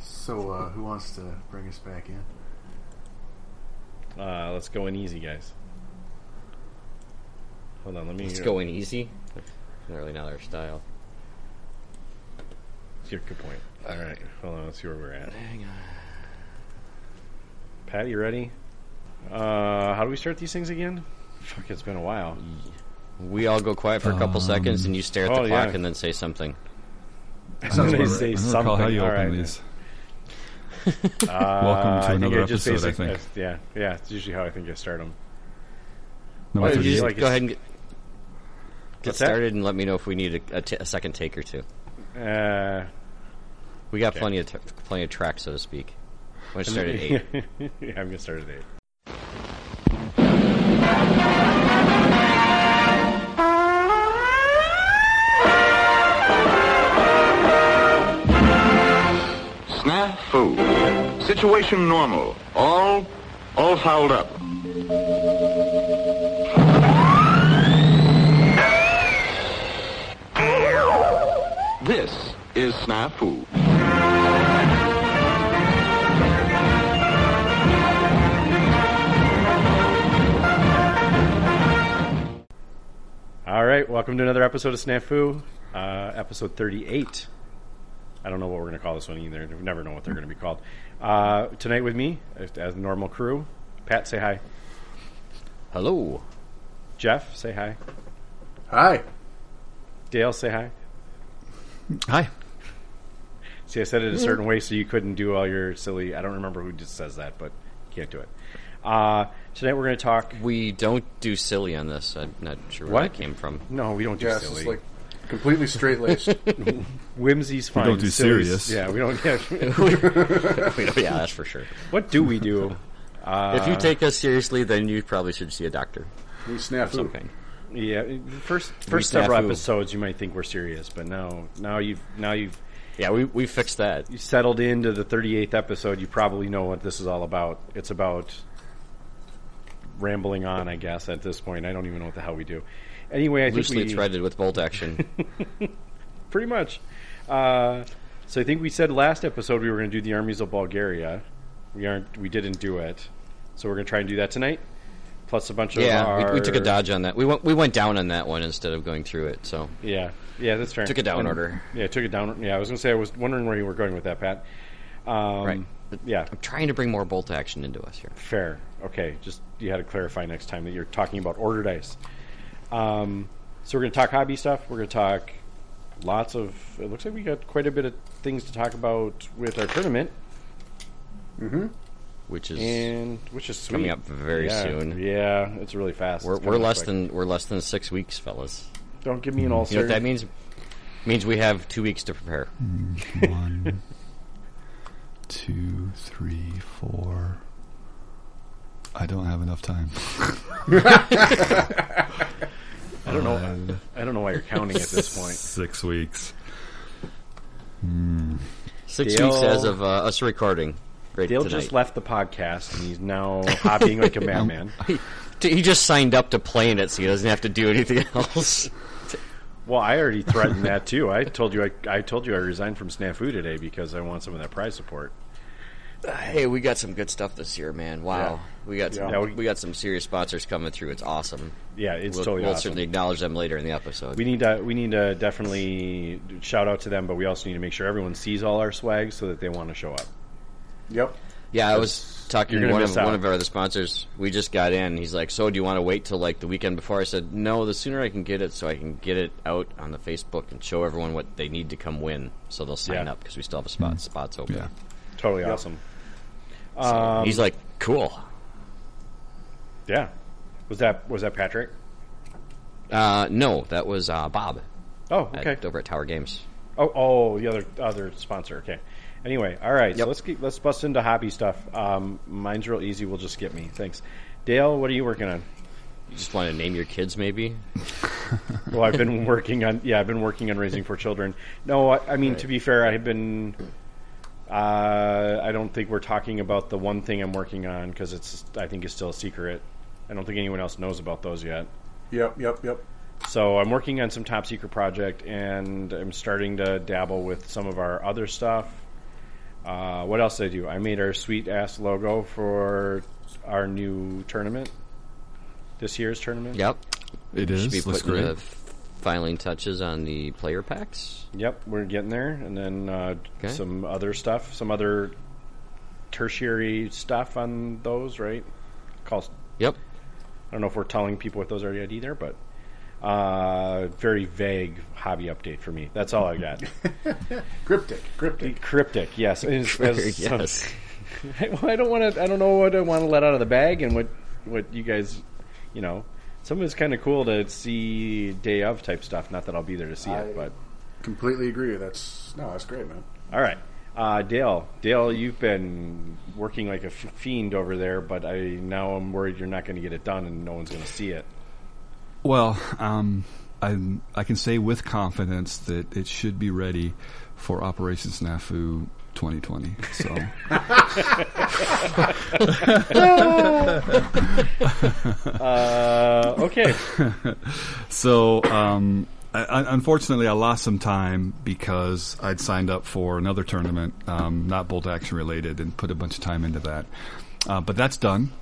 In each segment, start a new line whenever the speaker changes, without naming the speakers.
So, uh, who wants to bring us back in?
Uh, let's go in easy, guys. Hold on, let me.
Let's
hear-
go in easy. Not really not our style.
Yeah, good point. All right, hold on. Let's see where we're at. Hang on. Pat, you ready? Uh, how do we start these things again? Fuck, it's been a while.
We all go quiet for a couple seconds, and you stare at the
oh, yeah.
clock, and then say something.
Somebody
I don't
say
recall
something.
how you
All
open
right.
these.
Uh,
Welcome to
I think
another
I just
episode, I
basic-
think.
uh, yeah, yeah. It's usually how I think I start them.
Number
Oh,
you
you just
just
38.
like
go
it's-
ahead and get, get
What's that?
started, and let me know if we need a, a, t- a second take or two.
Uh,
We got
Okay.
plenty of t- plenty of track, so to speak. Why don't you start at eight?
yeah, I'm gonna start at eight.
Snafu. Situation normal. All, all fouled up. This is Snafu.
All right, welcome to another episode of Snafu, uh, episode 38. I don't know what we're going to call this one either. We never know what they're going to be called. Uh, tonight with me, as as the normal crew, Pat, say hi.
Hello.
Jeff, say hi.
Hi.
Dale, say hi.
Hi.
See, I said it a certain way so you couldn't do all your silly. I don't remember who just says that, but can't do it. Uh, tonight we're going to talk.
We don't do silly on this. I'm not sure where
What?
that came from.
No, we don't do
Yeah, it's
silly.
just like completely straight laced.
Whimsy's fine.
don't do
Silly's-
serious.
Yeah, we don't. Yeah.
yeah, that's for sure.
what do we do? Uh,
if you take us seriously, then you probably should see a doctor
We snafu.
or
Oh.
something.
Yeah, uh, first first
snafu.
several episodes you might think we're serious, but now now you've now you've
Yeah, we, we fixed that.
you settled into the 38th episode. You probably know what this is all about. It's about rambling on, I guess. At this point, I don't even know what the hell we do. Anyway, I think
Loosely
we
threaded with bolt action.
pretty much. Uh, so I think we said last episode we were going to do the armies of Bulgaria. We aren't. We didn't do it, so we're going to try and do that tonight. Plus a bunch of
yeah,
our,
we, we took a dodge on that. We went we went down on that one instead of going through it. So
Yeah, yeah, that's fair.
took a down
And-
order.
Yeah, took it down. Yeah, I was going to say I was wondering where you were going with that, Pat. Um,
Right.
Yeah,
I'm trying to bring more bolt action into us here.
fair. Okay, just you had to clarify next time that you're talking about order dice. Um, so we're going to talk hobby stuff. We're going to talk lots of. It looks like we got quite a bit of things to talk about with our tournament,
Which is
and which is sweet.
Coming up very
Yeah,
soon.
Yeah, it's really fast.
we're,
It's
we're
coming up
less
quick.
than we're less than six weeks, fellas.
Don't give me an ulcer.
You know what that means? Means we have two weeks to prepare.
One, two, three, four. I don't have enough time.
I don't know.
Five,
I don't know why you're counting at this point.
Six weeks.
Six
Dale-
weeks as of uh, us recording. Great
Dale
tonight.
just left the podcast and he's now hobbying like a madman.
he just signed up to playing it, so he doesn't have to do anything else.
Well, I already threatened that too. I told you I, I told you I resigned from Snafu today because I want some of that prize support.
hey, we got some good stuff this year, man. Wow,
Yeah.
we got some,
Yeah.
we got some serious sponsors coming through. It's awesome.
Yeah, it's
we'll
totally
we'll
awesome.
certainly acknowledge them later in the episode.
We need to we need to definitely shout out to them, but we also need to make sure everyone sees all our swag so that they want to show up.
Yep.
yeah, I was
you're
talking to
gonna
one of
miss out.
one of our other sponsors. We just got in. He's like, "So, do you want to wait till like the weekend before?" I said, "No, the sooner I can get it, so I can get it out on the Facebook and show everyone what they need to come win, so they'll sign
Yeah.
up because we still have a spot spots open."
Mm-hmm. Yeah.
Totally awesome. Um,
He's like, "Cool."
Yeah. Was that was that Patrick?
Uh, no, that was uh, Bob
Oh,
at,
okay.
over at Tower Games.
Oh, oh, the other other sponsor. Okay. Anyway, all right. So let's get, let's bust into hobby stuff. Um, mine's real easy. We'll just skip me. Thanks, Dale. What are you working on?
You just want to name your kids, maybe?
Well, I've been working on yeah, I've been working on raising four children. No, I, I mean to be fair, I've been. Uh, I don't think we're talking about the one thing I'm working on because it's I think it's still a secret. I don't think anyone else knows about those yet.
Yep, yep, yep.
So I'm working on some top secret project, and I'm starting to dabble with some of our other stuff. Uh, what else did I do? I made our sweet ass logo for our new tournament, this year's tournament.
Yep.
It
Should be
is. Looks
putting
great.
the f- filing touches on the player packs.
Yep, we're getting there, and then uh,
Okay.
some other stuff, some other tertiary stuff on those, right? Calls.
Yep.
I don't know if we're telling people what those are yet either, but uh, very vague hobby update for me. That's all I got.
Cryptic. Cryptic.
Cryptic, yes. It is- as-
yes.
I don't want to. I don't know what I want to let out of the bag, and what what you guys, you know, some of it's kind of cool to see day of type stuff. Not that I'll be there to see
I-
it, but
Completely agree. That's no, that's great, man.
all right. Uh, Dale, Dale, you've been working like a f- fiend over there, but I now I'm worried you're not going to get it done, and no one's going to see it.
Well, um, I I can say with confidence that it should be ready for Operation Snafu 2020. So
Uh, okay,
so um, I, I, unfortunately, I lost some time because I'd signed up for another tournament, um, not bolt action related, and put a bunch of time into that. Uh, but that's done.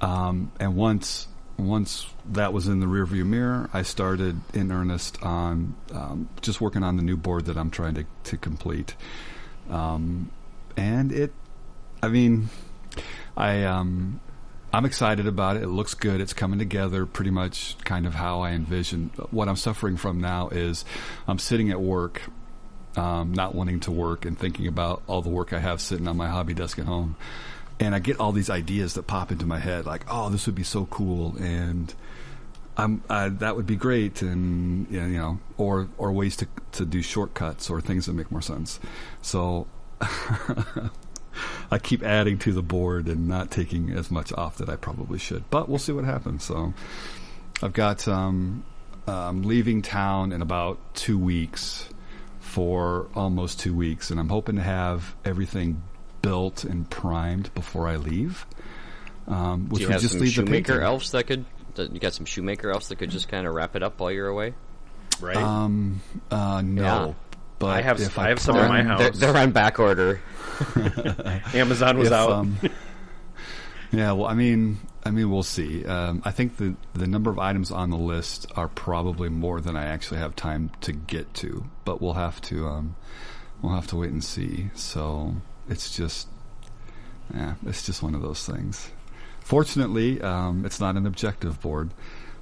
Um, and once once that was in the rearview mirror, I started in earnest on um, just working on the new board that I'm trying to, to complete. Um, and it, I mean, I um, I'm excited about it. It looks good. It's coming together pretty much kind of how I envisioned. What I'm suffering from now is I'm sitting at work, um, not wanting to work and thinking about all the work I have sitting on my hobby desk at home. And I get all these ideas that pop into my head like, oh, this would be so cool. And I'm, uh, that would be great, and you know, or or ways to to do shortcuts or things that make more sense. So I keep adding to the board and not taking as much off that I probably should. But we'll see what happens. So I've got um, I'm leaving town in about two weeks for almost two weeks, and I'm hoping to have everything built and primed before I leave. Um, which
Do you
would
have
just
some
leave the
shoemaker
painting.
elves that could? That, you got some shoemaker elves that could just kind of wrap it up while you're away.
right?
Um, uh, no.
Yeah.
But
I have-
if
I
I,
have some in
prime-
my house.
They're, they're on back order.
Amazon was
if,
out.
um, yeah, well, I mean, I mean, we'll see. Um, I think the the number of items on the list are probably more than I actually have time to get to, but we'll have to um, we'll have to wait and see. So it's just, yeah, it's just one of those things. Fortunately, um, it's not an objective board,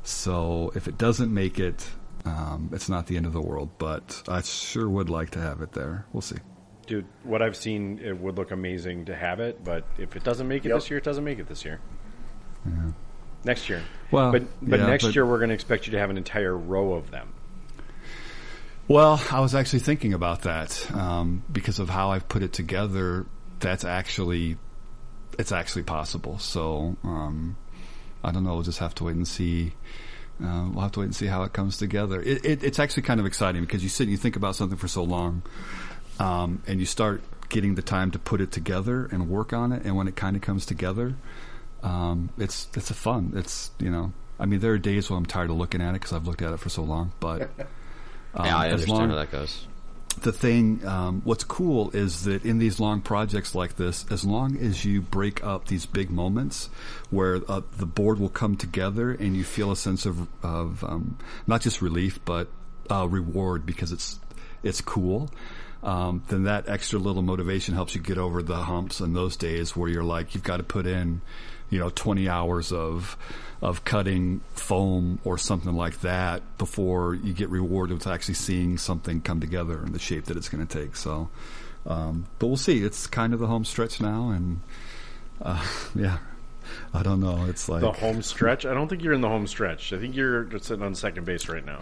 so if it doesn't make it, um, it's not the end of the world. But I sure would like to have it there. We'll see.
Dude, what I've seen, it would look amazing to have it, but if it doesn't make it
Yep.
this year, it doesn't make it this year. Next year.
Well,
but but
Uh, yeah,
next
but-
year we're going to expect you to have an entire row of them.
Well, I was actually thinking about that um, because of how I've put it together. That's actually it's actually possible. So um, I don't know. We'll just have to wait and see. Uh, we'll have to wait and see how it comes together. It, it, it's actually kind of exciting because you sit and you think about something for so long, um, and you start getting the time to put it together and work on it. And when it kind of comes together, um, it's it's a fun. It's you know, I mean, there are days when I'm tired of looking at it because I've looked at it for so long. But um,
yeah, I
as
understand
long-
how that goes.
the thing, um, what's cool is that in these long projects like this, as long as you break up these big moments where uh, the board will come together and you feel a sense of, of um, not just relief, but uh, reward because it's, it's cool. Um, then that extra little motivation helps you get over the humps in those days where you're like, you've got to put in, you know, 20 hours of, of cutting foam or something like that before you get rewarded with actually seeing something come together in the shape that it's going to take. So, um, but we'll see. It's kind of the home stretch now, and uh, yeah, I don't know. It's like
The home stretch? I don't think you're in the home stretch. I think you're sitting on second base right now.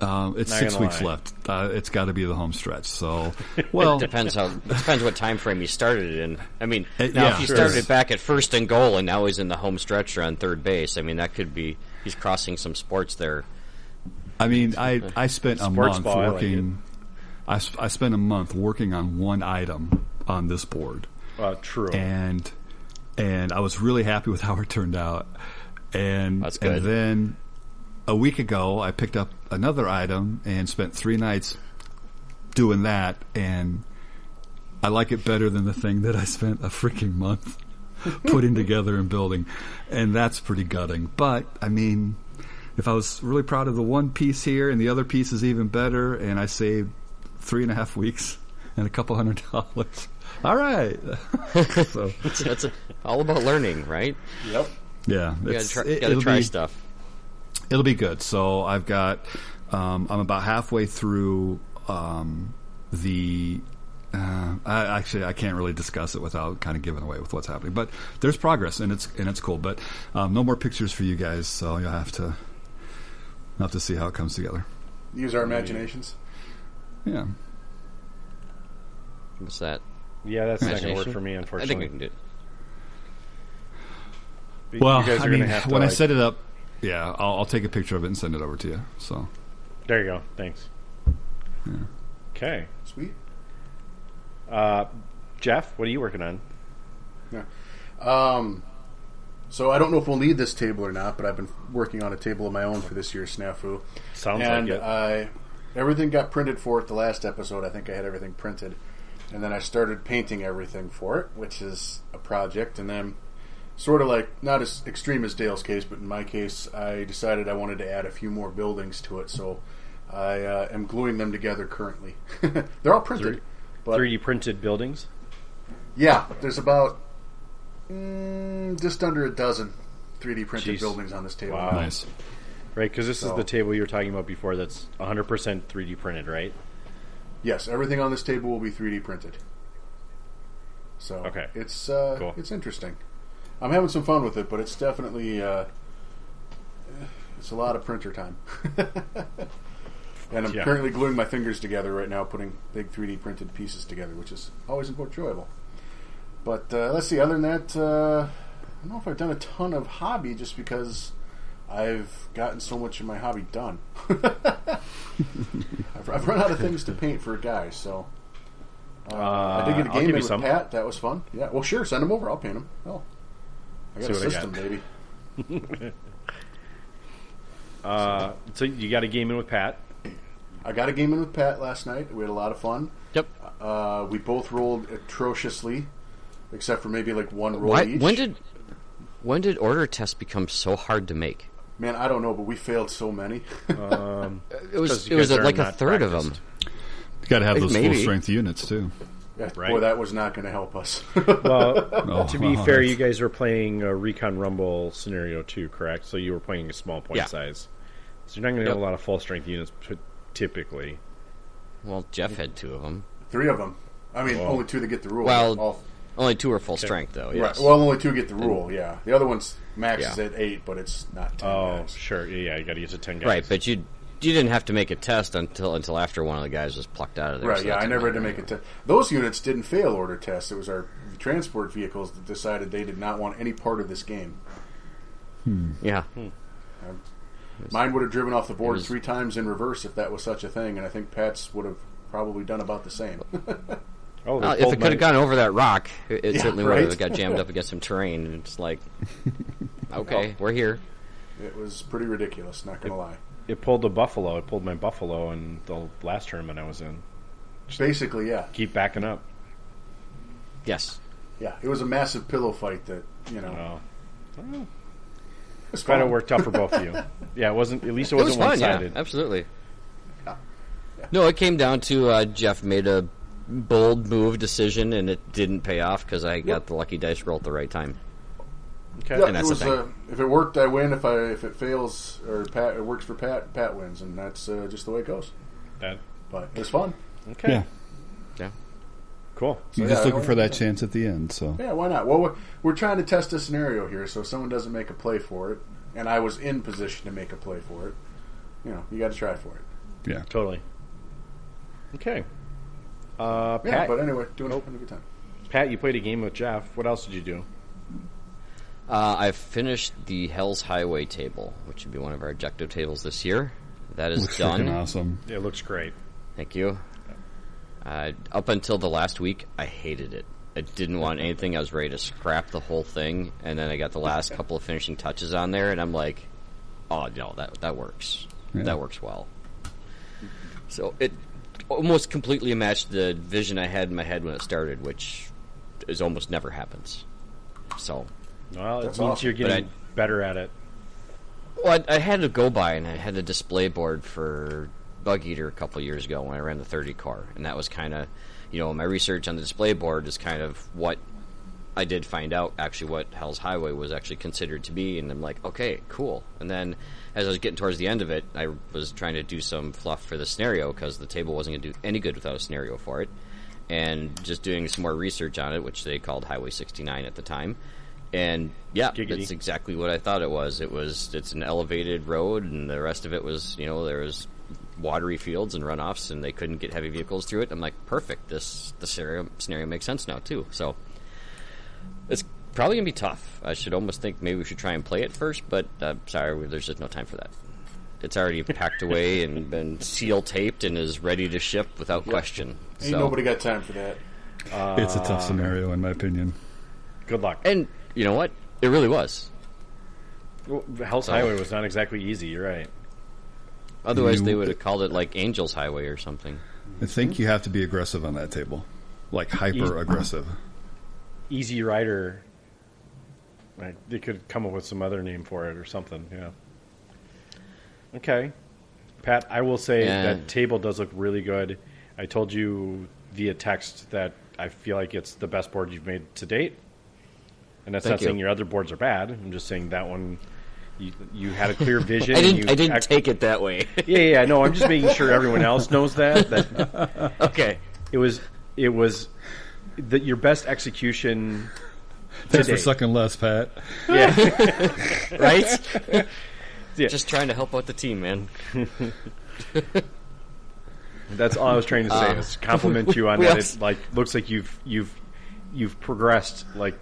um, it's
not
six
gonna
weeks
lie.
left. Uh, it's got to be the home stretch. So, well,
Depends how it depends what time frame you started it in. I mean,
Uh,
now
yeah,
if you
sure.
started back at first and goal and now he's in the home stretch or on third base, I mean that could be he's crossing some sports there.
I mean, I I spent a
Sports
month
ball, I like
working. I, s- I spent a month working on one item on this board.
Uh, true.
and and I was really happy with how it turned out. And
That's good.
and then a week ago, I picked up another item and spent three nights doing that, and I like it better than the thing that I spent a freaking month putting together and building, and that's pretty gutting. But I mean, if I was really proud of the one piece here and the other piece is even better, and I saved three and a half weeks and a couple hundred dollars. All right, so
That's a, all about learning, right?
Yep.
yeah,
You gotta
it's-
try,
it-
gotta
it'll
try
be-
stuff.
it'll be good. So I've got, um, I'm about halfway through um, the. Uh, I, actually, I can't really discuss it without kind of giving away with what's happening. But there's progress, and it's and it's cool. But um, no more pictures for you guys, so you'll have to you'll have to see how it comes together.
Use our imaginations.
Yeah,
What's that?
Yeah, that's not going to work
Imagination?
for me,
I think we
unfortunately.
can do it.
You
Well,
guys are
I
gonna
mean,
have to,
when I
like-
set it up, yeah, I'll, I'll take a picture of it and send it over to you. So
there you go. Thanks. Okay,
Sweet.
uh, Jeff, what are you working on?
Yeah. Um, so I don't know if we'll need this table or not, but I've been working on a table of my own for this year's snafu.
Sounds
and
like it.
I everything got printed for it the last episode. I think I had everything printed, and then I started painting everything for it, which is a project. And then, sort of like not as extreme as Dale's case, but in my case, I decided I wanted to add a few more buildings to it, so I uh, am gluing them together currently. They're all printed, but
3D printed buildings.
yeah, there's about mm, just under a dozen 3D printed
Jeez.
buildings on this table.
Wow.
nice.
Right, because this is
So-
the table you were talking about before. That's 100 percent 3D printed, right?
Yes, everything on this table will be 3D printed. So
Okay.
it's uh,
Cool.
it's interesting. I'm having some fun with it, but it's definitely uh, it's a lot of printer time. and I'm
Yeah.
currently gluing my fingers together right now, putting big 3D printed pieces together, which is always enjoyable. But uh, let's see. Other than that, uh, I don't know if I've done a ton of hobby just because I've gotten so much of my hobby done. I've, I've run out of things to paint for a guy, so. Uh, I did get a game
I'll give
in
you
with
some.
Pat. That was fun. Yeah. Well, sure. Send them over. I'll paint them. Hell, I got
See
a
what I got.
system, baby.
Uh, so you got a game in with Pat.
I got a game in with Pat last night. We had a lot of fun.
Yep.
Uh, we both rolled atrociously, except for maybe like one roll
Why,
each.
when did when did order tests become so hard to make?
Man, I don't know, but we failed so many.
Um,
It
Because
was
you
it was
guys are
like a
not
third of them.
practiced.
You got to have those
Maybe.
full strength units too.
Yeah, Boy,
Right.
that was not going to help us.
Well,
Oh,
to be
wow.
fair, you guys were playing a Recon Rumble scenario too, correct? So you were playing a small point
Yeah.
size. So you're not going to get
Yep.
a lot of full strength units p- typically.
Well, Jeff had two of them.
Three of them. I mean, only two that get the rule.
Well,
All-
Only two were full strength though.
right.
Yes.
Well, only two get the rule. Yeah, the other one's max
Yeah.
is at eight, but it's not ten.
Oh,
guys.
sure. Yeah, you got to use a 10 guys.
Right, but you you didn't have to make a test until until after one of the guys was plucked out of there.
Right,
so
yeah,
that's
I never had to
another-
make a test. Those units didn't fail order tests. It was our transport vehicles that decided they did not want any part of this game.
Yeah,
Hmm. Mine would have driven off the board
was-
three times in reverse if that was such a thing, and I think Pat's would have probably done about the same.
Oh,
Well,
they
uh, if
pulled
it could
my-
have gone over that rock, it, it
Yeah,
certainly would
right.
have got jammed up against some terrain. And it's like, okay, we're here.
it was pretty ridiculous, not going to lie.
it pulled the buffalo. It pulled my buffalo in the last tournament I was in.
Basically, yeah.
Keep backing up.
Yes,
Yeah, it was a massive pillow fight that, you know.
Oh.
it was
Glad it
fun.
worked out for both of you. Yeah, it wasn't. At least it
it was
wasn't
fun.
one sided.
Yeah, absolutely. No, it came down to uh, Jeff made a bold move decision, and it didn't pay off because I got the lucky dice roll at the right time.
Okay.
Yeah,
and
it
that's the
was,
thing.
uh, if it worked, I win. If I if it fails or Pat, it works for Pat. Pat wins, and that's uh, just the way it goes.
That-
But it was fun.
okay.
Yeah,
Cool.
you're
yeah,
just
I
looking for
don't-
that chance at the end. So
Yeah, why not? Well, we're, we're trying to test a scenario here, so if someone doesn't make a play for it, and I was in position to make a play for it, you know, you got to try for it.
yeah.
Totally. Okay. Uh,
Yeah,
Pat,
but anyway, doing having a good time.
Pat, you played a game with Jeff. What else did you do?
uh, I finished the Hell's Highway table, which would be one of our objective tables this year. That is
Looks
done.
freaking awesome.
It looks great.
Thank you. Uh, up until the last week, I hated it. I didn't want anything. I was ready to scrap the whole thing, and then I got the last couple of finishing touches on there, and I'm like, "Oh no, that that works.
Yeah.
That works well." So it almost completely matched the vision I had in my head when it started, which is almost never happens. So,
Well, it
That's
means
awesome.
you're getting
But
better at it.
well, I, I had to go by and I had a display board for Bug Eater a couple years ago when I ran the 30 car, and that was kind of, you know, my research on the display board is kind of what I did find out actually what Hell's Highway was actually considered to be, and I'm like, okay, cool. And then as I was getting towards the end of it, I was trying to do some fluff for the scenario because the table wasn't going to do any good without a scenario for it, and just doing some more research on it, which they called Highway 69 at the time. And yeah,
Giggity.
that's exactly what I thought it was. It was it's an elevated road, and the rest of it was you know there was watery fields and runoffs, and they couldn't get heavy vehicles through it. I'm like, perfect. This the scenario scenario makes sense now too. So it's probably gonna be tough. I should almost think maybe we should try and play it first, but uh, sorry, we- there's just no time for that. It's already packed away and been seal taped and is ready to ship without question.
Ain't
so,
nobody got time for that.
it's a tough scenario, in my opinion.
Good luck.
and you know what? It really was.
Well, Hell's Highway was not exactly easy. You're right.
Otherwise,
You-
they would have called it like Angels Highway or something.
I think you have to be aggressive on that table, like hyper aggressive.
Easy Rider. Like, they could come up with some other name for it or something. Yeah. Okay, Pat. I will say
Yeah.
that table does look really good. I told you via text that I feel like it's the best board you've made to date. And that's
Thank
not
you.
saying your other boards are bad. I'm just saying that one. You, you had a clear vision.
I
and
didn't.
you
I didn't
act-
take it that way.
Yeah, yeah, no, I'm just making sure everyone else knows that. That
okay.
it was, it was, that your best execution.
Thanks for
Today.
sucking less, Pat.
Yeah,
Right?
Yeah.
Just trying to help out the team, man.
that's all I was trying to say. is compliment you on
Uh, we
that.
also-
It like looks like you've you've you've progressed. Like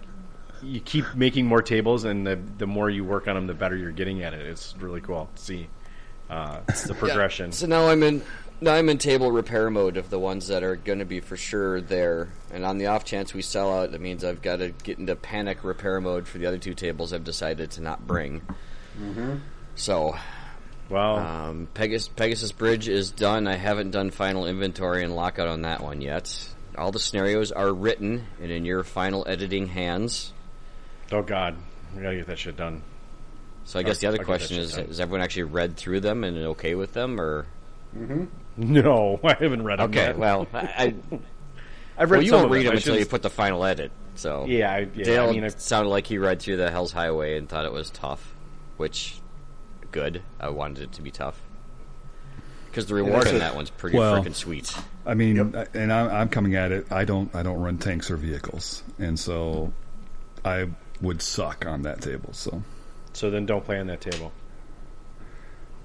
you keep making more tables, and the the more you work on them, the better you're getting at it. It's really cool to see uh, the progression.
So now I'm in now I'm in table repair mode of the ones that are going to be for sure there. And on the off chance we sell out, that means I've got to get into panic repair mode for the other two tables I've decided to not bring. Mm-hmm. So
Well,
um, Pegasus, Pegasus Bridge is done. I haven't done final inventory and lockout on that one yet. All the scenarios are written and in your final editing hands.
oh god, we gotta get that shit done.
So I guess the
I
other
get
question
that
is:
shit done.
Has everyone actually read through them and okay with them, or
No, I haven't read them.
okay?
yet.
Well, I, I
I've read
well, you
some
won't
of
read
them
them
I
until
should've-
you put the final edit. So
Yeah, I, yeah,
Dale
I mean, I,
sounded like he read through the Hell's Highway and thought it was tough, which good. I wanted it to be tough because the reward on that one's pretty
Well-
freaking sweet.
I mean, I- and I'm, I'm coming at it. I don't. I don't run tanks or vehicles, and so I would suck on that table. So
So then don't play on that table.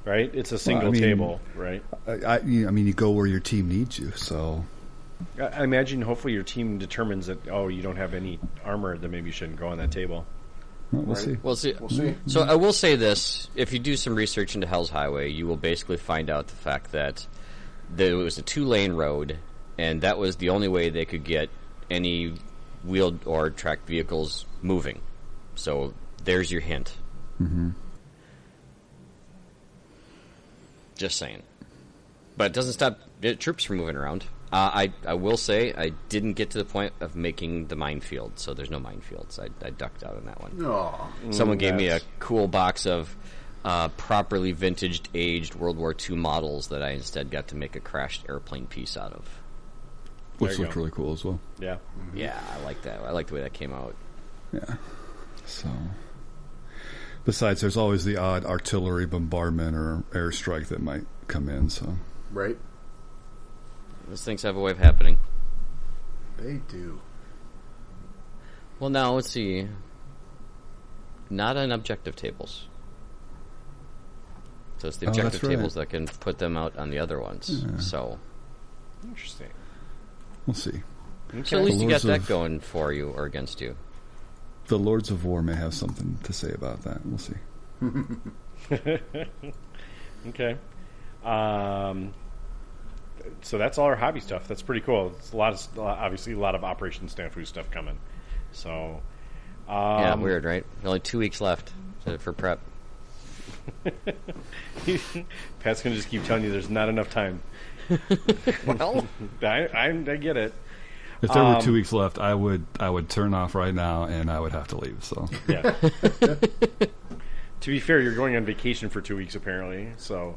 Right? It's a single
mean-
table, right?
I, I, you- I mean, you go where your team needs you. So
I I imagine hopefully your team determines that, oh, you don't have any armor, then maybe you shouldn't go on that table.
well, we'll see.
Well, see,
We'll see.
So I will say this: if you do some research into Hell's Highway, you will basically find out the fact that there was a two-lane road, and that was the only way they could get any wheeled or tracked vehicles moving. So there's your hint. Mm-hmm. Just saying, but it doesn't stop uh, troops from moving around. Uh, I I will say I didn't get to the point of making the minefield, so there's no minefields. I, I ducked out on that one.
Aw.
Someone gave me a
that's-
cool box of uh, properly vintaged, aged World War II models that I instead got to make a crashed airplane piece out of.
Which
you
looked
go.
really cool as well.
Yeah.
Mm-hmm.
Yeah, I like that. I like the way that came out.
So, besides, there's always the odd artillery bombardment or airstrike that might come in. So,
Right?
Those things have a way of happening.
They do.
Well, now let's see. Not on objective tables. So it's the
Oh, that's
objective
right.
tables that can put them out on the other ones. So,
Interesting.
we'll see.
so at least you got
Lords
that
of-
going for you or against you.
The Lords of War may have something to say about that. We'll see.
Okay. Um, so that's all our hobby stuff. That's pretty cool. It's a lot of, obviously, a lot of Operation Snafu stuff coming. So, um,
yeah, weird, right? Only two weeks left uh, for prep.
Pat's going to just keep telling you there's not enough time.
well,
I, I, I get it.
If there were two weeks left, I would I would turn off right now and I would have to leave. So
Yeah. to be fair, you're going on vacation for two weeks apparently, so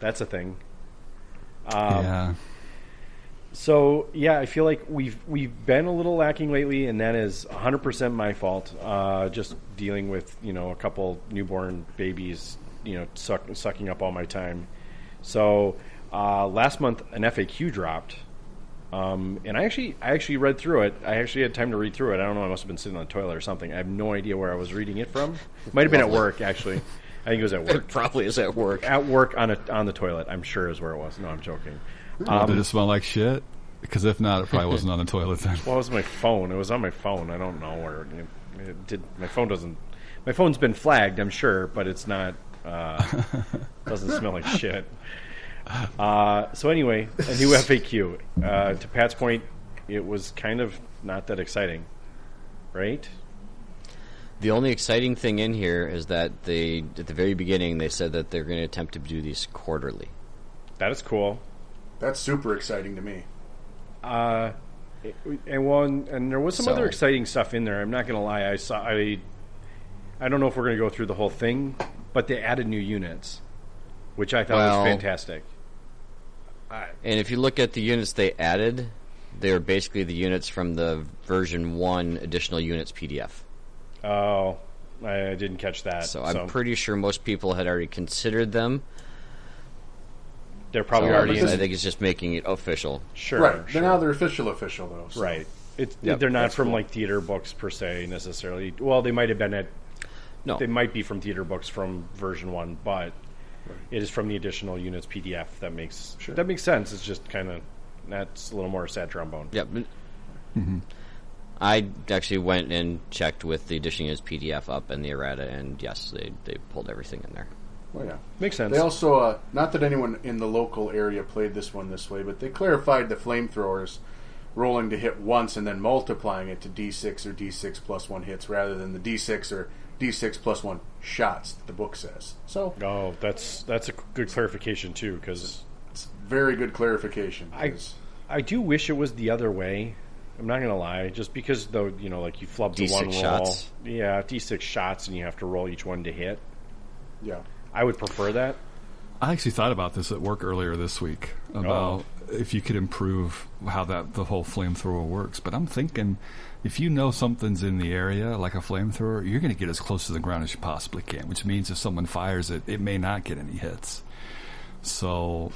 that's a thing.
yeah,
So yeah, I feel like we've we've been a little lacking lately, and that is 100 percent my fault. Uh, just dealing with you know a couple newborn babies, you know, suck, sucking up all my time. So uh, last month an FAQ dropped, um, and I actually I actually read through it. I actually had time to read through it. I don't know. I must have been sitting on the toilet or something. I have no idea where I was reading it from. Might have been at
Lovely.
work actually. I think it was at work.
it probably is at work.
At work on a, on the toilet. I'm sure is where it was. No, I'm joking.
did it smell like shit? Because if not, it probably wasn't on the toilet then.
Well, it was my phone. It was on my phone. I don't know where it, it did. My phone doesn't. My phone's been flagged, I'm sure, but it's not. Uh, doesn't smell like shit. Uh, so anyway, a new FAQ. Uh, to Pat's point, it was kind of not that exciting, right?
The only exciting thing in here is that they, at the very beginning, they said that they're going to attempt to do these quarterly.
That is cool.
That's super exciting to me.
Uh, it- and well, and, and there was some
So-
other exciting stuff in there. I'm not going to lie. I saw. I, I don't know if we're going to go through the whole thing, but they added new units, which I thought
Well-
was fantastic.
And if you look at the units they added, they're basically the units from the version 1 additional units PDF.
Oh, I I didn't catch that.
So I'm pretty sure most people had already considered them.
they're probably
So
already in
I
it.
think it's just making it official.
Sure,
right.
sure.
They're now they're official official though. so-
right. It's,
Yep,
they're not
that's
from
cool.
like theater books per se necessarily. Well, they might have been at.
No.
They might be from theater books from version one, but it is from the additional units PDF. That makes that makes sense. It's just kind of that's a little more sad trombone.
Yep. I actually went and checked with the addition units PDF up and the errata, and yes, they, they pulled everything in there.
Well, yeah.
Makes sense.
They also, uh, not that anyone in the local area played this one this way, but they clarified the flamethrowers rolling to hit once and then multiplying it to d6 or d6 plus one hits rather than the d6 or d6 plus one shots that the book says. So,
oh, that's that's a good clarification too because
it's very good clarification.
I
'cause-
I do wish it was the other way. I'm not gonna lie, just because though you know, like you flub the
D6
one roll,
shots.
yeah, d6 shots, and you have to roll each one to hit.
yeah.
I would prefer that.
I actually thought about this at work earlier this week about if you could improve how that the whole flamethrower works. But I'm thinking if you know something's in the area like a flamethrower, you're going to get as close to the ground as you possibly can, which means if someone fires it, it may not get any hits. So,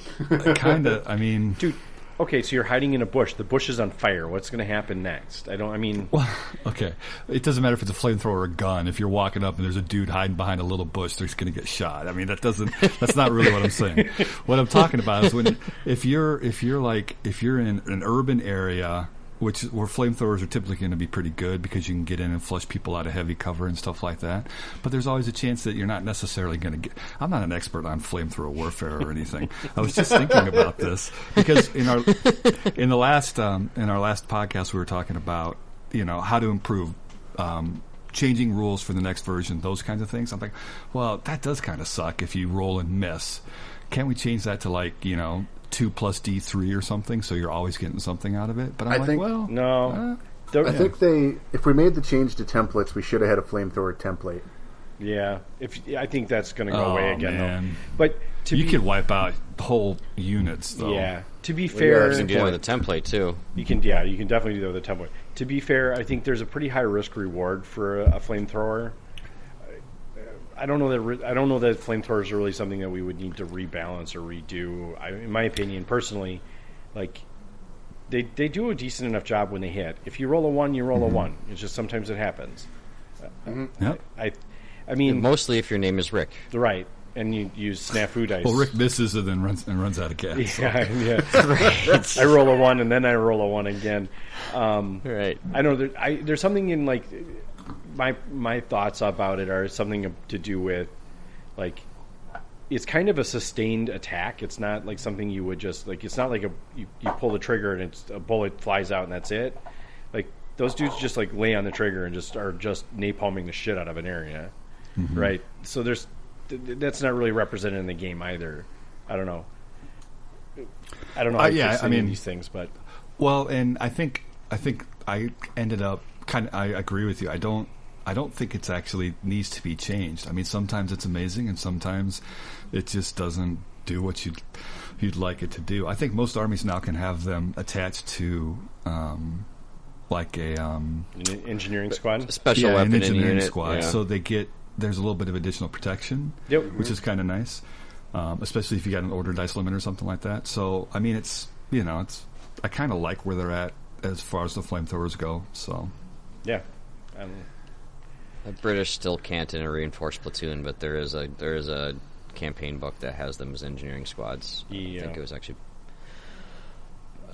kind of, I mean,
Dude, okay, so you're hiding in a bush. The bush is on fire. What's going to happen next? I don't. I mean,
okay, it doesn't matter if it's a flamethrower or a gun. If you're walking up and there's a dude hiding behind a little bush, they're going to get shot. I mean, that doesn't. That's not really what I'm saying. what I'm talking about is when if you're if you're like if you're in an urban area. Which where flamethrowers are typically going to be pretty good because you can get in and flush people out of heavy cover and stuff like that. But there's always a chance that you're not necessarily going to get. I'm not an expert on flamethrower warfare or anything. I was just thinking about this because in our in the last um, in our last podcast we were talking about you know how to improve um, changing rules for the next version those kinds of things i'm like well that does kind of suck if you roll and miss can't we change that to like you know 2 plus d3 or something so you're always getting something out of it but i'm
I
like
think-
well uh,
no. The-
I think they, if we made the change to templates, we should have had a flamethrower template.
yeah. If I think that's going to go
Oh,
away again,
man.
though. But to
you
be,
could wipe out whole units though
yeah. To be
yeah,
fair,
it's
You can do that with a template, too.
You can, yeah, you can definitely do that with a template. To be fair, I think there's a pretty high risk reward for a, a flamethrower. I don't know that re- I don't know that flamethrowers are really something that we would need to rebalance or redo. I, in my opinion, personally, like they they do a decent enough job when they hit. If you roll a one, you roll a one. It's just sometimes it happens.
Mm-hmm. Yep.
I, I mean,
Mostly if your name is Rick.
right, and you use snafu dice.
well rick misses and then runs and runs out of gas
yeah, yeah. I roll a one and then I roll a one again. Um,
Right.
I know there, I, there's something in like my my thoughts about it are something to do with like it's kind of a sustained attack. It's not like something you would just like. It's not like a you, you pull the trigger and it's a bullet flies out and that's it. Like those dudes just like lay on the trigger and just are just napalming the shit out of an area,
Mm-hmm.
right? So there's th- th- that's not really represented in the game either. I don't know. I don't know.
Uh,
How you
yeah,
fix
I
any of
mean-
these things, but
Well, and I think I think I ended up kind of. I agree with you. I don't. I don't think it's actually needs to be changed. I mean, sometimes it's amazing, and sometimes it just doesn't do what you'd you'd like it to do. I think most armies now can have them attached to um, like a um,
an engineering squad.
Special
yeah,
weapon
an
in
engineering
unit.
squad,
yeah.
so they get there's a little bit of additional protection,
Yep.
which is kind of nice, um, especially if you got an order dice limit or something like that. So I mean, it's you know, it's I kind of like where they're at as far as the flamethrowers go. So
Yeah. Um,
The British still can't in a reinforced platoon, but there is a there is a campaign book that has them as engineering squads. I
Yeah.
think it was actually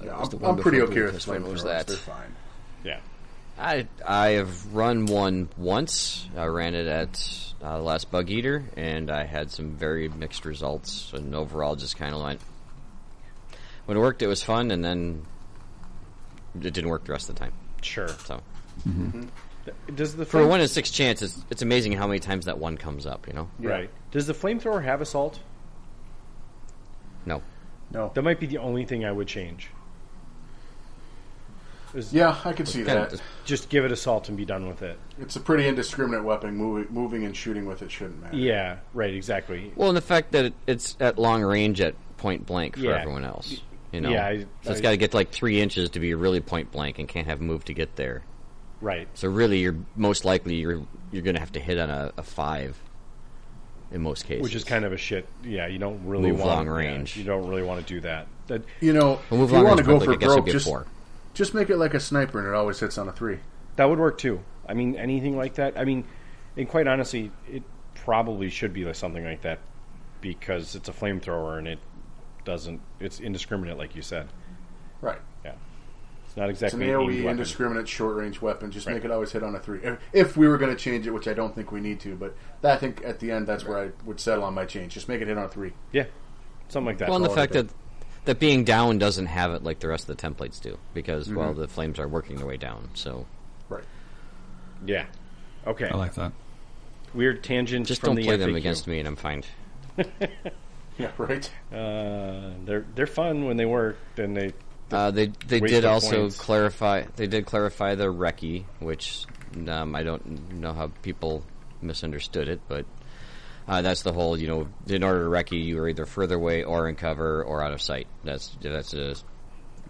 Yeah,
was the
I'm,
one
I'm pretty
before
okay with
Budapest, when was
flamethrowers.
that?
They're fine.
yeah.
I I have run one once. I ran it at uh, the last Bug Eater, and I had some very mixed results. And overall, just kind of went. When it worked, it was fun, and then it didn't work the rest of the time.
Sure.
So
Does the
for a
flame-
one in six chance, it's, it's amazing how many times that one comes up. You know?
Yeah.
right? Does the flamethrower have assault?
No.
No.
That might be the only thing I would change. Is
Yeah, I can see
Kinda-
that.
Just give it assault and be done with it.
It's a pretty indiscriminate weapon. Moving, moving and shooting with it shouldn't matter.
Yeah. Right. Exactly.
Well, and the fact that it, it's at long range at point blank for
Yeah.
everyone else. You know,
Yeah, I-
so it's
I-
got to get like three inches to be really point blank, and can't have move to get there.
Right.
So really, you're most likely you're you're going to have to hit on a, a five in most cases.
Which is kind of a shit. Yeah. You don't really
Move
want
long
yeah,
range.
you don't really want to do that. That
You know,
Well, move
if you
long
want to
range
go
public,
for
I guess it'd
broke,
be a
just
four.
just make it like a sniper, and it always hits on a three.
that would work too. I mean, anything like that. I mean, and quite honestly, it probably should be like something like that because it's a flamethrower and it doesn't. It's indiscriminate, like you said.
Right.
Yeah. It's not
It's an
exactly an aimed
AOE
weapon.
indiscriminate short range weapon. Just
Right.
make it always hit on a three. If, if we were going to change it, which I don't think we need to, but that, I think at the end that's where I would settle on my change. Just make it hit on a three.
yeah. Something like that.
well, and the
all
fact
it is.
that that being down doesn't have it like the rest of the templates do because well,
Mm-hmm.
the flames are working their way down. So
Right.
yeah. Okay.
I like that.
Weird tangent.
just
from
don't
the
play them
FAQ.
against me, and I'm fine.
Yeah. Right.
Uh, they're they're fun when they work. Then they
Uh, they they
Waste
did
of
also
points.
clarify. They did clarify the recce, which um, I don't know how people misunderstood it, but uh, that's the whole. You know, in order to recce, you are either further away or in cover or out of sight. That's that's a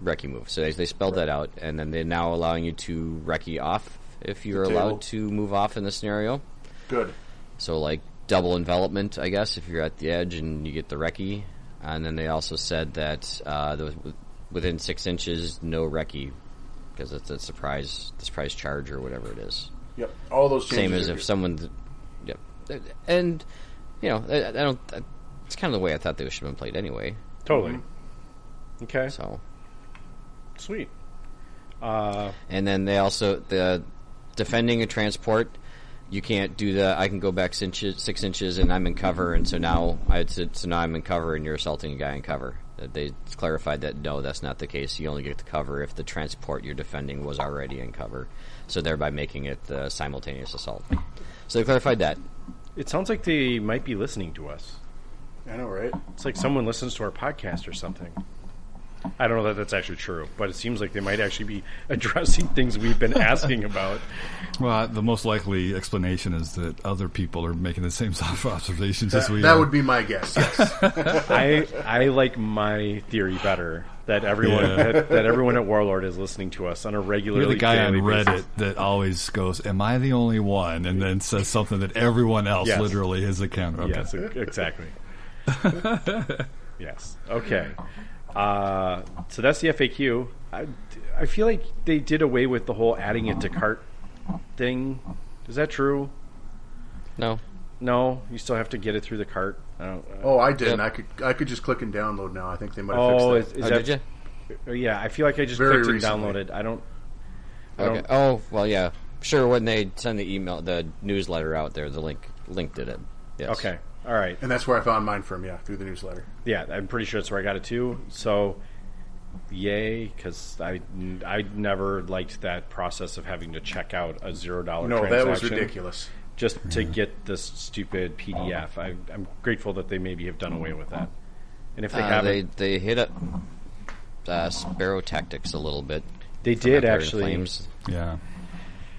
recce move. So they, they spelled that out, and then they're now allowing you to recce off if you're
table.
allowed to move off in the scenario.
Good.
So like double envelopment, I guess, if you're at the edge and you get the recce. And then they also said that uh, there was, within six inches, no recce because it's a surprise, the surprise charge or whatever it is.
Yep. All those changes.
Same as
are
if
good.
someone, yeah. And you know, I, I don't. It's kind of the way I thought they should have been played anyway.
totally. Okay.
So.
Sweet. Uh,
And then they also the defending a transport. You can't do the. I can go back six inches, six inches, and I'm in cover, and so now I so so now I'm in cover, and you're assaulting a guy in cover. Uh, They clarified that no, that's not the case. You only get the cover if the transport you're defending was already in cover, so thereby making it the simultaneous assault. So they clarified that.
it sounds like they might be listening to us.
I know, right?
It's like someone listens to our podcast or something. I don't know that that's actually true, but it seems like they might actually be addressing things we've been asking about.
Well, the most likely explanation is that other people are making the same sort of observations as we
that
are.
would be my guess. Yes.
I I like my theory better that everyone
Yeah.
that, that everyone at Warlord is listening to us on a regular.
You're the guy on Reddit that always goes, "Am I the only one?" and then says something that everyone else
Yes.
literally has encountered. Okay.
Yes, e- exactly. yes. Okay. Uh, so that's the FAQ. I, I feel like they did away with the whole adding it to cart thing. Is that true?
No,
No, you still have to get it through the cart. I don't, uh,
oh, I didn't.
Yep.
I could. I could just click and download now. I think they might have
oh, is,
fixed
is
oh,
that?
did you?
oh, Yeah, I feel like I just
Very
clicked
recently.
and downloaded. I don't. I
Okay.
don't
Oh well, yeah, sure. When they send the email, the newsletter out there, the link link did it. Yes.
okay. All right.
that. And that's where I found mine from. Yeah, through the newsletter.
Yeah, I'm pretty sure that's where I got it too. So, yay, because I, I never liked that process of having to check out a zero dollar.
No,
transaction
that was ridiculous.
Just to get this stupid PDF. I, I'm grateful that they maybe have done away with that And if they
Uh,
haven't,
they they hit up uh, Sparrow Tactics a little bit.
They
from
did,
Empire and
actually.
Flames.
Yeah.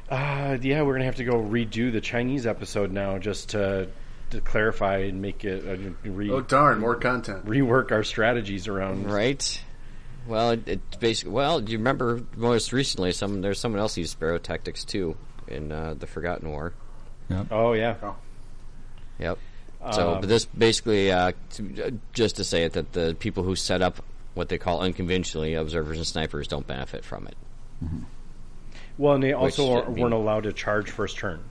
Uh, yeah, we're gonna have to go redo the Chinese episode now just to to clarify and make it uh, re-
Oh darn, more content.
rework our strategies around.
Right. Well, it, it basically. Well, do you remember most recently? Some there's someone else used Sparrow Tactics too in uh, the Forgotten War.
Oh yeah,
Yep. So,
Um,
but this basically, uh, to, uh, just to say it, that the people who set up what they call unconventionally observers and snipers don't benefit from it.
Well, and they also
Which
are,
should be-
weren't allowed to charge first turn.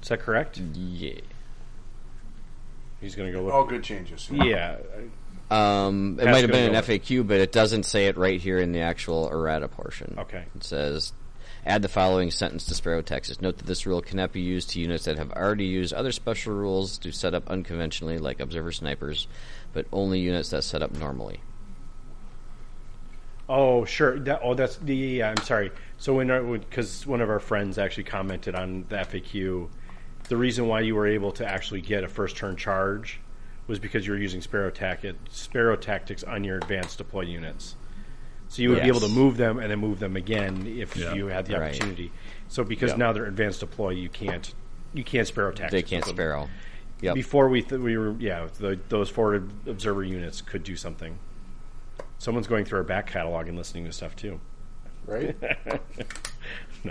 Is that correct?
Mm. Yeah.
He's going to go look.
All good changes.
Yeah,
Um, it
That's
might have been
gonna
an
go
FAQ, but it doesn't say it right here in the actual errata portion.
uh, Okay.
It says, add the following sentence to Sparrow Texas. Note that this rule cannot be used to units that have already used other special rules to set up unconventionally, like observer snipers, but only units that set up normally.
Oh, sure. That, oh, that's the. Yeah, I'm sorry. So when because one of our friends actually commented on the FAQ, the reason why you were able to actually get a first turn charge was because you were using sparrow tactic, sparrow tactics on your advanced deploy units. So you would be
Yes.
able to move them and then move them again if you had the
Right.
opportunity. So because now they're advanced deploy, you can't you can't sparrow tactics.
They can't
with them.
Sparrow. Yep.
Before we th- we were yeah the, those forward observer units could do something. Someone's going through our back catalog and listening to stuff too.
Right?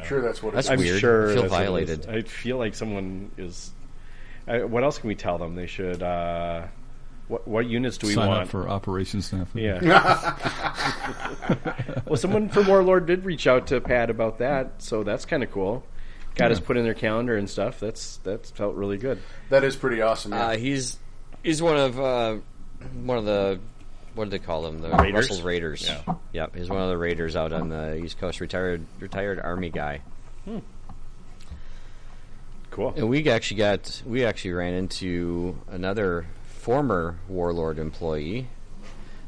Sure that's what
That's
it's
I'm
weird.
sure
I feel
that's what it
violated.
is. I feel like someone is. I, what else can we tell them? They should. Uh, what what units do we
Sign
want?
up for operations staff.
yeah. well, someone from Warlord did reach out to Pat about that, so that's kind of cool. Got us put in their calendar and stuff. That's that's felt really good.
that is pretty awesome. yeah.
Uh, he's he's one of uh, one of the what do they call them? The
Raiders?
Russell's Raiders.
Yeah.
Yep, he's one of the Raiders out on the East Coast. Retired retired Army guy.
Cool.
And we actually got we actually ran into another former Warlord employee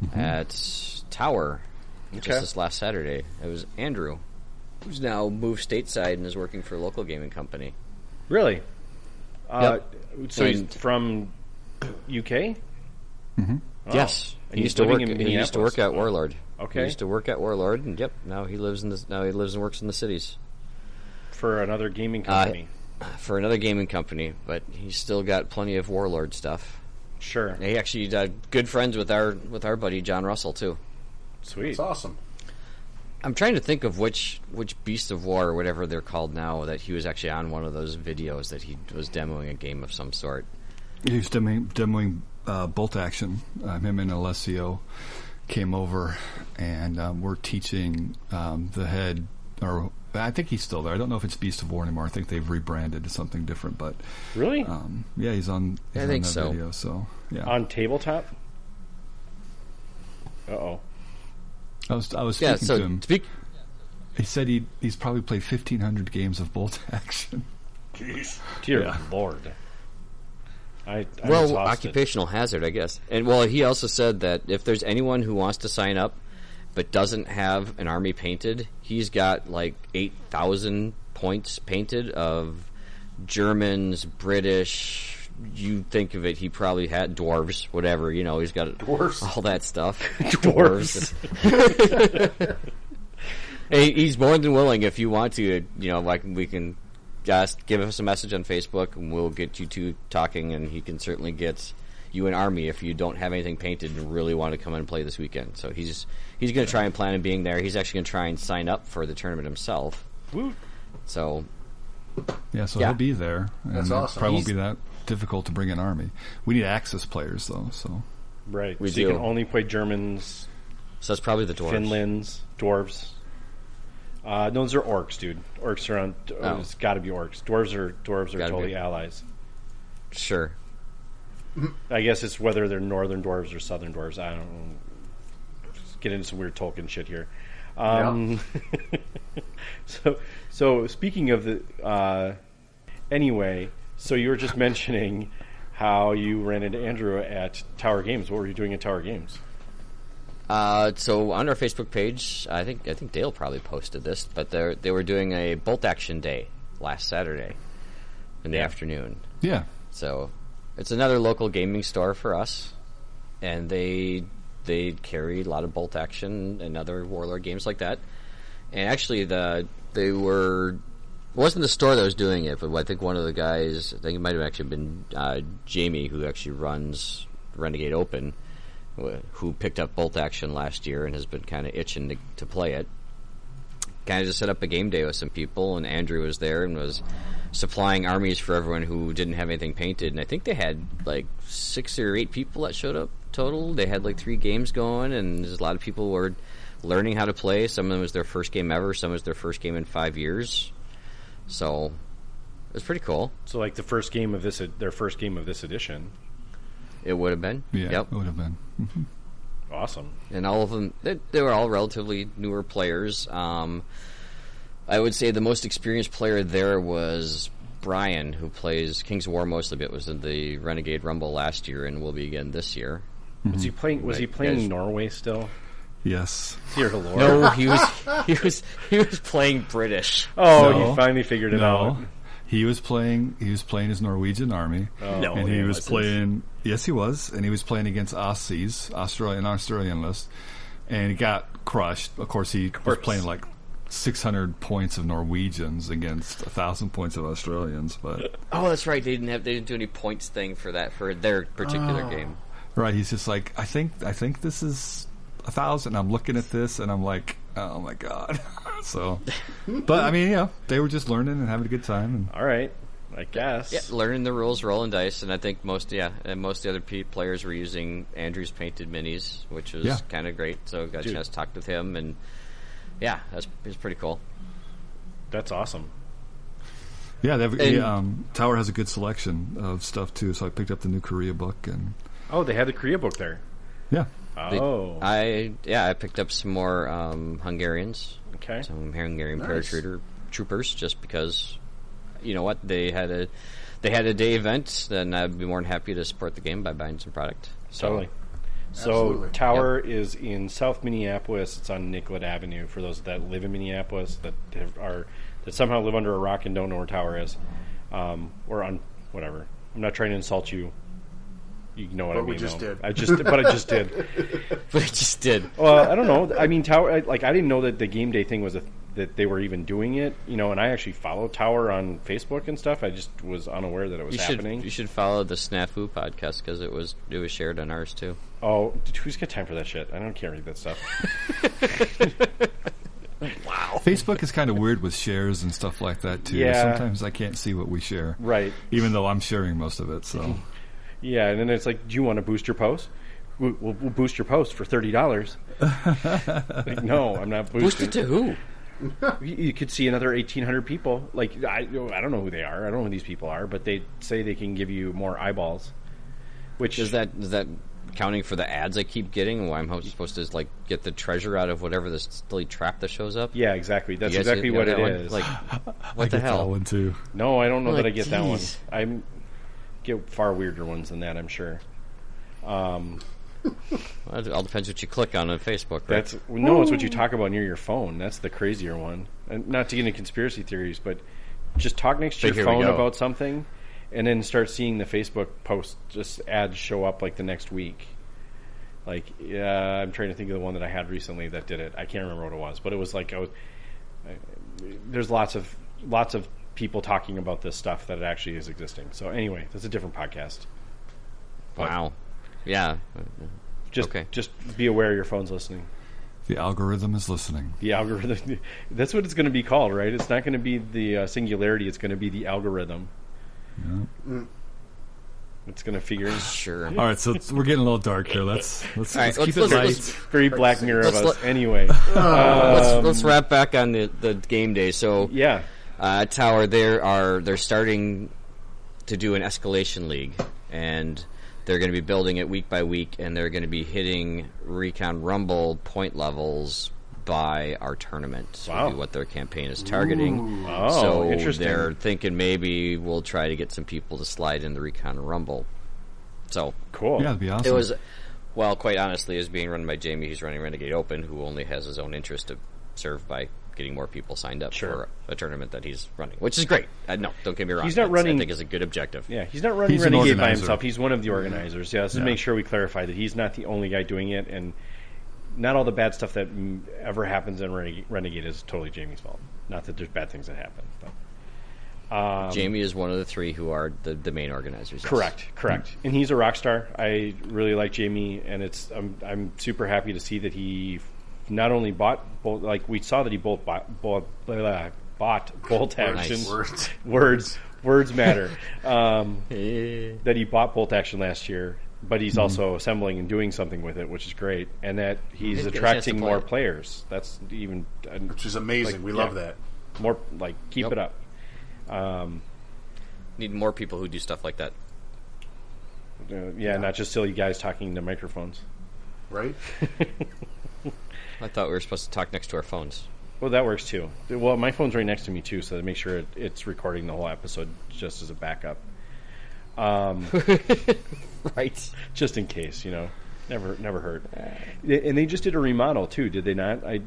Mm-hmm. at Tower
Okay.
just this last Saturday. It was Andrew, who's now moved stateside and is working for a local gaming company.
Really. Uh, So
And-
he's from UK.
Yes,
And
he
he's
used to work.
living in
he used to work at Warlord.
Okay.
he used to work at Warlord, and yep, now he lives in the now he lives and works in the cities
for another gaming
Uh,
company.
for another gaming company. But he's still got plenty of Warlord stuff.
sure.
And He actually uh, good friends with our with our buddy John Russell too.
Sweet.
it's awesome.
I'm trying to think of which which Beast of War or whatever they're called now that he was actually on one of those videos that he was demoing a game of some sort.
He was demoing, demoing uh, bolt action. Um, him and Alessio came over, and um, we're teaching um, the head, or I think he's still there. I don't know if it's Beast of War anymore. I think they've rebranded to something different, but
Really?
Uh,
um, yeah, he's on. He's
I
on
think
that
so.
Video, so yeah,
on tabletop. Uh oh.
I was I was speaking
Yeah,
to
so
him.
speak,
He said he he's probably played fifteen hundred games of bolt action.
Dear
Yeah.
Lord. I, I'm
well,
exhausted.
occupational hazard, I guess. And well, he also said that if there's anyone who wants to sign up but doesn't have an army painted, he's got like 8,000 points painted of Germans, British, you think of it, he probably had dwarves, whatever, you know, he's got
Dwarves?
all that stuff.
Dwarves.
Hey, he's more than willing if you want to. You know, like we can just give us a message on Facebook, and we'll get you two talking, and he can certainly get you an army if you don't have anything painted and really want to come and play this weekend. So he's he's going to try and plan on being there. He's actually going to try and sign up for the tournament himself.
Woot.
So
Yeah, so
Yeah.
he'll be there. and
That's
it
awesome.
Probably
He's-
won't be that difficult to bring an army. We need access players though, so
Right.
We
so you can
do.
only play Germans,
so that's probably the dwarves.
Finlands, dwarves. Uh, no, those are orcs, dude. Orcs are on.
Oh.
It's got to be orcs. Dwarves are dwarves are
Gotta
totally
be.
allies.
Sure.
I guess it's whether they're northern dwarves or southern dwarves. I don't know. Just get into some weird Tolkien shit here. Um, so, so speaking of the, uh, anyway, so you were just mentioning how you ran into Andrew at Tower Games. What were you doing at Tower Games?
Uh, so on our Facebook page, I think I think Dale probably posted this, but they they were doing a bolt action day last Saturday in the afternoon.
yeah,
So it's another local gaming store for us. and they they carry a lot of bolt action and other warlord games like that. And actually, the they were it wasn't the store that was doing it, but I think one of the guys, I think it might have actually been uh, Jamie, who actually runs Renegade Open, wh- who picked up Bolt Action last year and has been kind of itching to, to play it. Kind of just set up a game day with some people, and Andrew was there and was supplying armies for everyone who didn't have anything painted. And I think they had like six or eight people that showed up total. They had like three games going, and there's a lot of people were learning how to play. Some of them was their first game ever. Some was their first game in five years. So it was pretty cool.
So like the first game of this, their first game of this edition.
It would have been.
Yeah,
Yep.
it would have been. Mm-hmm.
Awesome.
And all of them, they, they were all relatively newer players. Um, I would say the most experienced player there was Brian, who plays Kings of War mostly, but was in the Renegade Rumble last year and will be again this year.
Was he playing? Was he
Right,
playing
guys.
Norway still?
Yes.
Dear Lord.
No, Oh, he was he was he was playing British.
Oh,
No.
he finally figured it
No,
out.
he was playing. He was playing his Norwegian army,
No,
and he,
he
was
wasn't.
playing. Yes, he was, and he was playing against Aussies, Australian Australian list, and he got crushed. Of course, he was
course.
playing like six hundred points of Norwegians against thousand points of Australians. But
Oh, that's right. They didn't have they didn't do any points thing for that for their particular game.
right, he's just like, I think, I think this is a thousand. I'm looking at this, and I'm like, oh my god. so, but I mean, yeah, they were just learning and having a good time. And
All right, I guess.
Yeah, learning the rules, rolling dice, and I think most yeah, and most of the other pe players were using Andrew's painted minis, which was
Yeah.
kind of great. So got a
Dude.
chance to talk with him, and yeah, that's it's pretty cool.
That's awesome.
Yeah, they've,
And-
yeah, um, Tower has a good selection of stuff too. So I picked up the new Korea book, and
Oh, they had the Korea book there.
yeah,
They-
Oh,
I yeah, I picked up some more um, Hungarians,
okay.
some Hungarian
Nice.
paratrooper troopers, just because you know what they had a they had a day event, then I'd be more than happy to support the game by buying some product. So
Totally. So
Absolutely.
Tower is in South Minneapolis. It's on Nicollet Avenue for those that live in Minneapolis that have, are that somehow live under a rock and don't know where Tower is, um, or on whatever. I'm not trying to insult you. You know what I
But
mean.
we just
though.
did.
I just, but I just did.
but I just did.
Well, I don't know. I mean, Tower. I, like, I didn't know that the game day thing was a, that they were even doing it. You know, and I actually follow Tower on Facebook and stuff. I just was unaware that it was
You should
happening.
you should follow the Snafu podcast because it was it was shared on ours too.
Oh, dude, who's got time for that shit? I don't can't read that stuff.
Oh.
Facebook is kind of weird with shares and stuff like that too.
Yeah.
Sometimes I can't see what we share,
right.
Even though I'm sharing most of it. So
Yeah, and then it's like, do you want to boost your post? We- We'll, we'll boost your post for thirty dollars. like, no, I'm not boosting.
Boosted to who?
You you could see another eighteen hundred people. Like I, I don't know who they are. I don't know who these people are, but they say they can give you more eyeballs. Which
Is that is that counting for the ads I keep getting? Why I'm ho- supposed to like get the treasure out of whatever this silly trap that shows up?
Yeah, exactly. That's
You guys
exactly
get
what
that
it
one?
is.
Like,
I
what the
get that
hell?
one too.
no, I don't know
Like,
that I get that one.
geez.
I'm get far weirder ones than that. I'm sure.
Well, It all depends what you click on on Facebook. Right?
That's no, it's what you talk about near your phone. That's the crazier one. And not to get into conspiracy theories, but just talk next to
But
your
here we
phone
go.
about something, and then start seeing the Facebook post just ads show up like the next week. Like uh, I'm trying to think of the one that I had recently that did it. I can't remember what it was, but it was like I was, I, there's lots of lots of people talking about this stuff that it actually is existing. So anyway, that's a different podcast.
wow. Yeah,
Just
Okay.
just be aware your phone's listening.
The algorithm is listening.
The algorithm. That's what it's going to be called, right? It's not going to be the uh, singularity. It's going to be the algorithm. It's going to figure.
sure.
Um,
All right, so it's- we're getting a little dark here. Let's let's,
All right,
let's
let's-
keep
let's-
it light.
let's-
Very Black Mirror of
Let's
us.
let-
Anyway,
let's, let's wrap back on the, the game day. So
yeah.
uh, Tower, there are they're starting to do an escalation league, and they're going to be building it week by week, and they're going to be hitting Recon Rumble point levels by our tournament. would
Wow.
be what their campaign is targeting.
Oh,
so
interesting.
they're thinking maybe we'll try to get some people to slide in the Recon Rumble. So
Cool.
yeah, that'd be awesome.
it was, well, quite honestly, is being run by Jamie, who's running Renegade Open, who only has his own interest to serve by getting more people signed up
Sure.
for a tournament that he's running, which is great. Uh, no, don't get me wrong.
He's not
That's,
running-
I think is a good objective.
Yeah, he's not running
He's an
Renegade by
organizer.
himself. He's one of the organizers. Yeah, so
Yeah.
make sure we clarify that he's not the only guy doing it, and not all the bad stuff that mm, ever happens in Reneg- Renegade is totally Jamie's fault. Not that there's bad things that happen, but
Jamie is one of the three who are the, the main organizers. yes.
um, Correct, correct.
Hmm.
And he's a rock star. I really like Jamie, and it's I'm, I'm super happy to see that he not only bought bolt like we saw that he bolt bought bolt, blah, blah, bought bolt action
Nice.
Words.
words words matter um, that he bought bolt action last year, but
Hmm.
he's also assembling and doing something with it, which is great, and that he's
He's got a chance to
attracting
play
more
it.
players. That's even and
Which is amazing.
Like,
we
yeah.
love that.
more like keep
Yep.
it up.
Need more people who do stuff like that.
Uh, yeah, not just silly guys talking to microphones.
Right?
I thought we were supposed to talk next to our phones.
Well, that works too. Well, my phone's right next to me too, so to make sure it, it's recording the whole episode just as a backup,
Right.
just in case, you know. Never, never hurt. And they just did a remodel too, did they not? I,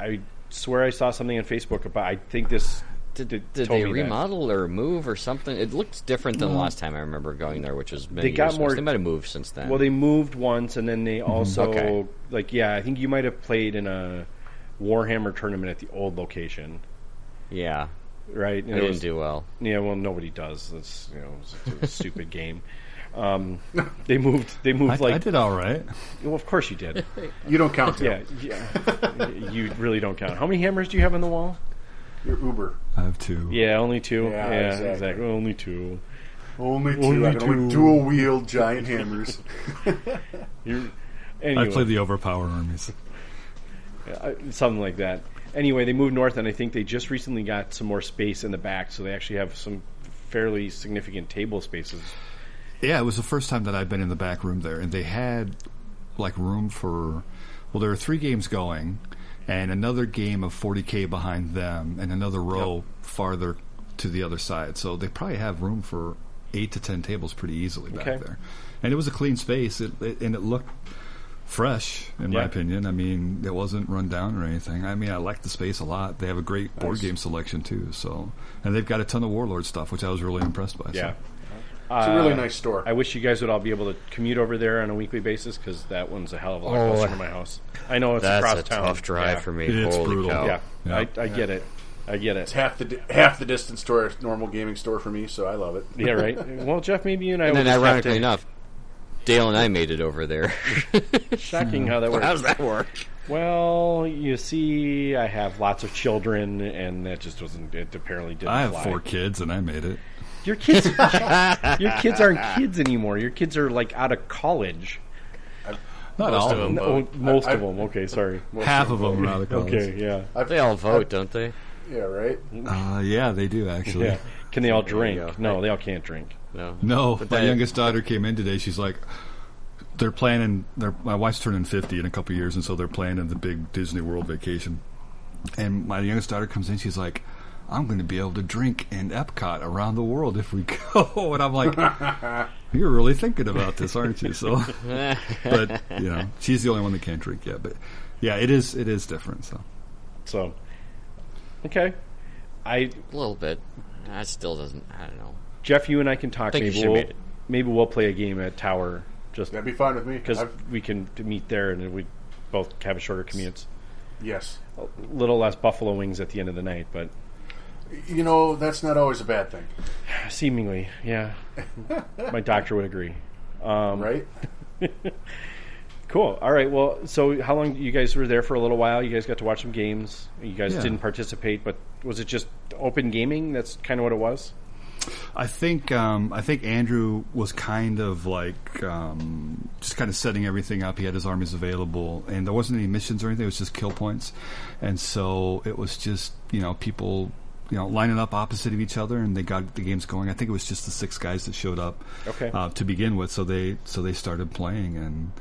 I swear I saw something on Facebook about. I think this
Did,
Did-
did
told
they
me that.
remodel or move or something? It looked different than the last time I remember going there, which was many
They got
years ago.
more-
They might have moved since then.
Well, they moved once, and then they
Mm-hmm.
also
Okay.
like yeah. I think you might have played in a Warhammer tournament at the old location,
yeah,
right? And
they
it
didn't
was-
do well.
Yeah, well, nobody does. That's you know, it's a stupid game. Um, they moved. They
I,
moved like
I did all right.
Well, of course you did.
You don't count it.
yeah, yeah. you really don't count. How many hammers do you have on the wall?
You're Uber.
I have two.
Yeah, only two.
Yeah,
Yeah,
exactly.
exactly. Only two.
Only two.
Only
I can only
two.
dual wield giant hammers.
You're,
I
anyway,
play the overpower armies.
uh, something like that. Anyway, they moved north, and I think they just recently got some more space in the back, so they actually have some fairly significant table spaces.
Yeah, it was the first time that I'd been in the back room there, and they had like room for. Well, there were three games going, and another game of 40k behind them, and another row farther to the other side. So they probably have room for eight to ten tables pretty easily back
Okay.
there. And it was a clean space, it, it, and it looked fresh, in my
Yeah.
opinion. I mean, it wasn't run down or anything. I mean, I liked the space a lot. They have a great board game selection too. So, and they've got a ton of warlord stuff, which I was really impressed by. so.
Yeah. Uh,
It's a really nice store.
I wish you guys would all be able to commute over there on a weekly basis because that one's a hell of a lot
Oh,
closer to my house. I know it's across town. yeah.
me.
It's Holy brutal. cow.
Yeah,
Yeah.
I, I get it. I get it.
it's half the di- half the distance to our normal gaming store for me, so I love it.
Yeah, right. Well, Jeff, maybe you and I.
And
will
then,
just have
ironically
to-
enough, Dale and I made it over there.
shocking how that works.
How's that work?
Hmm. Well, you see, I have lots of children, and that just wasn't. It apparently didn't.
I have
fly.
four kids, and I made it.
Your kids, your kids aren't kids anymore. Your kids are like out of college.
Not
Most
all
of
of them.
them.
No, most
I-
of them. Okay, sorry.
Half of them are out of college.
Okay, yeah,
They all vote, don't they?
Yeah, right.
Mm-hmm.
Uh, yeah, they do actually.
yeah. Can they all
go.
drink? No, they all can't drink.
No.
No, my
that-
youngest daughter came in today. She's like, they're planning. Their my wife's turning fifty in a couple years, and so they're planning the big Disney World vacation. And my youngest daughter comes in. She's like, I'm going to be able to drink in Epcot around the world if we go. And I'm like, you're really thinking about this, aren't you? So, but you know, she's the only one that can't drink yet. But yeah, it is it is different. So
So, okay. I
A little bit. That still doesn't. I don't know.
Jeff, you and I can talk.
Think you
maybe
should've
we'll
made it.
maybe we'll play a game at Tower just
That'd be fine with me.
because
I've-
we can meet there and we both have shorter commutes.
yes,
little less buffalo wings at the end of the night, but
you know that's not always a bad thing,
seemingly, yeah. My doctor would agree. Um,
right?
Cool. All right. Well, so how long you guys were there for a little while? You guys got to watch some games. You guys
Yeah.
didn't participate, but was it just open gaming? That's kind of what it was.
I think um, I think Andrew was kind of like um, just kind of setting everything up. He had his armies available, and there wasn't any missions or anything. It was just kill points, and so it was just you know people you know lining up opposite of each other, and they got the games going. I think it was just the six guys that showed up
Okay.
uh, to begin with. So they so they started playing, and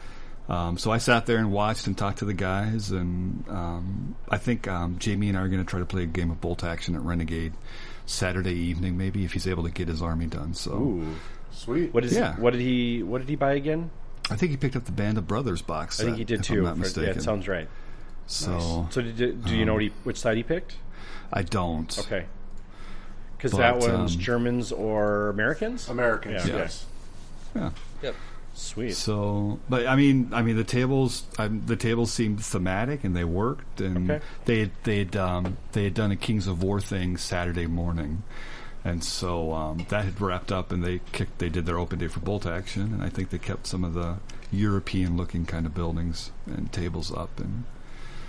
um, so I sat there and watched and talked to the guys, and um, I think um, Jamie and I are going to try to play a game of bolt action at Renegade Saturday evening, maybe if he's able to get his army done. So
Ooh.
Sweet.
What is?
Yeah.
What did he? What did he buy again?
I think he picked up the Band of Brothers box.
I think
set,
he did
if
too.
I'm not
for- yeah,
mistaken.
it sounds right.
So
So did, do you know what he, which side he picked?
I don't.
Okay. Because
But,
that one's
um,
Germans or Americans?
Americans,
Yeah.
yes.
Yeah.
Yep.
Sweet.
So, but I mean, I mean, the tables, I, the tables seemed thematic and they worked, and
Okay.
they they had um, they had done a Kings of War thing Saturday morning, and so um, that had wrapped up, and they kicked, they did their open day for bolt action, and I think they kept some of the European looking kind of buildings and tables up, and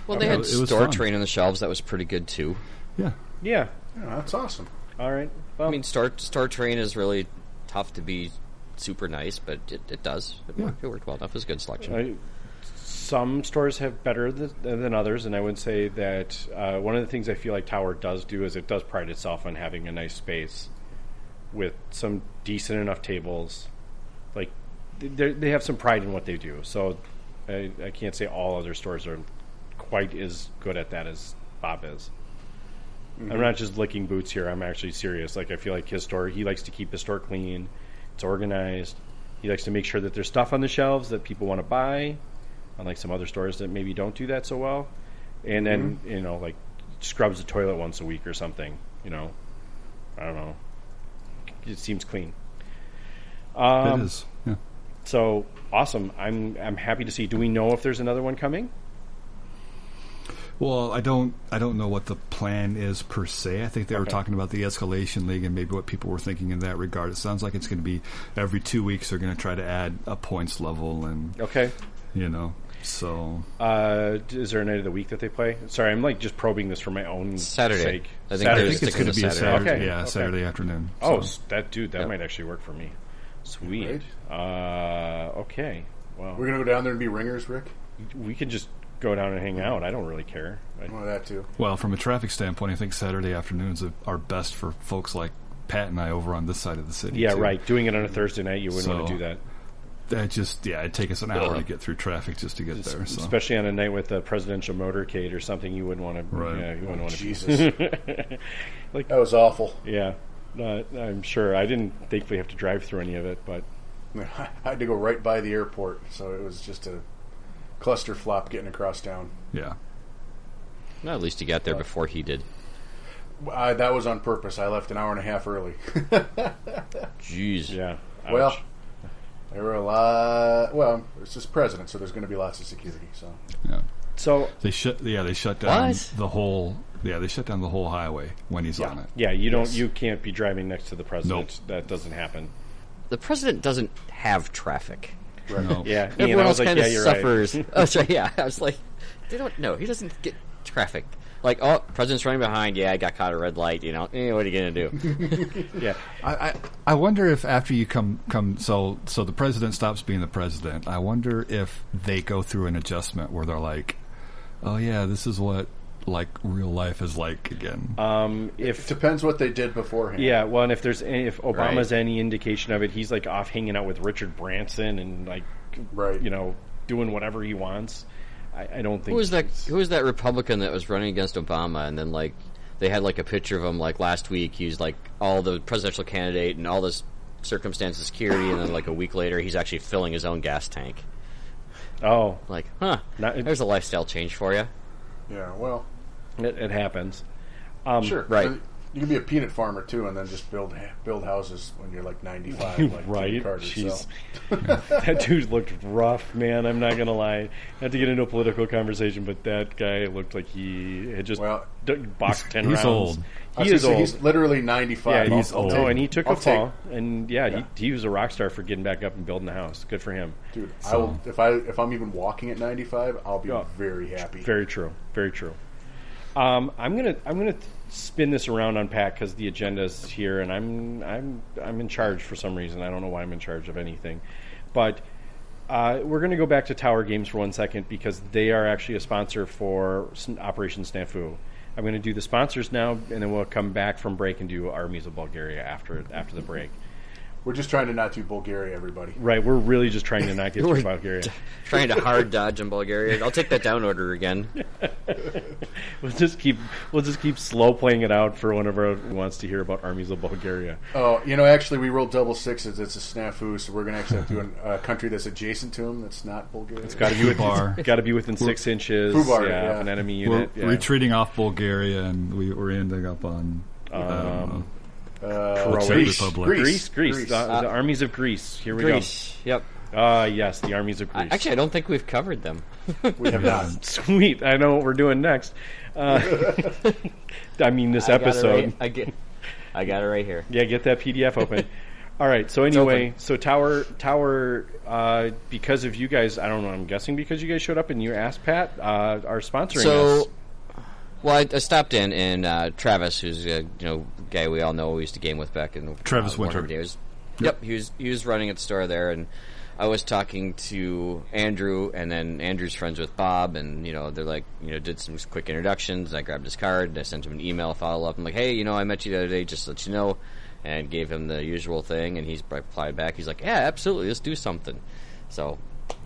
Well, they
Okay.
had
It was
Star
fun.
Train on the shelves. That was pretty good too.
yeah,
yeah.
Yeah, that's awesome.
All right. Well,
I mean, Star Star Train is really tough to be super nice, but it, it does. It,
Yeah.
worked, it worked well enough. It was a good selection.
I- some stores have better th- than others, and I would say that uh, one of the things I feel like Tower does do is it does pride itself on having a nice space with some decent enough tables. Like they they have some pride in what they do, so I, I can't say all other stores are quite as good at that as Bob is. I'm not just licking boots here. I'm actually serious. Like I feel like his store, he likes to keep his store clean. It's organized. He likes to make sure that there's stuff on the shelves that people want to buy, unlike some other stores that maybe don't do that so well. And then
Mm-hmm.
you know, like scrubs the toilet once a week or something. You know, I don't know. It seems clean. Um,
it is, yeah.
So awesome. I'm I'm happy to see. Do we know if there's another one coming?
Well, I don't I don't know what the plan is per se. I think they were talking about the escalation league and maybe what people were thinking in that regard. It sounds like it's going to be every two weeks they're going to try to add a points level and
Okay.
you know. So
Uh, d- is there a night of the week that they play? Sorry, I'm like just probing this for my own
Saturday.
sake.
I think
I
They're
think it's
sticking
going to
to
be a
Saturday.
Saturday,
Okay,
yeah,
okay.
Saturday afternoon.
Oh,
So,
s that dude, that
Yeah.
might actually work for me. Sweet. Uh, okay. Well,
We're gonna go down there and be ringers, Rick.
we could just go down and hang out. I don't really care. I,
Well, that too.
well, from a traffic standpoint, I think Saturday afternoons are- are best for folks like Pat and I over on this side of the city.
yeah,
too.
right. Doing it on a Thursday night, you wouldn't want to
So-
do that,
That just yeah, it'd take us an hour
Ugh.
to get through traffic just to get there. So
especially on a night with a presidential motorcade or something. You wouldn't want to.
Right.
Yeah, you wouldn't want to.
Jesus,
Like-
that was awful.
Yeah. No, I'm sure. I didn't think we have to drive through any of it, but
I had to go right by the airport, so it was just a cluster flop getting across town.
yeah,
No, at least he got there before he did.
I, that was on purpose. I left an hour and a half early.
Jeez.
yeah. Ouch.
well, there were a lot. Well, it's just president, so there's going to be lots of security. So
yeah.
so
They shut. Yeah, they shut down
What?
the whole. Yeah, they shut down the whole highway when he's on it.
yeah, you don't. You can't be driving next to the president. That doesn't happen.
The president doesn't have traffic.
No.
Yeah, Ian, I
Everyone
was
else
like,
kind of
yeah, you're right.
suffers. oh, sorry, yeah. I was like, they don't know. He doesn't get traffic. Like, oh, president's running behind. Yeah, I got caught at a red light. You know, eh, what are you gonna do?
Yeah,
I, I I wonder if after you come come so so the president stops being the president. I wonder if they go through an adjustment where they're like, oh yeah, this is what like real life is like again.
if
depends what they did beforehand.
yeah, well, and if there's any, if Obama's
Right.
any indication of it, he's like off hanging out with Richard Branson and like,
Right.
you know, doing whatever he wants. I, I don't think
who was that?
it's-
Who was that Republican that was running against Obama? And then like, they had like a picture of him like last week. He's like all the presidential candidate and all this circumstances security. And then like a week later, he's actually filling his own gas tank.
Oh,
Like, huh?
Not-
there's a lifestyle change for you.
Yeah. Well,
it, it happens. Um,
sure.
Right.
You can be a peanut farmer too, and then just build build houses when you're like 95, like Jimmy
Right?
Carter.
Jeez.
So.
that dude looked rough, man. I'm not gonna lie. Not to get into a political conversation, but that guy looked like he had just
Well,
d- boxed ten
he's
rounds.
old.
I was
He
gonna
is
say,
old.
He's literally 95.
Yeah,
I'll-
he's
I'll
old.
take-
Oh, and he took
I'll
a
take-
fall, and yeah,
Yeah.
He, he was a rock star for getting back up and building a house. Good for him.
Dude, I will, if I if I'm even walking at 95, I'll be
Yeah.
very happy.
Very true. Very true. Um, I'm gonna I'm gonna spin this around on Pat because the agenda's here, and I'm I'm I'm in charge for some reason. I don't know why I'm in charge of anything, but uh, we're gonna go back to Tower Games for one second because they are actually a sponsor for Sn- Operation Snafu. I'm gonna do the sponsors now, and then we'll come back from break and do armies of Bulgaria after after the break.
We're just trying to not do Bulgaria, everybody.
Right, we're really just trying to not get through Bulgaria.
Trying to hard dodge in Bulgaria. I'll take that down order again.
We'll just keep we'll just keep slow playing it out for whenever wants to hear about armies of Bulgaria.
Oh, you know, actually, we rolled double sixes. It's a snafu, so we're going to actually have to do a country that's adjacent to them that's not Bulgaria.
Got to be
Fubar.
within got to be within six inches
Fubar,
yeah,
yeah.
of an enemy
We're
unit. yeah.
retreating off Bulgaria, and we, we're ending up on. I don't know.
Uh,
Czech
Greece,
Republic.
Greece,
Greece, Greece,
Greece.
The, the armies of Greece. Here we
Ah. Greece. Yep.
go. Ah, yes, the armies of Greece.
Actually, I don't think we've covered them.
we have not.
sweet. I know what we're doing next. Uh, I mean, this
I got it
episode.
right- I get. I got it right here.
Yeah, get that PDF open. All right. So anyway, so tower tower uh, because of you guys, I don't know. I'm guessing because you guys showed up and you asked Pat, uh, are sponsoring us.
So, well, I, I stopped in, and uh, Travis, who's a you know guy we all know, we used to game with back in
Travis
uh, Warner
Winter.
Days. Yep, he was he was running at the store there, and I was talking to Andrew, and then Andrew's friends with Bob, and you know they're like you know did some quick introductions. I grabbed his card, and I sent him an email follow up. I'm like, hey, you know, I met you the other day, just to let you know, and gave him the usual thing, and he's replied back. He's like, yeah, absolutely, let's do something. So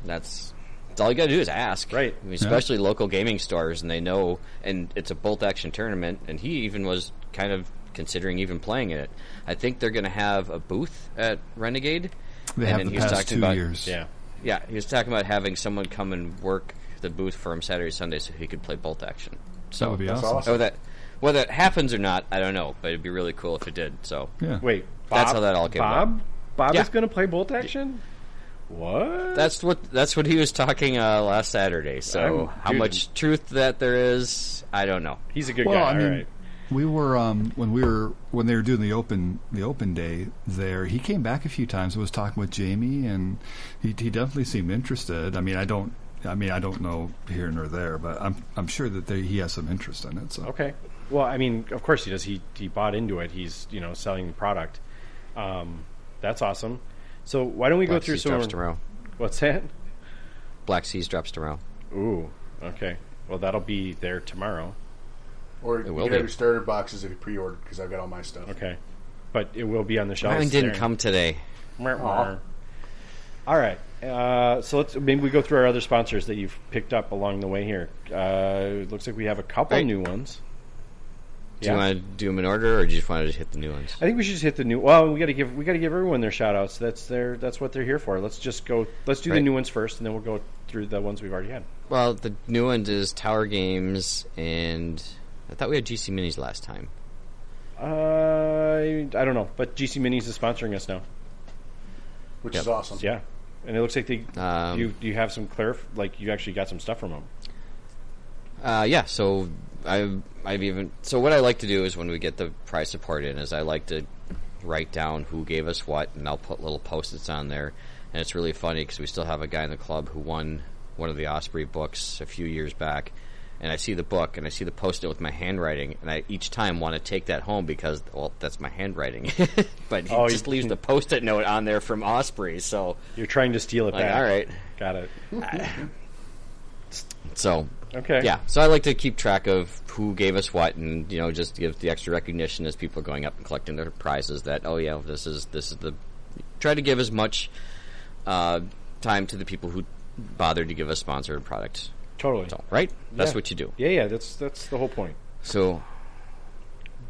that's. that's all you gotta do is ask,
Right.
I mean, especially local gaming stores, and they know. And it's a bolt action tournament, and he even was kind of considering even playing in it. I think they're going to have a booth at Renegade.
They
and
have
then
the
he was
past
talking
two
about,
years.
Yeah.
Yeah, he was talking about having someone come and work the booth for him Saturday, Sunday, so he could play bolt action. So
That would be
That's
awesome.
awesome.
Oh, that whether it happens or not, I don't know, but it'd be really cool if it did. So
Yeah.
Wait, Bob,
That's how that all came
Bob, Bob
Yeah.
is going to play bolt action. What?
that's what that's what he was talking uh, last Saturday. So
I'm-
how
dude.
much truth that there is, I don't know.
He's a good
Well,
guy.
I mean,
all right.
we were um, when we were when they were doing the open the open day there. He came back a few times and was talking with Jamie, and he he definitely seemed interested. I mean, I don't. I mean, I don't know here nor there, but I'm I'm sure that they, he has some interest in it. So
Okay. Well, I mean, of course he does. He he bought into it. He's you know selling the product. Um, that's awesome. So why don't we go
Black
through
Seas drops
some?
tomorrow.
What's that?
Black Seas drops tomorrow.
Ooh. Okay. Well, that'll be there tomorrow.
Or you
will
can
be.
have your starter boxes if you pre-ordered because I've got all my stuff.
Okay. But it will be on the shelves.
Mine didn't
there.
come today.
Mer- mer.
Aw.
All right. Uh, so let's maybe we go through our other sponsors that you've picked up along the way here. Uh, it looks like we have a couple
Right.
new ones.
Do you want to do them in order, or do you just want to just hit the new ones?
I think we should just hit the new. Well, we got to give we got to give everyone their shout outs. That's their that's what they're here for. Let's just go. Let's do the
Right.
new ones first, and then we'll go through the ones we've already had.
Well, the new one is Tower Games, and I thought we had GC Minis last time.
Uh, I don't know, but GC Minis is sponsoring us now.
Which
Yep.
is awesome.
Yeah, and it looks like they
Um,
you you have some clarif like you actually got some stuff from them.
Uh, yeah, so I've, I've even so what I like to do is when we get the prize support in is I like to write down who gave us what, and I'll put little post-its on there, and it's really funny because we still have a guy in the club who won one of the Osprey books a few years back, and I see the book and I see the post-it with my handwriting, and I each time want to take that home because well that's my handwriting, but he
Oh, you
just leaves
can-
the post-it note on there from Osprey, so
You're trying to steal it
like
back.
all right,
got it.
so
Okay.
Yeah, so I like to keep track of who gave us what, and you know, just give the extra recognition as people are going up and collecting their prizes. That oh yeah, this is this is the try to give as much uh, time to the people who bothered to give us sponsored products.
Totally.
So, right, that's
Yeah.
what you do.
Yeah, yeah, that's that's the whole point.
So,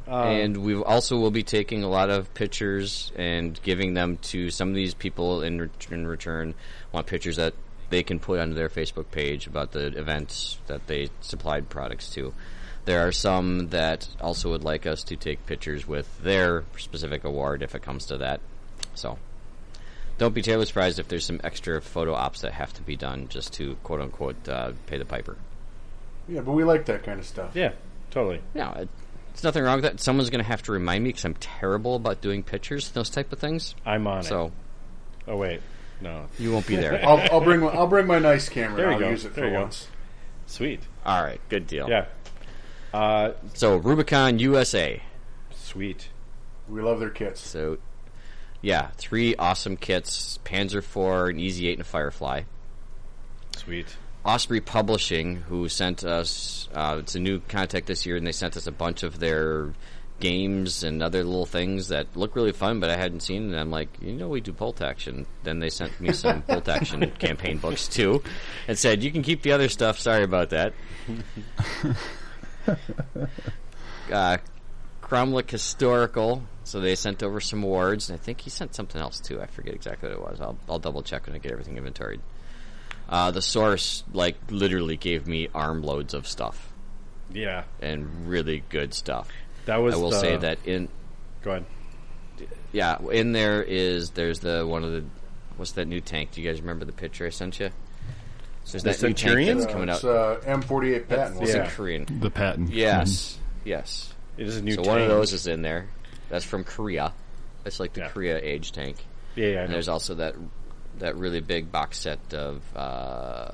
and we also will be taking a lot of pictures and giving them to some of these people in, ret- in return. Want pictures that they can put onto their Facebook page about the events that they supplied products to. There are some that also would like us to take pictures with their specific award if it comes to that. So, don't be terribly surprised if there's some extra photo ops that have to be done just to quote unquote uh, pay the piper.
Yeah, but we like that kind of stuff.
Yeah, totally.
No, it, it's nothing wrong with that. Someone's going to have to remind me because I'm terrible about doing pictures and those type of things.
I'm on it.
So
Oh wait, no.
you won't be there.
I'll, I'll bring my, I'll bring my nice camera.
There you
I'll
go.
use it
There
for
you go.
once.
Sweet.
All right, good deal.
Yeah. Uh,
So Rubicon USA.
sweet.
We love their kits.
So yeah, three awesome kits: Panzer IV, an Easy Eight, and a Firefly.
Sweet.
Osprey Publishing, who sent us, uh, it's a new contact this year, and they sent us a bunch of their games and other little things that look really fun, but I hadn't seen. And I'm like, you know, we do bolt action. Then they sent me some bolt action campaign books too, and said, you can keep the other stuff. Sorry about that. uh, Cromlech Historical. So they sent over some awards, and I think he sent something else too. I forget exactly what it was. I'll, I'll double check when I get everything inventoried. Uh, the source, like, literally gave me armloads of stuff
Yeah,
and really good stuff.
that was.
I will
the-
say that in
Go ahead.
yeah, in there is there's the one of the what's that new tank? Do you guys remember the picture I sent you? There's
The
that new tank
Centurion?
that's
Uh,
coming
it's
out.
uh, M48 patent.
It's
wasn't
yeah.
a Korean.
The patent.
Yes, yes.
It is a new.
so one of
tank.
those is in there. That's from Korea. That's like the
Yeah.
Korea age tank.
Yeah, yeah. I
And
know.
there's also that that really big box set of uh,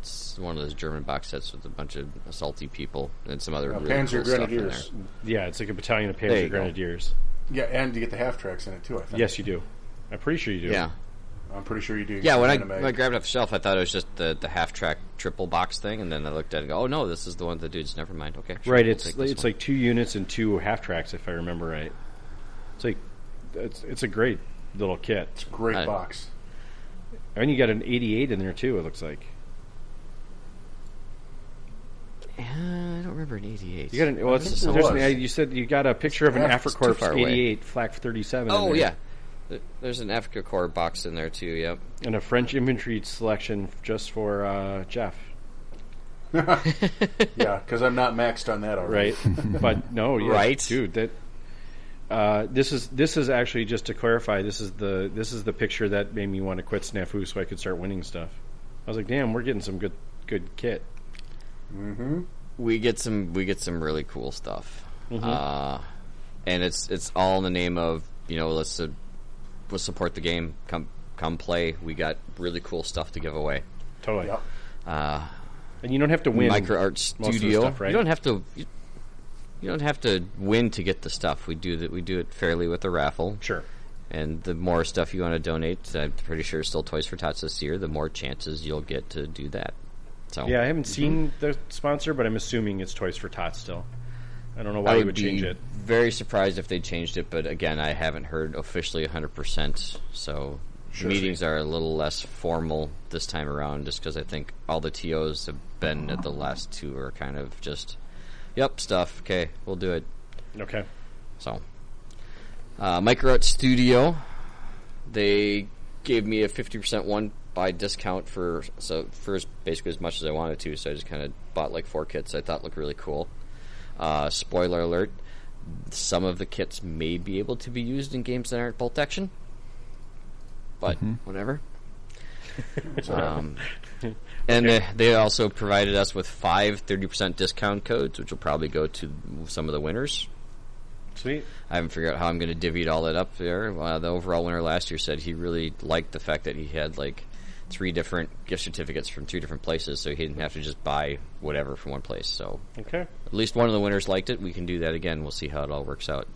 it's one of those German box sets with a bunch of salty people and some other
it? Uh,
really
Panzer
cool stuff in there.
Grenadiers.
Yeah, it's like a battalion of
There you
Panzer
go.
Grenadiers.
Yeah, and you get the half tracks in it too. I think.
Yes, you do. I'm pretty sure you do.
Yeah.
I'm pretty sure you do.
Yeah, when I,
Anime.
when I grabbed it off the shelf, I thought it was just the, the half track triple box thing, and then I looked at it and go, oh no, this is the one with the dudes. Never mind. Okay. sure,
Right.
we'll
It's
take this
it's
one."
like two units and two half tracks, if I remember right. It's like it's it's a great little kit.
great
I-
box.
And you got an 88 in there too. It looks like
Uh, I don't remember an 88.
you got an. Well,
This
it's,
is
there's
was.
an- you said you got a picture of an
It's
too
Africorps
far away.
88 Flak 37. in
oh,
there.
yeah. Th- There's an Africa Corps box in there, too. Yep.
and a French infantry selection just for uh, Jeff.
Yeah, because I'm not maxed on that already.
Right. but no, yeah,
Right.
dude. That uh, this is this is actually just to clarify. This is the this is the picture that made me want to quit Snafu so I could start winning stuff. I was like, damn, we're getting some good good kit.
we get some we get some really cool stuff,
Mm-hmm.
uh, and it's it's all in the name of you know let's uh, let's support the game. Come come play. We got really cool stuff to give away.
Totally.
Yep.
Uh,
And you don't have to win.
Micro Art
most of the
Studio.
stuff, right?
You don't have to. You, you don't have to win to get the stuff. We do that. We do it fairly with the raffle.
Sure.
And the more stuff you want to donate, I'm pretty sure it's still Toys for Tots this year. The more chances you'll get to do that. So
Yeah, I haven't seen the sponsor, but I'm assuming it's Toys for Tots still. I don't know why
I
you
would
would
be
change it.
very surprised if they changed it, but again, I haven't heard officially 100%. So meetings are a little less formal this time around just because I think all the TOs have been at the last two are kind of just, yep, stuff, okay, we'll do it.
Okay.
So, uh, Microart Studio, they gave me a fifty percent one by discount for so first basically as much as I wanted to. So I just kind of bought like four kits I thought looked really cool. Uh, spoiler alert: some of the kits may be able to be used in games that aren't bolt action, but whatever. um, and uh, they also provided us with five 30% discount codes, which will probably go to some of the winners.
Sweet.
I haven't figured out how I'm going to divvy it all that up there. Uh, the overall winner last year said he really liked the fact that he had like three different gift certificates from two different places, so he didn't have to just buy whatever from one place. So
Okay.
at least one of the winners liked it. We can do that again. We'll see how it all works out.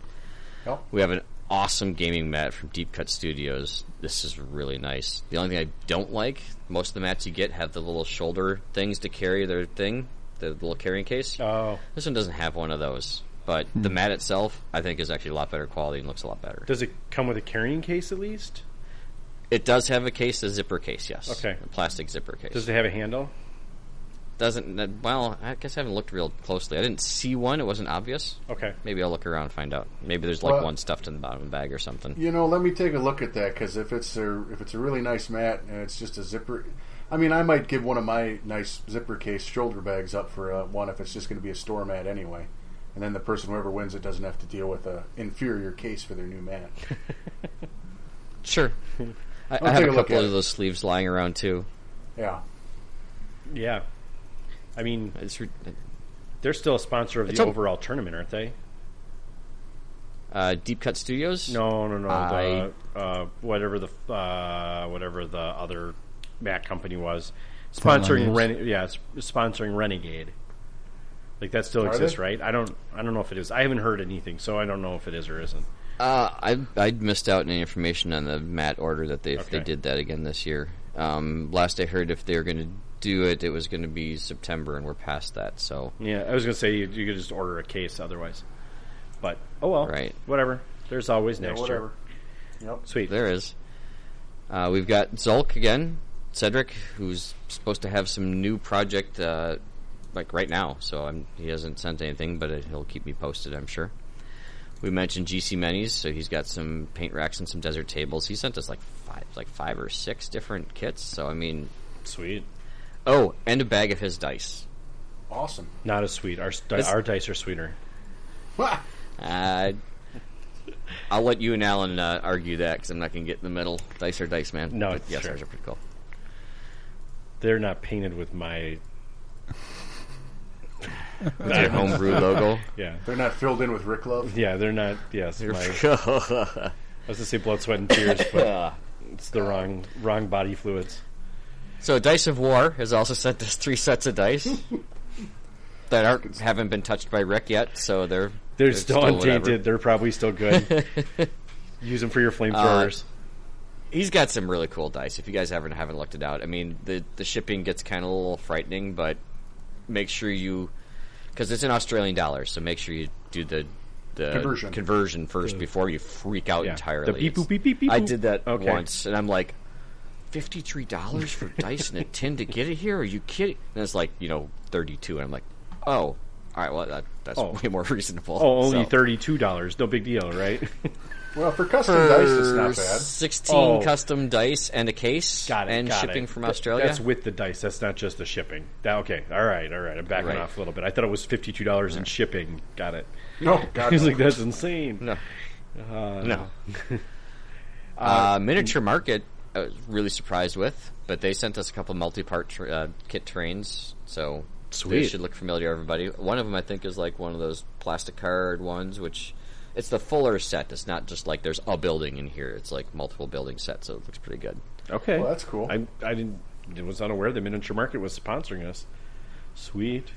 Oh.
Yep.
We have an awesome gaming mat from Deep Cut Studios. This is really nice. The only thing I don't like, most of the mats you get have the little shoulder things to carry their thing, the little carrying case.
Oh,
This one doesn't have one of those, but the mat itself, I think, is actually a lot better quality and looks a lot better.
does it come with a carrying case at least?
It does have a case, a zipper case, yes.
Okay.
A plastic zipper case.
Does it have a handle?
Doesn't, that- well, I guess I haven't looked real closely. I didn't see one, it wasn't obvious.
Okay.
Maybe I'll look around and find out. Maybe there's like
Well-
one stuffed in the bottom of the bag or something.
You know, let me take a look at that because if it's a if it's a really nice mat and it's just a zipper, I mean, I might give one of my nice zipper case shoulder bags up for uh, one if it's just going to be a store mat anyway, and then the person whoever wins it doesn't have to deal with a inferior case for their new mat.
Sure. I,
I'll
I have
take
a
a look
couple
at
of
it.
those sleeves lying around too.
Yeah,
Yeah. I mean,
It's, re-
they're still a sponsor of
It's
the
a-
overall tournament, aren't they?
uh, Deep Cut Studios?
No, no, no.
I-
The, uh, whatever the uh, whatever the other Mac company was sponsoring.
Frontline
Ren- yeah, it's sponsoring Renegade. Like that still
Are
exists,
they?
right? I don't. I don't know if it is. I haven't heard anything, so I don't know if it is or isn't.
Uh, I I missed out on any information on the mat order that they
Okay.
they did that again this year. Um, last I heard, if they were going to do it, it was going to be September, and we're past that. So
Yeah, I was gonna say you, you could just order a case otherwise. But oh well,
Right.
Whatever. There's always next year.
whatever. Yep.
Sweet.
There is. Uh, we've got Zulk again, Cedric, who's supposed to have some new project uh, like right now. So I'm, he hasn't sent anything, but it, he'll keep me posted, I'm sure. We mentioned GC Menys, so he's got some paint racks and some desert tables. He sent us like five, like five or six different kits. So I mean,
Sweet.
oh, and a bag of his dice.
Awesome.
Not as sweet. Our st-
It's-
our dice are sweeter.
Ha!
Uh, I'll let you and Alan uh, argue that because I'm not going to get in the middle. Dice or dice, man.
No,
but, yeah,
sure.
ours are pretty cool.
They're not painted with my
With your homebrew logo.
yeah
They're not filled in with Rick Love.
yeah. They're not yes. My, I was gonna say blood, sweat, and tears, but it's the wrong wrong body fluids.
So Dice of War has also sent us three sets of dice that aren't haven't been touched by Rick yet, so they're
They're, still,
whatever.
untainted. They're probably still good. Use them for your flamethrowers.
He's got some really cool dice. If you guys haven't haven't looked it out, I mean the the shipping gets kind of a little frightening, but make sure you because it's in Australian dollars, so make sure you do the the
Conversion.
conversion first before you freak out
Yeah.
entirely.
The beep,
It's-
boop, beep, beep, beep,
I
boop.
did that
Okay.
once, and I'm like. Fifty-three dollars for dice and a tin to get it here? Are you kidding? And it's like you know thirty-two, and I'm like, oh, all right, well that, that's
Oh.
way more reasonable.
oh, only
So-
thirty-two dollars. No big deal, right?
Well, for custom
for
dice, it's not bad.
16
Oh.
custom dice and a case
Got it.
and
got
shipping
it.
from
Th-
Australia.
That's with the dice. That's not just the shipping. That, okay. All right. All right. I'm backing
Right.
off a little bit. I thought it was fifty-two dollars in shipping. Got it.
No, God,
I was
no.
like, that's insane.
no. no. uh, miniature Market, I was really surprised with, but they sent us a couple multi part tr uh, kit trains, so they
Sweet.
should look familiar to everybody. One of them, I think, is like one of those plastic card ones, which. It's the fuller set. It's not just like there's a building in here. It's like multiple building sets, so it looks pretty good.
Okay,
Well, that's cool.
I, I didn't was unaware the miniature market was sponsoring us. Sweet.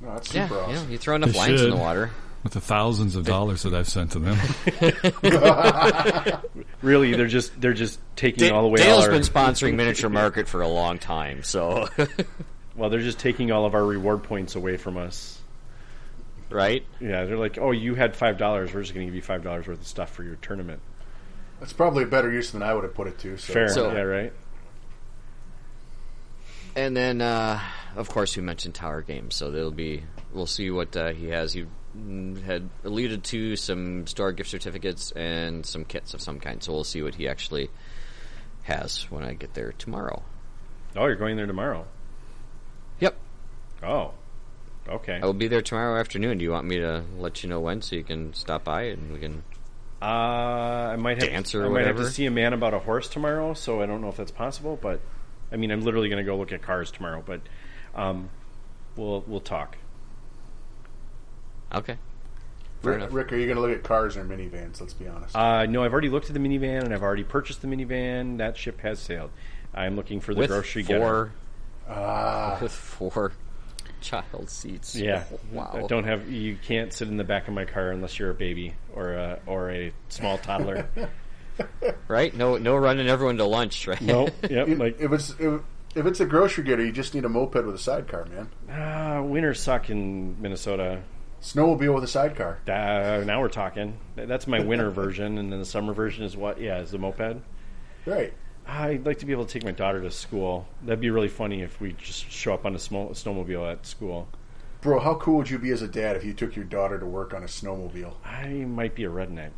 No, that's
Yeah,
super
you know,
awesome.
you throw enough
They
lines in
should.
the water.
with the thousands of dollars that I've sent to them.
Really, they're just they're just taking all the way all
Dale's
our
been sponsoring Miniature Market for a long time, so
well, they're just taking all of our reward points away from us.
right?
Yeah, they're like, oh, you had five dollars. We're just going to give you five dollars worth of stuff for your tournament.
That's probably a better use than I would have put it to. So
Fair.
So-
yeah, right.
And then, uh, of course, we mentioned Tower Games, so there'll be. We'll see what uh, he has. He mm, had alluded to some store gift certificates and some kits of some kind, so we'll see what he actually has when I get there tomorrow.
Oh, you're going there tomorrow.
Yep,
Oh, okay.
I will be there tomorrow afternoon. Do you want me to let you know when so you can stop by and we can?
Uh, I might have
Dance or
I might have to
whatever?
see a man about a horse tomorrow, so I don't know if that's possible. But I mean, I'm literally going to go look at cars tomorrow. But um, we'll we'll talk.
Okay. Fair
Rick,
enough.
Rick, are you going to look at cars or minivans? Let's be honest.
Uh, no, I've already looked at the minivan and I've already purchased the minivan. That ship has sailed. I'm looking for the
With
grocery getter.
four,
Ah,
with four child seats. Oh,
Yeah,
Wow.
I don't have. You can't sit in the back of my car unless you're a baby or a or a small toddler.
Right? No, no running everyone to lunch, right?
no, yep. Like
if it's if, if it's a grocery getter, you just need a moped with a sidecar, man.
ah, winters suck in Minnesota.
Snowmobile with a sidecar.
Uh, now we're talking. Th- That's my winter version, and then the summer version is what? Yeah, is the moped.
Right.
I'd like to be able to take my daughter to school. That'd be really funny if we just show up on a smo- snowmobile at school.
Bro, how cool would you be as a dad if you took your daughter to work on a snowmobile?
I might be a redneck.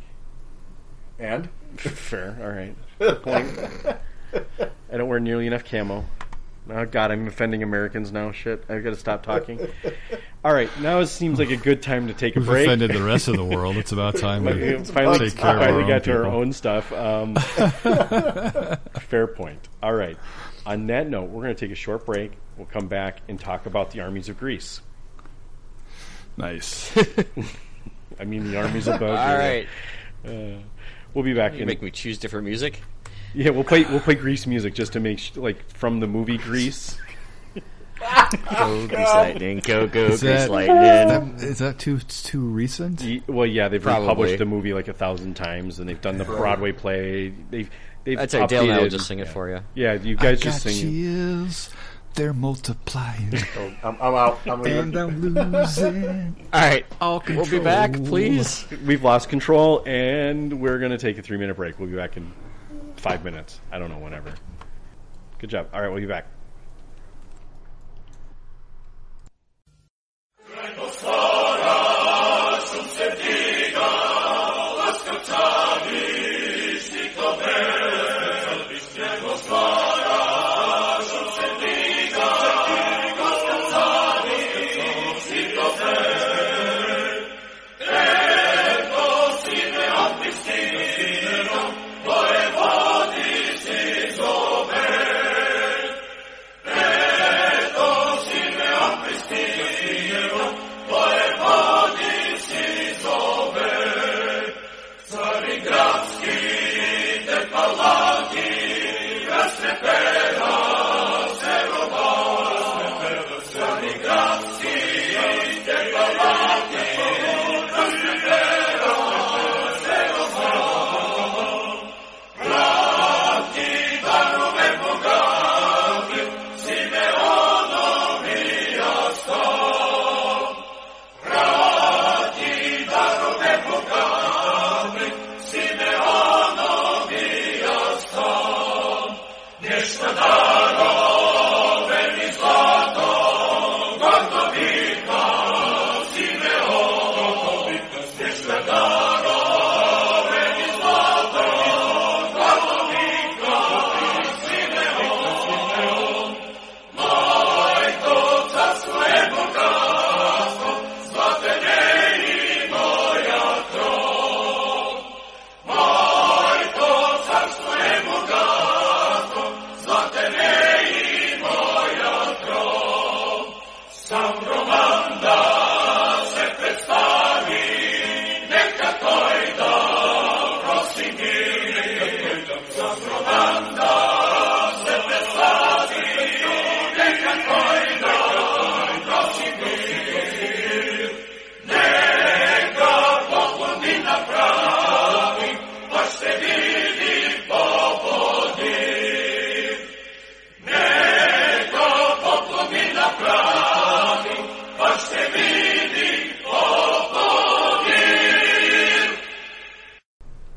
And
Fair. All right. Point. I don't wear nearly enough camo. Oh God, I'm offending Americans now. Shit, I've got to stop talking. All right, now it seems like a good time to take a
We've
break.
offended the rest of the world. It's about time
But
we
we finally,
take care of our
finally
own
got to our
people.
own stuff. Um, fair point. All right. On that note, we're going to take a short break. We'll come back and talk about the armies of Greece.
Nice.
I mean, the armies of Bulgaria.
All right.
We'll be back
You
in
make me choose different music?
Yeah, we'll play we'll play Grease music just to make sh- like from the movie Grease.
Go, Grease Lightning. Go, go, Grease
that-
Lightning.
Is that too it's too recent?
Y- Well, yeah, they've
Probably.
republished the movie like a thousand times, and they've done the Broadway play. They've they've.
That's right. Dale and I will
updated-
just sing it for you.
Yeah, you guys just
Got
sing.
chills. They're multiplying,
Oh, I'm, I'm out. I'm
and uh,
leaving.
I'm losing.
All right.
All
We'll be back,
control.
please.
We've lost control, and we're going to take a three minute break. We'll be back in five minutes. I don't know, whenever. Good job. All right, we'll be back.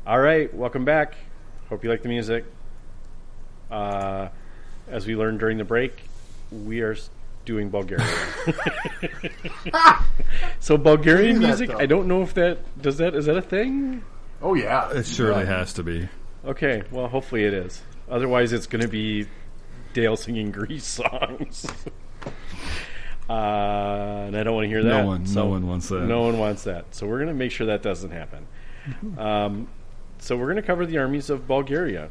All right, welcome back. Hope you like the music. Uh, as we learned during the break, we are s- doing Bulgarian. so Bulgarian
Do that,
music,
though.
I don't know if that does that. Is that a thing?
Oh yeah,
It uh, surely has to be.
Okay, well, hopefully it is. Otherwise, it's going to be Dale singing Grease songs. Uh, and I don't want to hear
No
that.
one- no one wants that.
No one wants that. So we're going to make sure that doesn't happen. Um, so we're going to cover the armies of Bulgaria.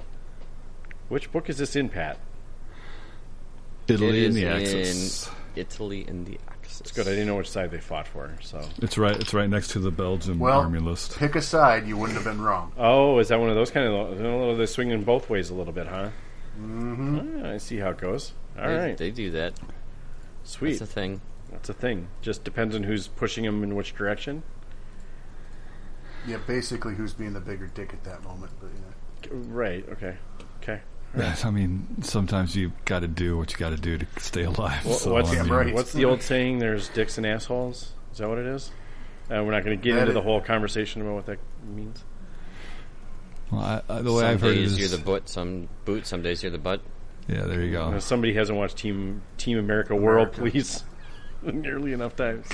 Which book is this in, Pat?
Italy
It
and the
is
Axis.
in Italy in the Axis.
It's good. I didn't know which side they fought for. So,
It's right. It's right next to the Belgian
Well-
army list.
pick a side. You wouldn't have been wrong.
oh, is that one of those kind of? oh, They're swinging both ways a little bit, huh? Mm-hmm. I see how it goes. All
They,
right,
they do that.
sweet.
It's a thing.
That's a thing. Just depends on who's pushing them in which direction.
Yeah, basically, who's being the bigger dick at that moment? But you know.
Right. Okay. Okay.
I mean, sometimes you got to do what you got to do to stay alive. so,
what's,
I
Yeah,
mean,
right.
what's the old saying? There's dicks and assholes. Is that what it is? Uh, we're not going to get
That
into
is-
the whole conversation about what that means.
well, I, I, the way
Some
I've heard it
days
is,
you're the butt, some boot, some days you're the butt.
yeah, there you
Now,
go.
somebody hasn't watched Team Team America, World Police nearly enough times.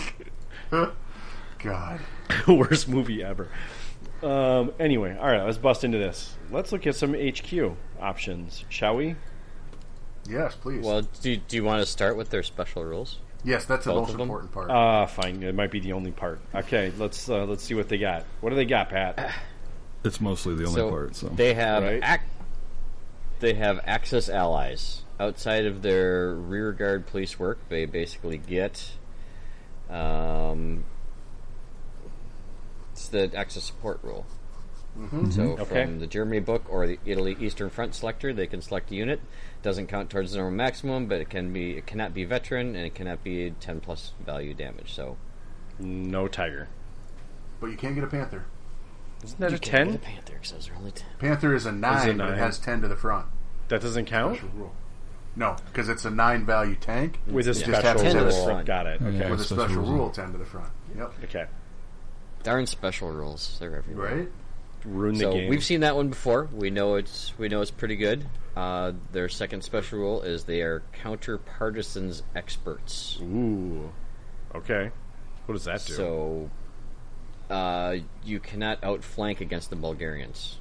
God,
Worst movie ever. Um, anyway, all right, let's bust into this. Let's look at some HQ options, shall we?
yes, please.
Well, do, do you want to start with their special rules?
yes, that's the
both
most
of them?
important part.
Uh, fine. It might be the only part. Okay, let's uh, let's see what they got. What do they got, Pat?
It's mostly the only
so
part. So
they have
Right.
ac- they have access allies outside of their rear guard police work. They basically get um, it's the access support rule.
Mm-hmm.
So
Okay.
from the Germany book or the Italy Eastern Front selector, they can select a unit. Doesn't count towards the normal maximum, but it can be it cannot be veteran and it cannot be ten plus value damage. So
No tiger.
but you can't get a panther.
Isn't that a ten?
Panther, because those are only ten.
Panther is a nine, but
nine.
it has ten to the front.
That doesn't count.
Rule. No, because it's a nine value tank
with a
just have
special
ten to the
rule.
front.
Got it.
Okay.
Okay.
with a
special
special,
rule.
rule ten to the front. Yep.
Okay.
Darn special rules. They're everywhere.
Right.
Ruin the
So
game.
we've seen that one before. We know it's we know it's pretty good. Uh, their second special rule is they are counter partisans experts.
Ooh. Okay. What does that do?
So uh, you cannot outflank against the Bulgarians.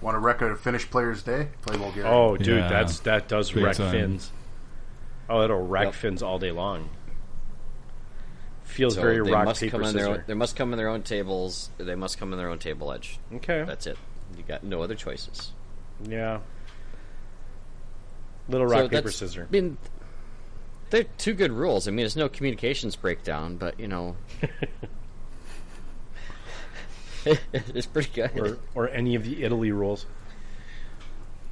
Want to record a Finnish player's day? Play Bulgaria.
oh, dude,
Yeah.
that's that does
Big
wreck
time.
fins. Oh, that'll wreck
Yep.
fins all day long. Feels
So
very
they
rock
must
paper
come in their own,
scissor.
they must come in their own tables. They must come in their own table edge.
Okay.
That's it. You got no other choices.
yeah. Little
So
rock paper
that's-
scissor.
I mean, they're two good rules. I mean, it's no communications breakdown, but you know, it's pretty good.
Or, or any of the Italy rules.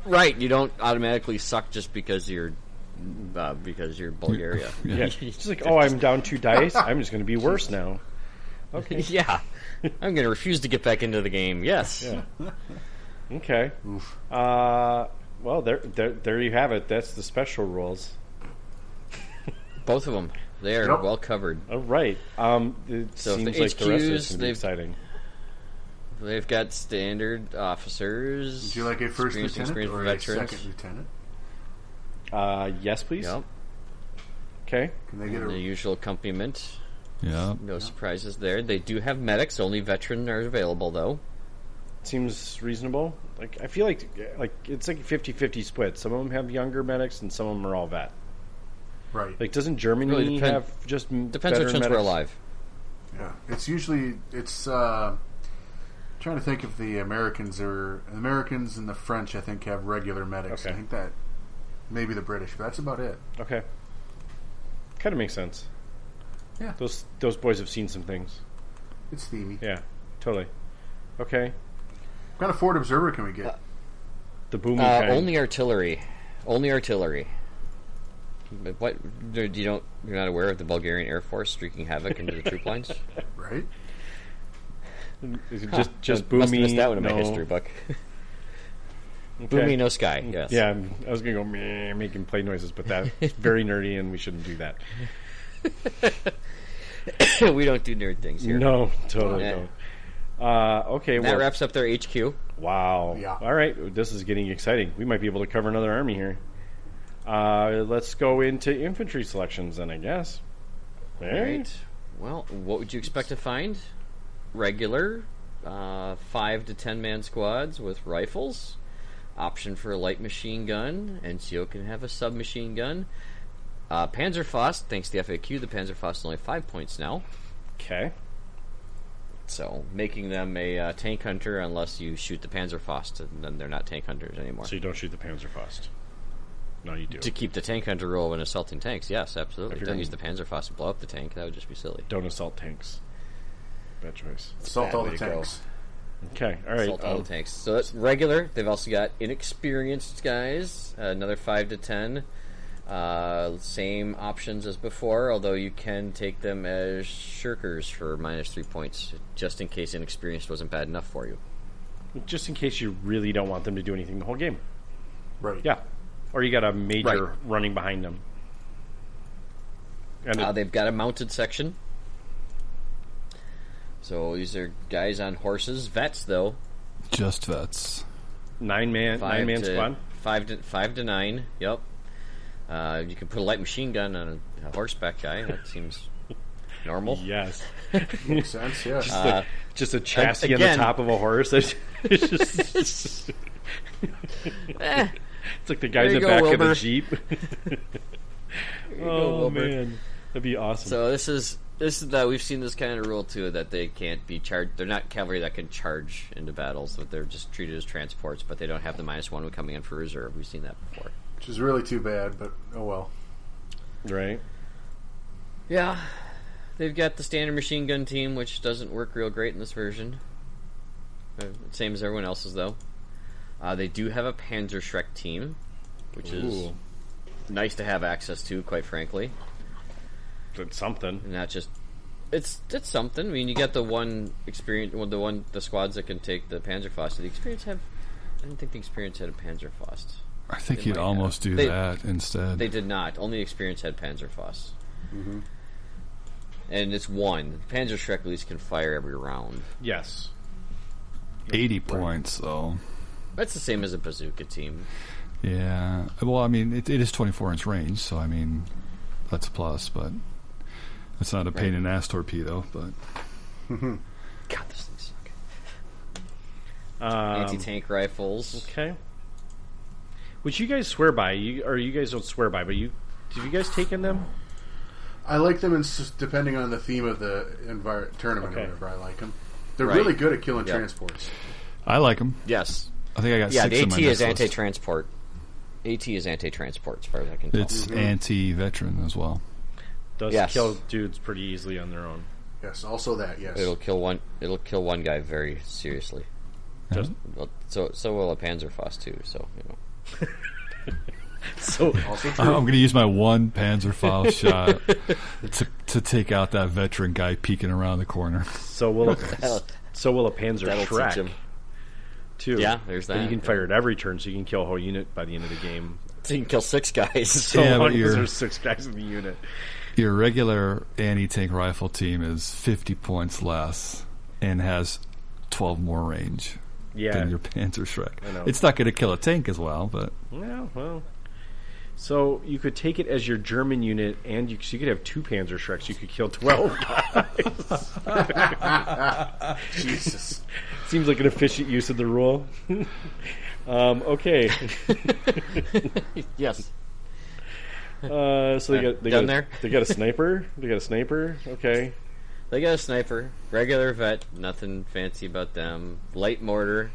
Right, you don't automatically suck just because you're uh, because you're Bulgaria.
Yeah. It's just like, oh, I'm down two dice. I'm just going to be worse now. Okay.
yeah, I'm going to refuse to get back into the game. Yes,
Yeah. Okay. Uh, well, there, there, there you have it. That's the special rules.
both of them they are
Yep.
well covered.
All Oh, right. Um, it
So if
seems
the
like the rest of
HQs,
it's going to be
they've-
exciting.
They've got standard officers.
Do you like a first
experienced and
lieutenant
experienced
or a
veterans.
second lieutenant?
Uh, yes, please.
Yep,
Okay.
Can they get
the
a
usual accompaniment.
Yeah.
No surprises there. They do have medics. Only veteran are available though.
Seems reasonable. Like I feel like like it's like a 50-50 split. Some of them have younger medics, and some of them are all vet.
right?
Like, doesn't Germany
Really depend-
have just m-
Depends
veteran
which
medics?
ones were alive.
Yeah, it's usually it's. Uh, trying to think if the Americans are Americans and the French. I think have regular medics.
Okay.
I think that maybe the British. But that's about it.
Okay. Kind of makes sense.
Yeah.
Those those boys have seen some things.
It's themey.
Yeah. Totally. Okay.
What kind of Ford Observer can we get?
The booming
Uh,
kind.
only artillery, only artillery. But What you don't you're not aware of the Bulgarian Air Force streaking havoc into the troop lines?
right.
Is it just just
Must have
boomy.
missed that one in
no-
my history book.
okay.
Boomy, no sky. Yes.
Yeah, I'm- I was gonna go meh, making play noises, but that's very nerdy, and we shouldn't do that.
we don't do nerd things here.
No, totally
Yeah.
don't. Uh, okay,
That
well,
wraps up their HQ.
wow.
Yeah.
All right, this is getting exciting. We might be able to cover another army here. Uh, let's go into infantry selections then, I guess. All right.
Right. Well, what would you expect to find? Regular, uh, five to ten man squads with rifles. Option for a light machine gun. NCO can have a submachine gun. Uh, Panzerfaust, thanks to FAQ, the Panzerfaust is only five points now.
Okay.
So making them a uh, tank hunter unless you shoot the Panzerfaust, and then they're not tank hunters anymore.
So you don't shoot the Panzerfaust. No, you do.
to keep the tank hunter role when assaulting tanks, yes, absolutely.
If you're
Don't
gonna-
use the Panzerfaust to blow up the tank; that would just be silly.
Don't assault tanks. Bad choice.
Assault
bad
all
way
the
to go.
tanks.
Okay. All right.
Assault all
um,
the tanks. So that's regular. They've also got inexperienced guys, uh, another five to ten. Uh, same options as before, although you can take them as shirkers for minus three points, just in case inexperienced wasn't bad enough for you.
um, just in case you really don't want them to do anything the whole game.
Right.
Yeah. Or you got a major
Right.
running behind them. And
Uh,
it-
they've got a mounted section. So these are guys on horses, vets though.
Just vets.
nine man nine man
to,
squad.
Five to five to nine. Yep. Uh, you can put a light machine gun on a, a horseback guy. That seems normal.
Yes.
Makes sense. Yeah.
Just, a, just a chassis on
again-
the top of a horse. It's, it's just- it's like the guy in
There
the
you go,
back of the
Wilbur.
jeep.
go,
oh
Wilbur.
man, that'd be awesome.
So this is this is that we've seen this kind of rule too that they can't be charged. They're not cavalry that can charge into battles. That they're just treated as transports, but they don't have the minus one when coming in for reserve. We've seen that before.
Which is really too bad, but oh well.
right.
Yeah. They've got the standard machine gun team, which doesn't work real great in this version. Uh, Same as everyone else's, though. Uh, they do have a Panzer Shrek team, which is
Ooh.
nice to have access to, quite frankly.
That's something.
And not just. It's it's something. I mean, you got the one experience, well, the one the squads that can take the Panzerfaust. Did The experience have, I didn't think the experience had a Panzerfaust.
I think
They
you'd
might
almost do
They-
that instead.
They did not. Only experience had Panzerfaust. And it's one. Panzer Shrek at least can fire every round.
Yes.
80 points, though.
That's the same as a bazooka team.
Yeah. Well, I mean, it, it is 24 inch range, so I mean, that's a plus, but it's not a pain in the ass torpedo, but
God, those things suck.
Um,
Anti tank rifles.
Okay. Which you guys swear by, you or you guys don't swear by, but you have you guys taken them?
I like them in, s- depending on the theme of the envir- tournament
Okay.
or whatever. I like them. They're
Right.
really good at killing
Yeah.
transports.
I like them.
Yes.
I think I got
Yeah,
six
the
in my
AT is
list.
anti transport. AT is anti transport, as far as I can tell.
It's anti veteran as well.
Does
Yes.
kill dudes pretty easily on their own.
Yes, also that, yes.
it'll kill one. It'll kill one guy very seriously.
Just-
Well, So so will a Panzerfaust too. So you know.
So
Uh-huh.
Also true.
I'm going to use my one Panzerfaust shot to, to take out that veteran guy peeking around the corner.
so will a, so will a Panzer
That'll teach
Shrek
him.
too.
Yeah, there's
And you
that,
can
yeah.
fire it every turn, so you can kill a whole unit by the end of the game.
So you can kill six guys.
So
Yeah, but
long as
you're-
there's six guys in the unit.
Your regular anti tank rifle team is 50 points less and has 12 more range
Yeah.
than your Panzer
know.
Shrek. It's not going to kill a tank as well, but
Yeah. Well. So you could take it as your German unit, and you, so you could have two Panzer Shreks. You could kill twelve.
Jesus.
Seems like an efficient use of the rule. um, okay.
yes.
Uh, so they got they
Done
got a,
there?
They got a sniper. They got a sniper. Okay.
They got a sniper, regular vet, nothing fancy about them. Light mortar.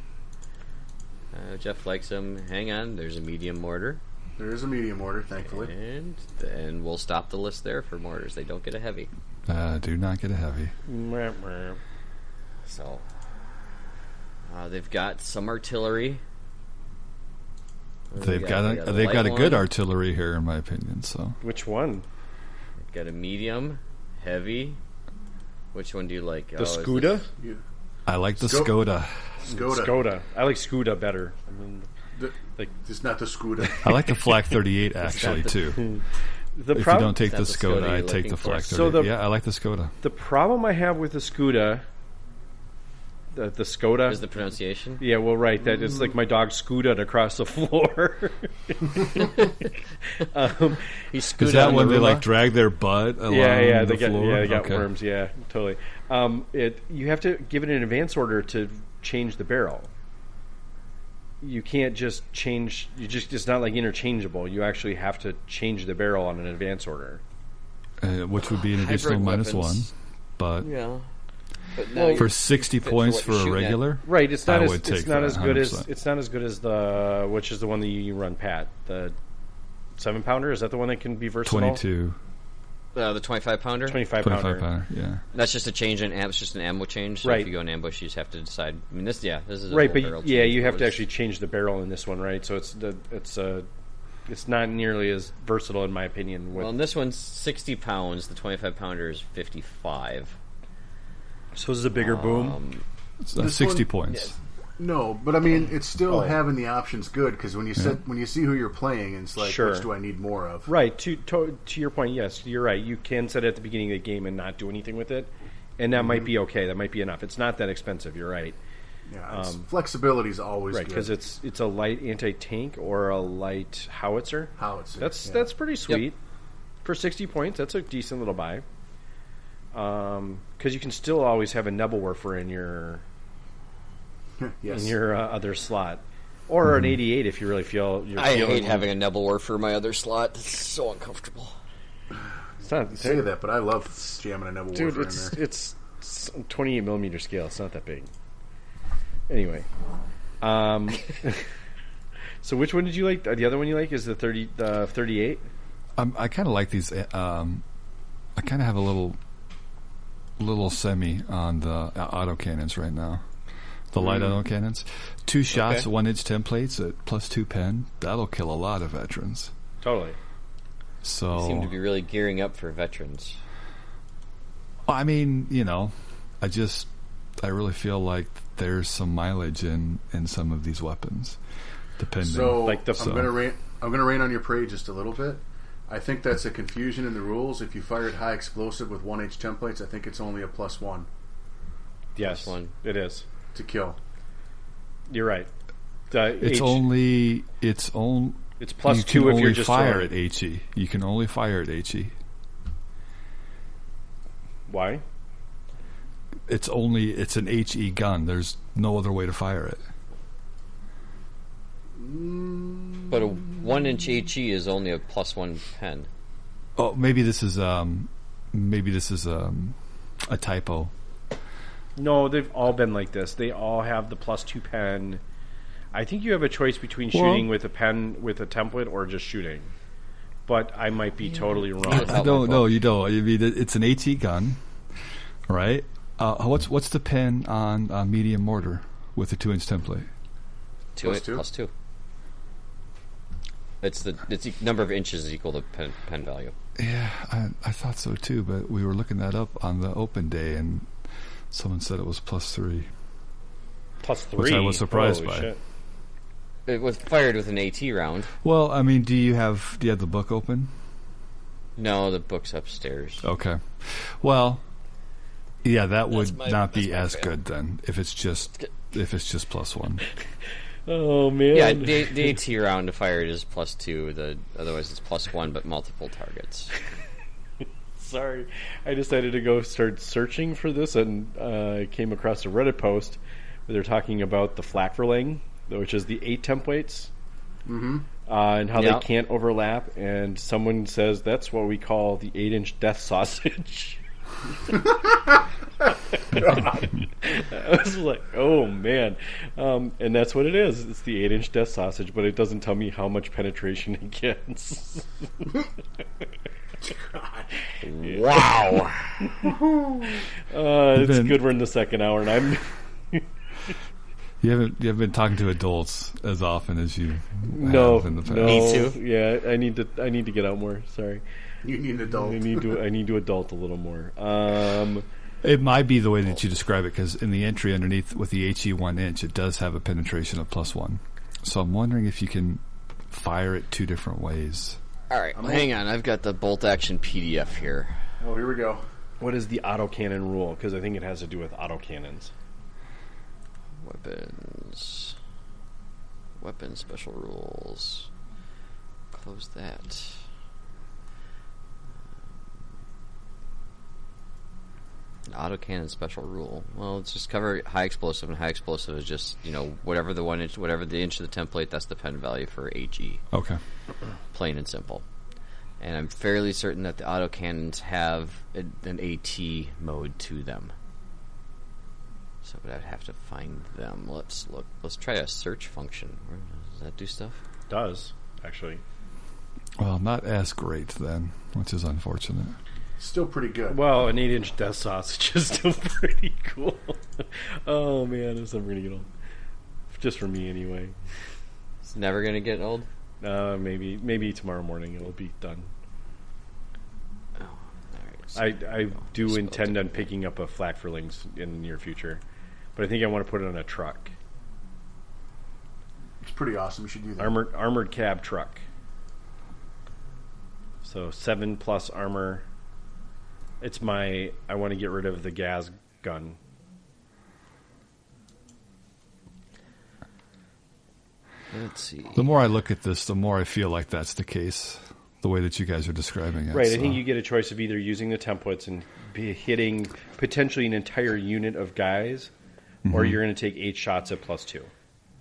Uh, Jeff likes them. Hang on, there's a medium mortar,
There is a medium order, thankfully.
and and we'll stop the list there for mortars. They don't get a heavy,
uh, do not get a heavy.
Mwah, mwah.
so uh, they've got some artillery. What do we
They've got
We
a, they've got a
light
good
one,
artillery here, in my opinion. So
Which one?
Got a medium, heavy. Which one do you like? Oh,
The Scuda.
I like the
Sco-
Skoda.
Skoda.
Skoda. I like Scuda better. I mean,
The-
Like-
it's not the Skoda.
I like the Flak 38 actually too.
the
If you
problem
don't
Is
take the
that the Skoda
Skoda, I
you're
take
looking
the
for?
Flak 38.
So the-
yeah, I like the Skoda.
the problem I have with the Scuda, the the Skoda.
Is the pronunciation?
yeah, well, right. That it's like my dog Scuda across the floor. um,
He's
Is that when they like drag their butt along
yeah, yeah,
the
they got,
floor?
yeah, they got
Okay.
worms. Yeah, totally. Um, it you have to give it an advance order to change the barrel. You can't just change. You just it's not like interchangeable. You actually have to change the barrel on an advance order.
Uh, which would be an additional
Hybrid
minus
weapons.
one. But
Yeah. But
Well,
now
for 60
for
points
what
for
you're
a
shooting at.
regular,
Right. It's
I
not as
would
it's
take
not
that
as good as
100%.
it's not as good as the which is the one that you run Pat the seven pounder. Is that the one that can be versatile?
22,
uh, the 25 pounder.
Twenty five
25
pounder.
pounder. Yeah.
That's just a change in ammo. It's just an ammo change. So
Right.
If you go in ambush, you just have to decide. I mean, this yeah, this is a
Right,
full barrel
but yeah,
change.
you have
It
to
was-
actually change the barrel in this one, right? So it's the it's uh, it's not nearly as versatile in my opinion. With
Well, and this one's 60 pounds. The 25 pounder is 55.
so this is a bigger
um,
boom.
It's, uh, 60
one-
points.
no, but I mean, it's
Oh.
still having the options good because when you said when you see who you're playing, it's like,
Sure.
which do I need more of?
Right to, to to your point, yes, you're right. You can set it at the beginning of the game and not do anything with it, and that
Mm-hmm.
might be okay. That might be enough. It's not that expensive. You're right,
Yeah, flexibility is always
Um, right?
good.
Because it's it's a light anti tank or a light howitzer.
Howitzer,
That's
yeah.
that's pretty sweet for sixty points. That's a decent little buy. Um, because you can still always have a Nebelwerfer in your
yes.
in your uh, other slot, or an 88 if you really feel you're
I
feeling.
hate having a Nebelwerfer for my other slot. It's so uncomfortable.
it's not,
say that, but I love jamming a Nebel
dude.
Warfare
It's
in there.
it's s- 28 millimeter scale. It's not that big. Anyway, um, so which one did you like? The other one you like is the 30, the 38.
I'm, I kind of like these. uh, Um, I kind of have a little, little semi on the uh, auto cannons right now. The light auto cannons, two shots,
Hmm. Okay.
one inch templates at plus two pen. That'll kill a lot of veterans.
Totally.
So
Seem to be really gearing up for veterans.
I mean, you know, I just I really feel like there's some mileage in in some of these weapons. depending.
So
Like the-
I'm
so-
gonna rain. I'm gonna rain on your parade just a little bit. I think that's a confusion in the rules. If you fired high explosive with one H templates, I think it's only a plus one
Yes,
one.
it is.
to kill.
You're right. The
it's
H-
only it's on.
it's plus
you
two
can
if you're
only
just
fire
throwing
at HE. You can only fire at E. HE.
Why?
It's only it's an HE gun. There's no other way to fire it.
But a one inch HE is only a plus one pen.
Oh, maybe this is um, maybe this is um, a typo.
No, they've all been like this. They all have the plus two pen. I think you have a choice between
Well-
shooting with a pen with a template or just shooting. But I might be totally wrong.
I don't know. You don't. I mean, it- it's an AT gun, right? Uh, what's what's the pin on uh, medium mortar with the two inch template?
Two
Plus
it-
two?
plus two. It's the it's the number of inches is equal to pen, pen value.
Yeah, I, I thought so too, but we were looking that up on the open day, and someone said it was plus three.
Plus three.
Which I was surprised
Holy
by.
shit.
It was fired with an AT round.
Well, I mean, do you have do you have the book open?
No, the book's upstairs.
Okay. Well, yeah, that would
my-
not
that's
be
my
as
fail.
good then if it's just if it's just plus one.
Oh man.
Yeah, the, the AT round to fire it is plus two. The otherwise it's plus one, but multiple targets.
Sorry, I decided to go start searching for this and uh, came across a Reddit post where they're talking about the flakverling, which is the eight templates, mm-hmm. uh, and how
Yeah.
they can't overlap. And someone says that's what we call the eight-inch death sausage. I was like, oh man, um, and that's what it is. It's the eight-inch death sausage, but it doesn't tell me how much penetration it gets.
Wow.
Uh, it's
Then-
good we're in the second hour, and I'm
You haven't you haven't been talking to adults as often as you
no,
have in the past.
no,
Me too.
Yeah, I need to. I need to get out more. Sorry,
You need an
I
adult.
need to. I need to adult a little more. Um,
It might be the way that you describe it because in the entry underneath with the HE one inch, it does have a penetration of plus one. So I'm wondering if you can fire it two different ways.
All right, hang on. I've got the bolt action PDF here.
Oh, here we go.
what is the autocannon rule? Because I think it has to do with autocannons.
Weapons. Weapon special rules. Close that. Autocannon special rule. Well, let's just cover high explosive, and high explosive is just, you know, whatever the one inch, whatever the inch of the template, that's the pen value for E. HE.
Okay.
Plain and simple. And I'm fairly certain that the autocannons have a- an AT mode to them. So, but I'd have to find them. Let's look. Let's try a search function. Where- Does that do stuff?
Does actually?
Well, not as great then, which is unfortunate.
Still pretty good.
Well, an eight-inch death sausage is still pretty cool. oh man, this I'm gonna get old. Just for me, anyway.
It's never gonna get old.
Uh, maybe maybe tomorrow morning it'll be done.
Oh, all right.
I, I do
spelled
intend
it.
on picking up a flak for links in the near future, but I think I want to put it on a truck,
It's pretty awesome. You should do that.
armored armored cab truck. So seven plus armor. It's my I want to get rid of the gas gun.
Let's see.
The more I look at this, the more I feel like that's the case. The way that you guys are describing it.
Right, I
so-
think you get a choice of either using the templates and be hitting potentially an entire unit of guys,
Mm-hmm.
or you're going to take eight shots at plus two,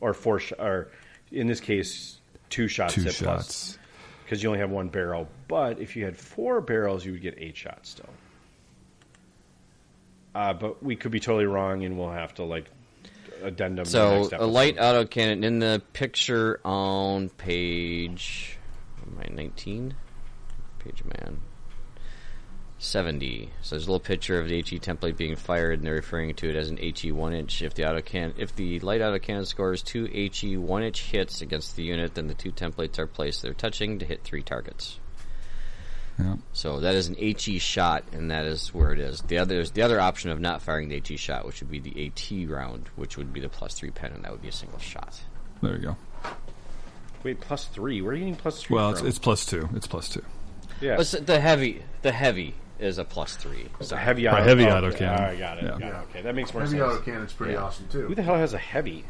or four, sh- or in this case, two shots
two
at plus
shots.
because you only have one barrel. But if you had four barrels, you would get eight shots still. Uh, but we could be totally wrong, and we'll have to like addendum. the
So
next
a
episode.
light autocannon in the picture on page. Am I nineteen? Page man. Seventy. So there's a little picture of the HE template being fired, and they're referring to it as an HE one inch. If the autocannon, if the light autocannon scores two HE one inch hits against the unit, then the two templates are placed. They're touching to hit three targets.
Yeah.
So that is an HE shot, and that is where it is. The other is the other option of not firing the HE shot, which would be the AT round, which would be the plus three pen, and that would be a single shot.
There you go.
Wait, plus three. Where are you getting plus three?
Well, it's,
from?
it's plus two. It's plus two.
yeah,
What's the- the heavy? The heavy is a plus three.
it's a
So
heavy
Right,
auto.
heavy
oh,
auto
okay.
can.
All right, got it.
Yeah.
got it. Okay, that makes more
Heavy
sense.
auto cannon's pretty
Yeah.
awesome
Who
too.
the hell has a heavy?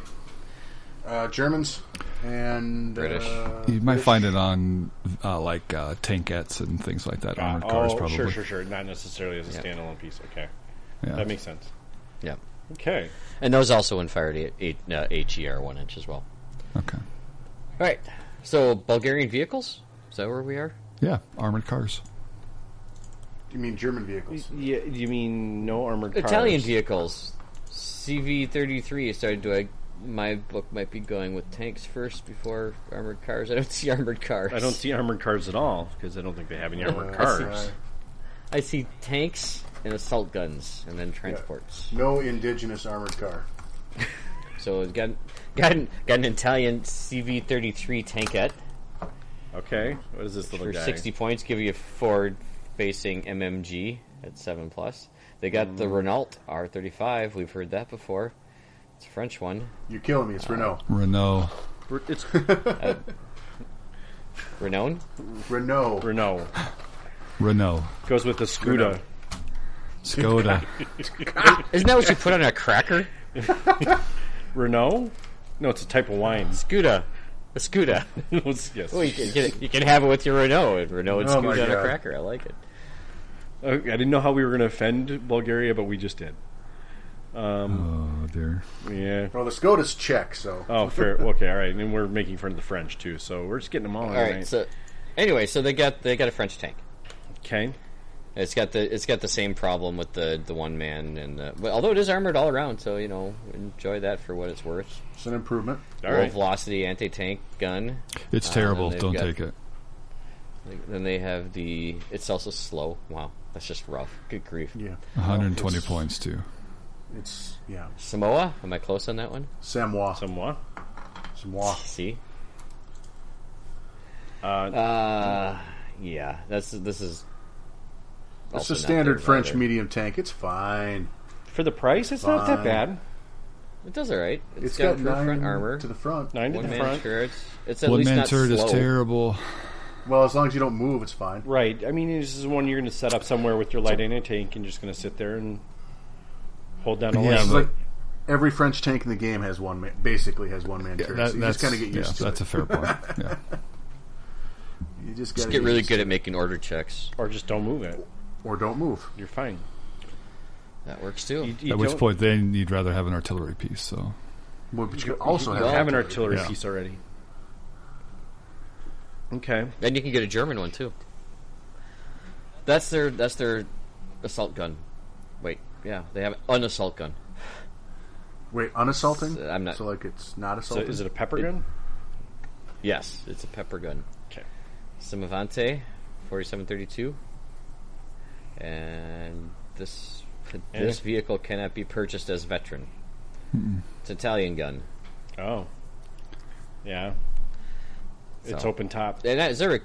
Uh, Germans and uh,
British.
You might find it on uh, like uh, tankettes and things like that. Armored cars,
oh,
probably.
sure, sure, sure. Not necessarily as a
Yeah.
standalone piece. Okay,
Yeah.
that makes sense.
yeah,
Okay,
and those also unfired eight, eight, uh, HER one inch as well.
Okay.
All right. So Bulgarian vehicles. Is that where we are?
Yeah, armored cars.
you mean German vehicles?
yeah, you mean no armored cars?
Italian vehicles. CV thirty three started to. I, my book might be going with tanks first before armored cars. I don't see armored cars.
I don't see armored cars at all because I don't think they have any armored cars.
Uh,
I see tanks and assault guns, and then transports.
no indigenous armored car.
So we've got got an, got an Italian CV thirty three tankette
Okay, what is this little
for
guy?
sixty points. Give you a forward facing MMG at seven plus. They got the Renault R thirty five. We've heard that before. It's a French one.
You're killing me. It's Renault.
Ah.
Renault.
It's
Renown.
Renault.
Renault.
Renault.
Goes with the Scuda.
Skoda.
Isn't that what you put on a cracker?
Renault? No, it's a type of wine.
Scuda. A Scuda.
yes.
Well, you can, get it- you can have it with your Renault, and Renault and
Oh my
Scuda on a
God.
cracker. I like it.
Okay, I didn't know how we were going to offend Bulgaria, but we just did.
oh dear.
Yeah.
Well, the Skoda's Czech, so
Oh, fair. Okay, all right. And we're making fun of the French too, so we're just getting them all.
All right. So anyway, so they got they got a French tank.
okay.
It's got the it's got the same problem with the the one man and the, but although it is armored all around, so you know enjoy that for what it's worth.
it's an improvement.
All
Low
right.
velocity anti tank gun.
It's
Uh,
terrible.
they've
Don't
got-
take it.
Then they have the it's also slow. Wow, that's just rough. Good grief.
Yeah,
120 points too.
it's yeah.
Samoa, am I close on that one?
Samoa.
Somewhat.
Samoa.
See,
Uh,
uh, yeah, that's this is.
It's
also
a
not
standard
very
French
rather.
medium tank. It's fine.
for the price, it's not that
Fine.
bad.
It does all right.
It's
got,
got,
improved
nine
front armor.
to the front.
Nine to
one
the
man
front.
turrets. It's at
One
least
man
not
turret
slow.
is terrible.
Well, as long as you don't move, it's fine.
Right. I mean, this is one you're going to set up somewhere with your light anti tank and just going to sit there and hold down a
Yeah,
lane.
It's
but-
like every French tank in the game has one man, basically has one man turret.
That-
so you
that's
just kind of get used
yeah,
to
that's
it.
a fair point. Yeah.
you just,
Just
gotta
get really
used
good at making order checks.
or just don't move it.
to it. or don't move.
You're fine.
That works too.
You, you
At which
don't-
point, then you'd rather have an artillery piece. So
Well, but you could also
you
Oh.
have,
have an artillery
Yeah.
piece already. Okay.
And you can get a German one too. That's their that's their assault gun. Wait, yeah, they have an assault gun.
Wait, unassaulting.
So Uh, I'm not-
So like it's not
So
assaulting.
is it a pepper
It-
gun?
Yes, it's a pepper gun.
Okay.
Simavante, forty-seven thirty-two, and this this
And-
vehicle cannot be purchased as veteran. It's Italian gun.
Oh. Yeah. It's
So-
open top.
And that, is there a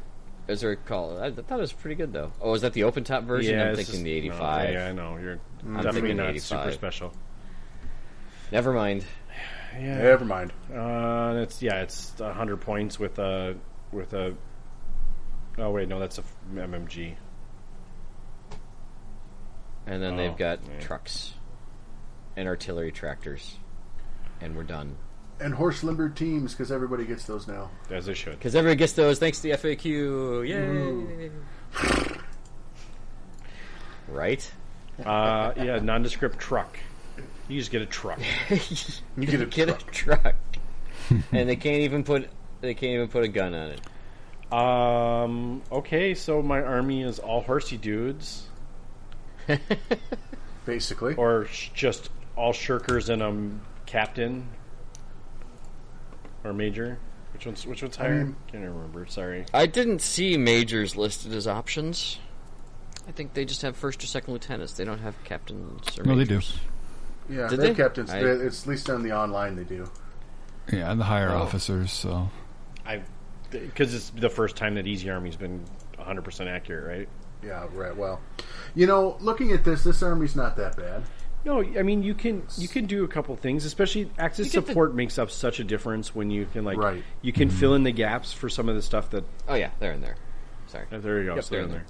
is there a call? I, I thought it was pretty good though. Oh, is that the open top version? I'm
it's
thinking
just-
the
no,
eighty-five.
Oh, yeah, I know. You're
I'm
definitely
thinking
not
85.
super special.
Never mind.
Yeah.
Never mind.
Uh, it's yeah, it's hundred points with a with a. Oh wait, no, that's a f- MMG.
And then
Oh,
they've got
yeah.
trucks and artillery tractors. And we're done.
And horse limber teams because everybody gets those now.
As they should.
Because everyone gets those thanks to the FAQ. Yay! right?
Uh, yeah, nondescript truck. You just get a truck.
You get a
Get a truck. and they can't even put they can't even put a gun on it.
Um, okay, so my army is all horsey dudes,
basically.
or sh- just all shirkers and a um, captain or major. Which one's which one's higher?
mean-
Can't remember. Sorry.
I didn't see majors listed as options. I think they just have first or second lieutenants. They don't have captains or
no, they do.
majors.
yeah,
Did
they're
they?
captains.
I-
they're- it's at least on the online they do.
Yeah, and the higher
Oh.
officers. So
I because it's the first time that Easy Army's been 100 percent accurate, right?
Yeah, right. Well, you know, looking at this, this army's not that bad.
No, I mean you can you can do a couple things, especially access
You get the-
support makes up such a difference when you can like
Right.
you can fill in the gaps for some of the stuff that
Oh yeah, they're in there. Sorry.
oh, there you go,
Yep,
so they're in there,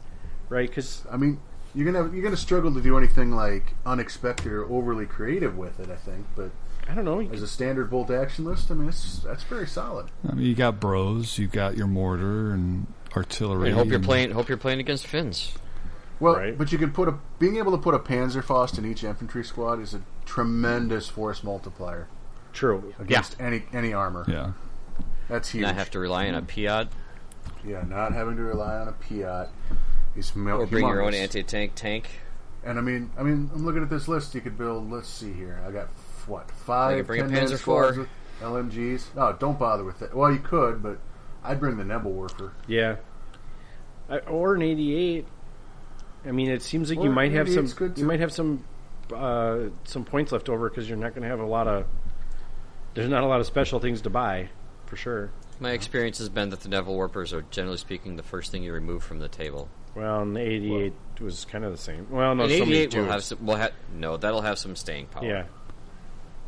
right? Because
I mean, you're gonna you're gonna struggle to do anything like unexpected or overly creative with it. I think, but
I don't know, you
as a standard bolt action list, I mean, it's, that's very solid.
I mean, you got bros, you got your mortar and artillery.
And hope you're
and-
playing. Hope you're playing against Finns.
Well,
Right.
but you can put a being able to put a Panzerfaust in each infantry squad is a tremendous force multiplier
true.
against any any armor.
Yeah.
That's huge.
Not have to rely on a Piad
yeah, not having to rely on a Piat. He's mil-
or bring your own
humongous.
anti-tank tank.
And I mean, I mean, I'm looking at this list. You could build. Let's see here. I got f- what
I
five
could bring a
10-man
Panzer
squads
IV.
with LMGs. Oh, don't bother with that. Well, you could, but I'd bring the Nebelwerfer.
Yeah, I, or an eighty-eight. I mean, it seems like
Or
you might have some.
88's good
You
too.
might have some uh, some points left over because you're not going to have a lot of. There's not a lot of special things to buy, for sure.
My experience has been that the Devil Warpers are generally speaking the first thing you remove from the table.
Well, and the eighty-eight was kind of the same. Well, no,
An
so many
88 will
do.
have some, will ha- no, that'll have some staying power.
Yeah,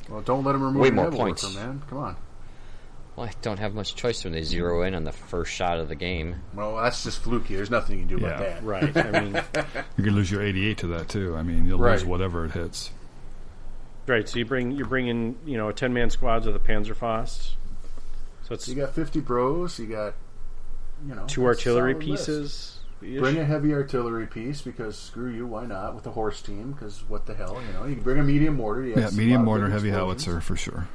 Well, don't let him remove
Way
your
more
Nebelwerfer,
points.
man. Come on.
Well, I don't have much choice when they zero in on the first shot of the game.
Well, that's just fluky. There's nothing you can do about
Yeah.
that.
right. I mean,
You're gonna lose your 88 to that too. I mean, you'll lose
Right.
whatever it hits.
right. So you bring you bring in you know ten man squads with a Panzerfaust. So it's
You got 50 bros. You got you know
two
that's a
artillery
solid list.
pieces.
Bring a heavy artillery piece because screw you, why not? With the horse team because what the hell, you know? You can bring a medium mortar. Yes,
yeah,
a
medium
lot of
mortar,
big
heavy
explosions.
howitzer for sure.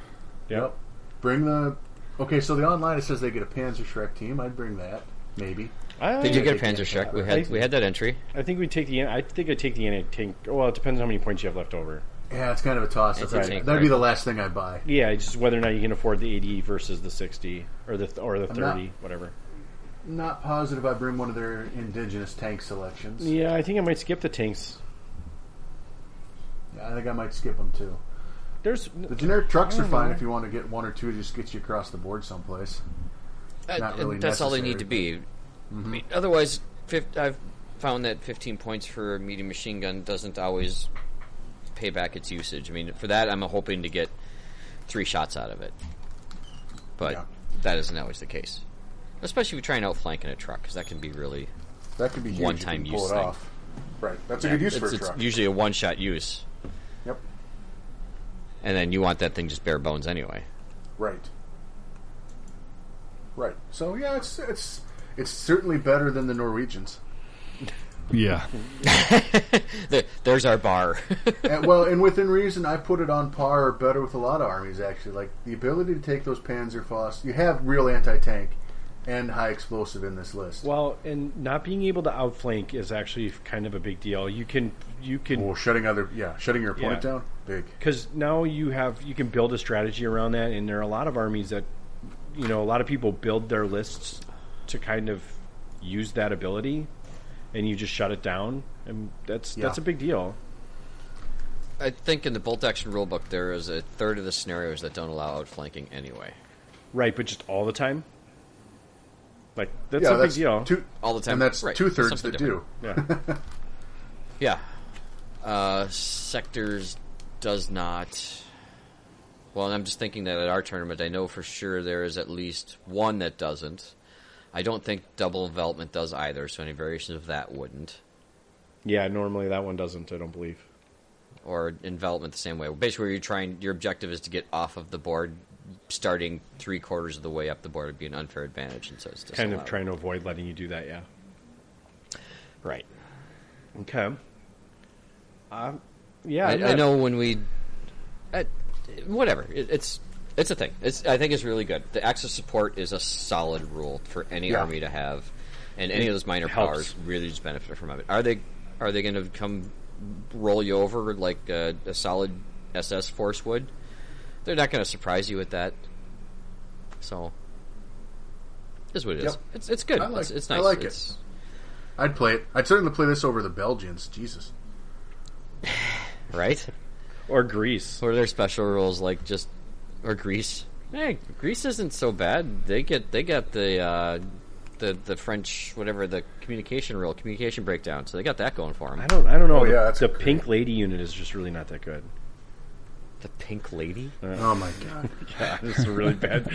Yep. Bring the. Okay, so the online it says they get a Panzer Shrek team. I'd bring that, maybe.
I,
Did you get
they
a
can't
Panzer Shrek? We
have
had
it.
we had that entry.
I think we take the. I think I take the anti tank. Well, it depends on how many points you have left over.
Yeah, it's kind of a toss up.
It's a tank,
That'd be
right.
the last thing I buy.
Yeah, it's just whether or not you can afford the eighty versus the sixty or the or the
not-
thirty, whatever.
Not positive I bring one of their indigenous tank selections.
Yeah, I think I might skip the tanks.
I think I might skip them too.
There's
The generic trucks are
don't
fine
know.
if you want to get one or two to just get you across the board someplace.
Uh,
Not really
that's all they
necessary, Mm-hmm.
need to be. I mean, otherwise, fif- I've found that 15 points for a medium machine gun doesn't always pay back its usage. I mean, for that, I'm hoping to get three shots out of it, but
Yeah.
that isn't always the case. Especially if you try and outflank in a truck, because that can be really
That could be huge. if you
One-time
can pull
use
it
thing.
off. Right, that's a good use
it's,
for a
it's
truck.
usually a one shot use,
Yep.
and then you want that thing just bare bones anyway.
Right. Right. So yeah, it's it's it's certainly better than the Norwegians.
Yeah,
There, there's our bar.
and, well, and within reason, I put it on par or better with a lot of armies. Actually, like the ability to take those Panzerfaust, you have real anti-tank and high explosive in this list.
well, and not being able to outflank is actually kind of a big deal. You can you
Well,
can
shutting other yeah, shutting your opponent
Yeah.
down, big.
because now you have you can build a strategy around that, and there are a lot of armies that you know a lot of people build their lists to kind of use that ability, and you just shut it down, and that's
Yeah.
that's a big deal.
I think in the bolt action rulebook, there is a third of the scenarios that don't allow outflanking anyway.
Right, but just all the time. Like that's
yeah,
a
that's
big deal.
Two,
All the time,
and that's
right,
two thirds
something
that
different.
yeah.
Yeah. Uh, sectors does not. Well, I'm just thinking that at our tournament, I know for sure there is at least one that doesn't. I don't think double envelopment does either, so any variations of that wouldn't.
yeah, normally that one doesn't, I don't believe.
Or envelopment the same way. Basically, you're trying. Your objective is to get off of the board, starting three quarters of the way up the board would be an unfair advantage, and so it's just
Kind of trying to avoid letting you do that, yeah.
Right.
Okay. Um,
Um,
yeah,
I,
I'm
I
not-
know when we, uh, whatever. It, it's it's a thing. It's I think it's really good. The access support is a solid rule for any
Yeah.
army to have, and any of those minor
helps.
powers really just benefit from it. Are they are they going to come roll you over like a, a solid SS force would? They're not going to surprise you with that. So, it is what it is.
Yep.
It's it's good.
I like-
it's, it's
I
nice.
like it.
it's,
I'd play it. I'd certainly play this over the Belgians. Jesus.
right?
or Greece.
Or their special rules like just or Greece. Hey, Greece isn't so bad. They get they got the uh, the, the French whatever the communication rule, communication breakdown. So they got that going for
I
them.
don't. I don't know.
Oh,
the
yeah, that's
the
great.
Pink Lady unit is just really not that good.
The Pink Lady.
Oh my god!
Yeah, this is really bad.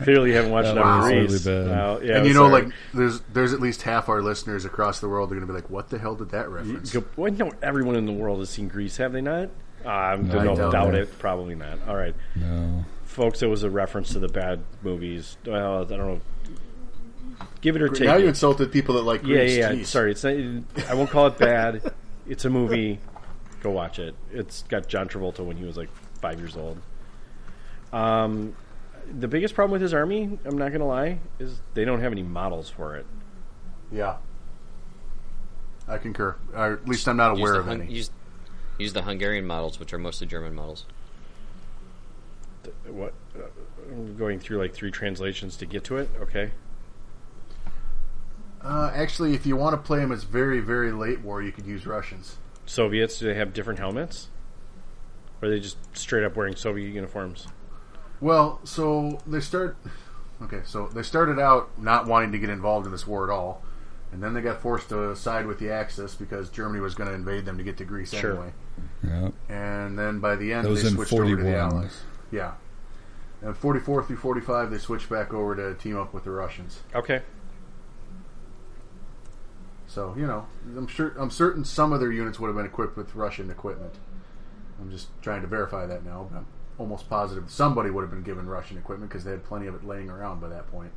Clearly, you haven't watched
That
enough
was
Grease.
really bad.
Wow. yeah,
and you know,
sorry.
like there's there's at least half our listeners across the world are going to be like, "What the hell did that reference?"
Go- well, no, everyone in the world has seen Grease, have they not? Uh, I don't
I
know,
doubt
doubt
it.
it. Probably not. All right,
No.
folks, it was a reference to the bad movies. Well, I don't know. Give it or take.
now
it.
you insulted people that like
yeah,
Grease.
yeah, yeah.
Jeez.
Sorry, it's not, I won't call it bad. it's a movie. Go watch it. It's got John Travolta when he was like five years old. Um, the biggest problem with his army, I'm not gonna lie, is they don't have any models for it.
Yeah. I concur. Or at least I'm not
Use
aware
the,
of
Hun-
any.
use, use the Hungarian models, which are mostly German models.
What? Uh, I'm going through like three translations to get to it. Okay.
Uh, actually, if you want to play them as very, very late war, you could use Russians.
Soviets, do they have different helmets? Or are they just straight up wearing Soviet uniforms?
Well, so they start. Okay, so they started out not wanting to get involved in this war at all, and then they got forced to side with the Axis because Germany was going to invade them to get to Greece
Sure.
anyway.
Yeah.
And then by the end,
That was
they
in
switched over to the
41.
Allies. Yeah. And 44 through 45, they switched back over to team up with the Russians.
Okay.
So you know, I'm sure I'm certain some of their units would have been equipped with Russian equipment. I'm just trying to verify that now, but I'm almost positive somebody would have been given Russian equipment because they had plenty of it laying around by that point.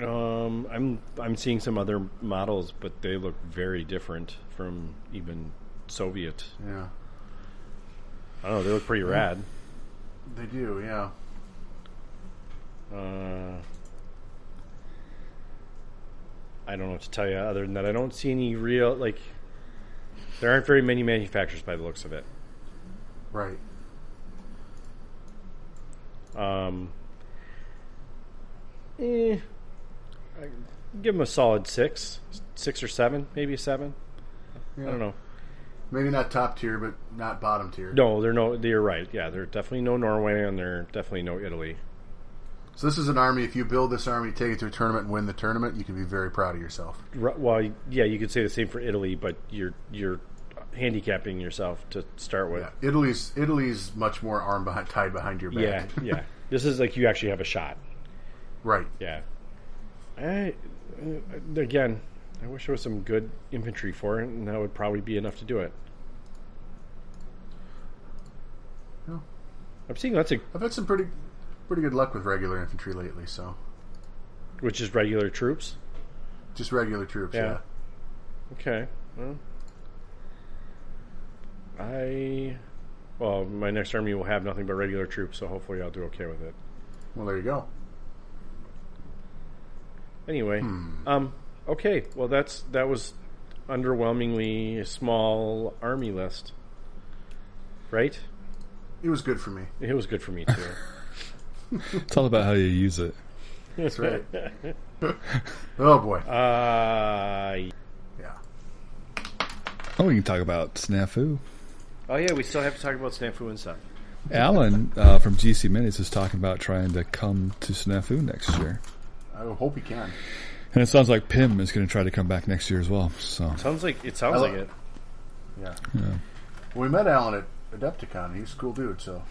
Um, I'm I'm seeing some other models, but they look very different from even Soviet.
Yeah,
I don't know. They look pretty rad.
they do. Yeah,
Uh, I don't know what to tell you other than that. I don't see any real like. There aren't very many manufacturers by the looks of it.
right.
Um, eh, I give them a solid six, six or seven, maybe a seven.
Yeah.
I don't know.
Maybe not top tier, but not bottom tier.
No, they're no. They're right. Yeah, they're definitely no Norway, and they're definitely no Italy.
So this is an army. If you build this army, take it to a tournament, and win the tournament, you can be very proud of yourself.
Ru- Well, yeah, you could say the same for Italy, but you're you're handicapping yourself to start with.
Yeah, Italy's Italy's much more arm behind, tied behind your
Yeah,
back.
yeah. This is like you actually have a shot.
right.
Yeah. I, uh, again, I wish there was some good infantry for it, and that would probably be enough to do it.
Well.
I'm seeing lots of
I've had some pretty pretty good luck with regular infantry lately. So
which is regular troops.
just regular troops.
Yeah.
yeah.
Okay. Well, I well, my next army will have nothing but regular troops, so hopefully I'll do okay with it.
Well, there you go.
Anyway,
Hmm.
um, okay. Well, that's that was underwhelmingly a small army list, right?
It was good for me.
It was good for me too.
It's all about how you use it.
That's right. oh boy.
uh,
Yeah.
Oh, we can talk about snafu.
oh yeah, we still have to talk about snafu and stuff.
Alan uh, from GC Minis is talking about trying to come to snafu next year.
I hope he can.
And it sounds like Pim is going to try to come back next year as well. So
Sounds like it. Sounds
Oh.
Hello.
like it.
Yeah. We met Alan at Adepticon. He's a cool dude. So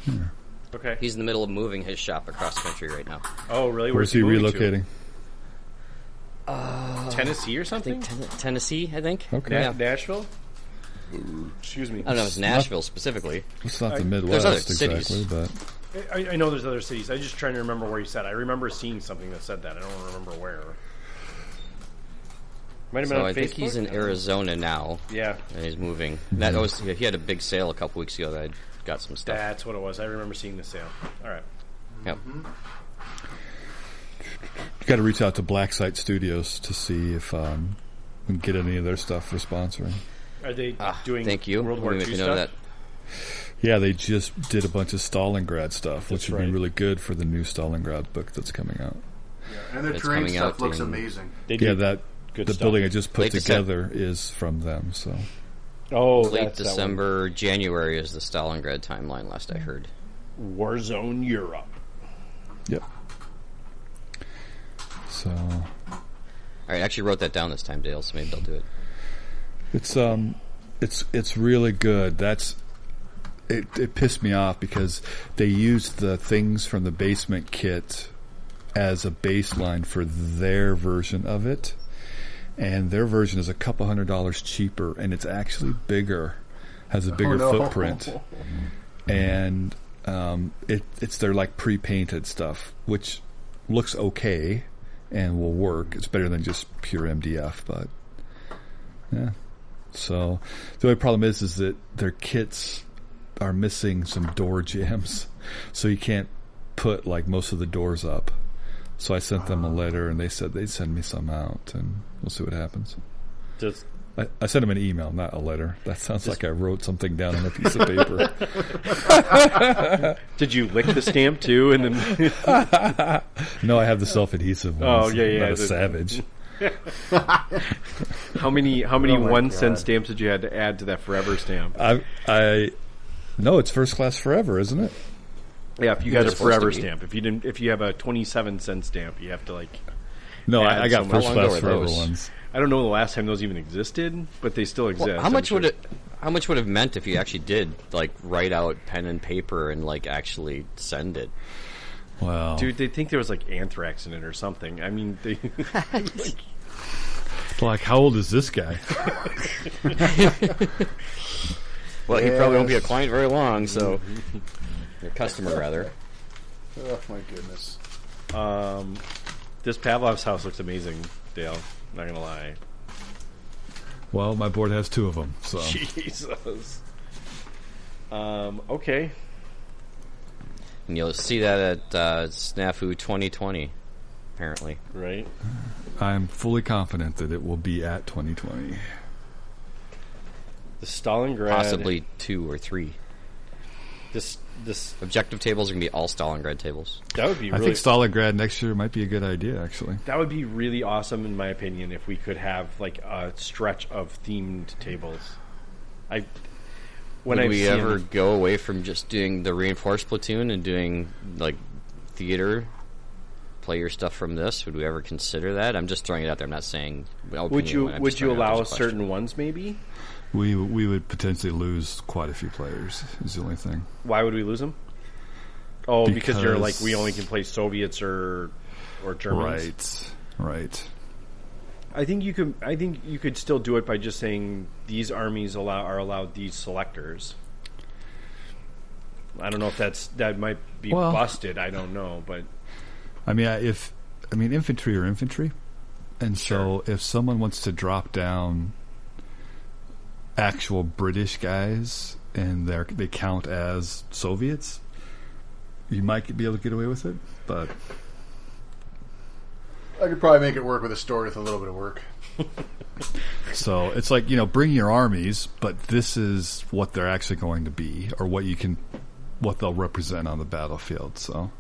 Okay.
He's in the middle of moving his shop across the country right now.
oh really?
where's he
moving to? Uh,
relocating?
Tennessee or
I think
something?
Ten- Tennessee. I think.
Okay,
Na-
Yeah.
Nashville. Excuse me.
I don't know. if It's Nashville specifically.
it's not the
other
Midwest
cities.
exactly, but
I, I know there's other cities. I'm just trying to remember where he said. I remember seeing something that said that. I don't remember where. Might have been
So
on
I think he's
Facebook?
in Arizona now,
Yeah,
and he's moving. That was he had a big sale a couple weeks ago that I got some stuff.
that's what it was. I remember seeing the sale. All right.
Yep.
you got to reach out to Black Site Studios to see if um, we can get any of their stuff for sponsoring.
Are they
Ah,
doing
thank you.
World
Let
War
me
II
make a note
stuff?
of that.
Yeah, they just did a bunch of Stalingrad stuff, which
That's
would be
right.
really good for the new Stalingrad book that's coming out.
and their
It's
terrain
coming
stuff
out
looks
in-
amazing.
They
yeah,
do
that
good
the
stuff.
building I just put
Late Decem-
together is from them. So
Oh,
Late
that's that one.
December, January is the Stalingrad timeline. Last I heard.
Warzone Europe.
yep. So
All right, I actually wrote that down this time, Dale. So maybe I'll do it.
it's um, it's it's really good. That's it. It pissed me off because they used the things from the basement kit as a baseline for their version of it, and their version is a couple hundred dollars cheaper, and it's actually bigger, has a bigger
Oh, no.
footprint. and um, it it's their like pre-painted stuff, which looks okay and will work. It's better than just pure MDF, but yeah. So the only problem is is that their kits are missing some door jams, so you can't put like most of the doors up. So I sent them a letter, and they said they'd send me some out, and we'll see what happens.
Just
I, I sent him an email, not a letter. That sounds like I wrote something down on a piece of paper.
did you lick the stamp too? And then
No, I have the self adhesive one.
Oh, yeah, yeah,
Not a
the-
savage.
how many how many
Oh
one
my
cent
God.
stamps did you had to add to that forever stamp?
I, I, no, it's first class forever, isn't it?
Yeah, if you got a
It's supposed to
forever
be.
stamp, if you didn't, if you have a twenty-seven cent stamp, you have to like.
No,
Add
I, I got
some-
first
how long ago
class
were
forever
those?
ones.
I don't know the last time those even existed, but they still exist.
Well, how
I'm
much would
sure.
it? How much would have meant if you actually did like write out pen and paper and like actually send it?
Wow.
Dude, they think there was like anthrax in it or something. I mean, they,
like, how old is this guy?
Well, he probably won't be a
Yes.
client very long, so
Mm-hmm.
a customer rather.
Oh my goodness.
this Pavlov's house looks amazing, Dale. Not gonna lie.
well, my board has two of them. So
Jesus. Um, okay.
And you'll see that at uh, Snafu 2020, apparently.
Right.
I'm fully confident that it will be at 2020.
The Stalingrad.
Possibly two or three.
This. This.
Objective tables are going to be all Stalingrad tables.
That would be
I
really.
think Stalingrad next year might be a good idea, actually.
that would be really awesome, in my opinion, if we could have like a stretch of themed tables. I. When
Would
I've
we
seen-
ever go away from just doing the reinforced platoon and doing like theater player stuff from this? Would we ever consider that? I'm just throwing it out there. I'm not saying.
Would you would you allow
certain?
certain ones? Maybe.
We we would potentially lose quite a few players. Is the only thing.
Why would we lose them? Oh, because, you're like
Because-
we only can play Soviets or or Germans.
Right. Right.
I think you could. I think you could still do it by just saying these armies allow are allowed these selectors. I don't know if that's that might be
Well-
busted. I don't know, but
I mean, I- if I mean infantry or infantry, and so if someone wants to drop down actual British guys and they they count as Soviets, you might be able to get away with it. But
I could probably make it work with a story with a little bit of work.
so it's like you know, bring your armies, but this is what they're actually going to be, or what you can, what they'll represent on the battlefield. So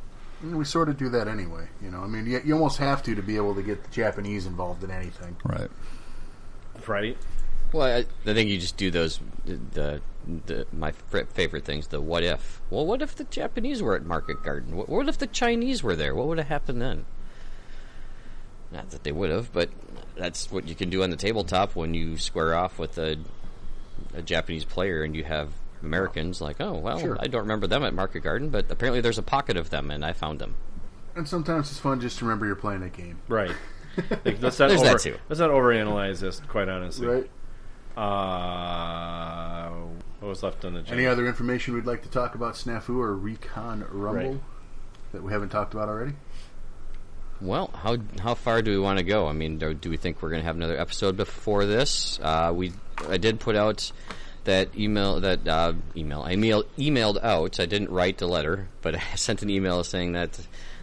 And we sort of do that anyway, you know. I mean, you, you almost have to to be able to get the Japanese involved in anything.
right.
right.
Well, I, I think you just do those. The, the my f- favorite things. The what if? Well, what if the Japanese were at Market Garden? What, what if the Chinese were there? What would have happened then? Not that they would have, but that's what you can do on the tabletop when you square off with a, a Japanese player and you have Americans like, oh well,
Sure.
I don't remember them at Market Garden, but apparently there's a pocket of them, and I found them.
And sometimes it's fun just to remember you're playing a game,
Right. Like, let's not
There's that
over,
too.
let's not overanalyze this. Quite honestly,
right?
Uh, what was left on the agenda?
Any other information we'd like to talk about Snafu or Recon Rumble
Right.
that we haven't talked about already?
Well, how how far do we want to go? I mean, do, do we think we're going to have another episode before this? Uh, we I did put out that email that uh, email I mail, emailed out. I didn't write the letter, but I sent an email saying that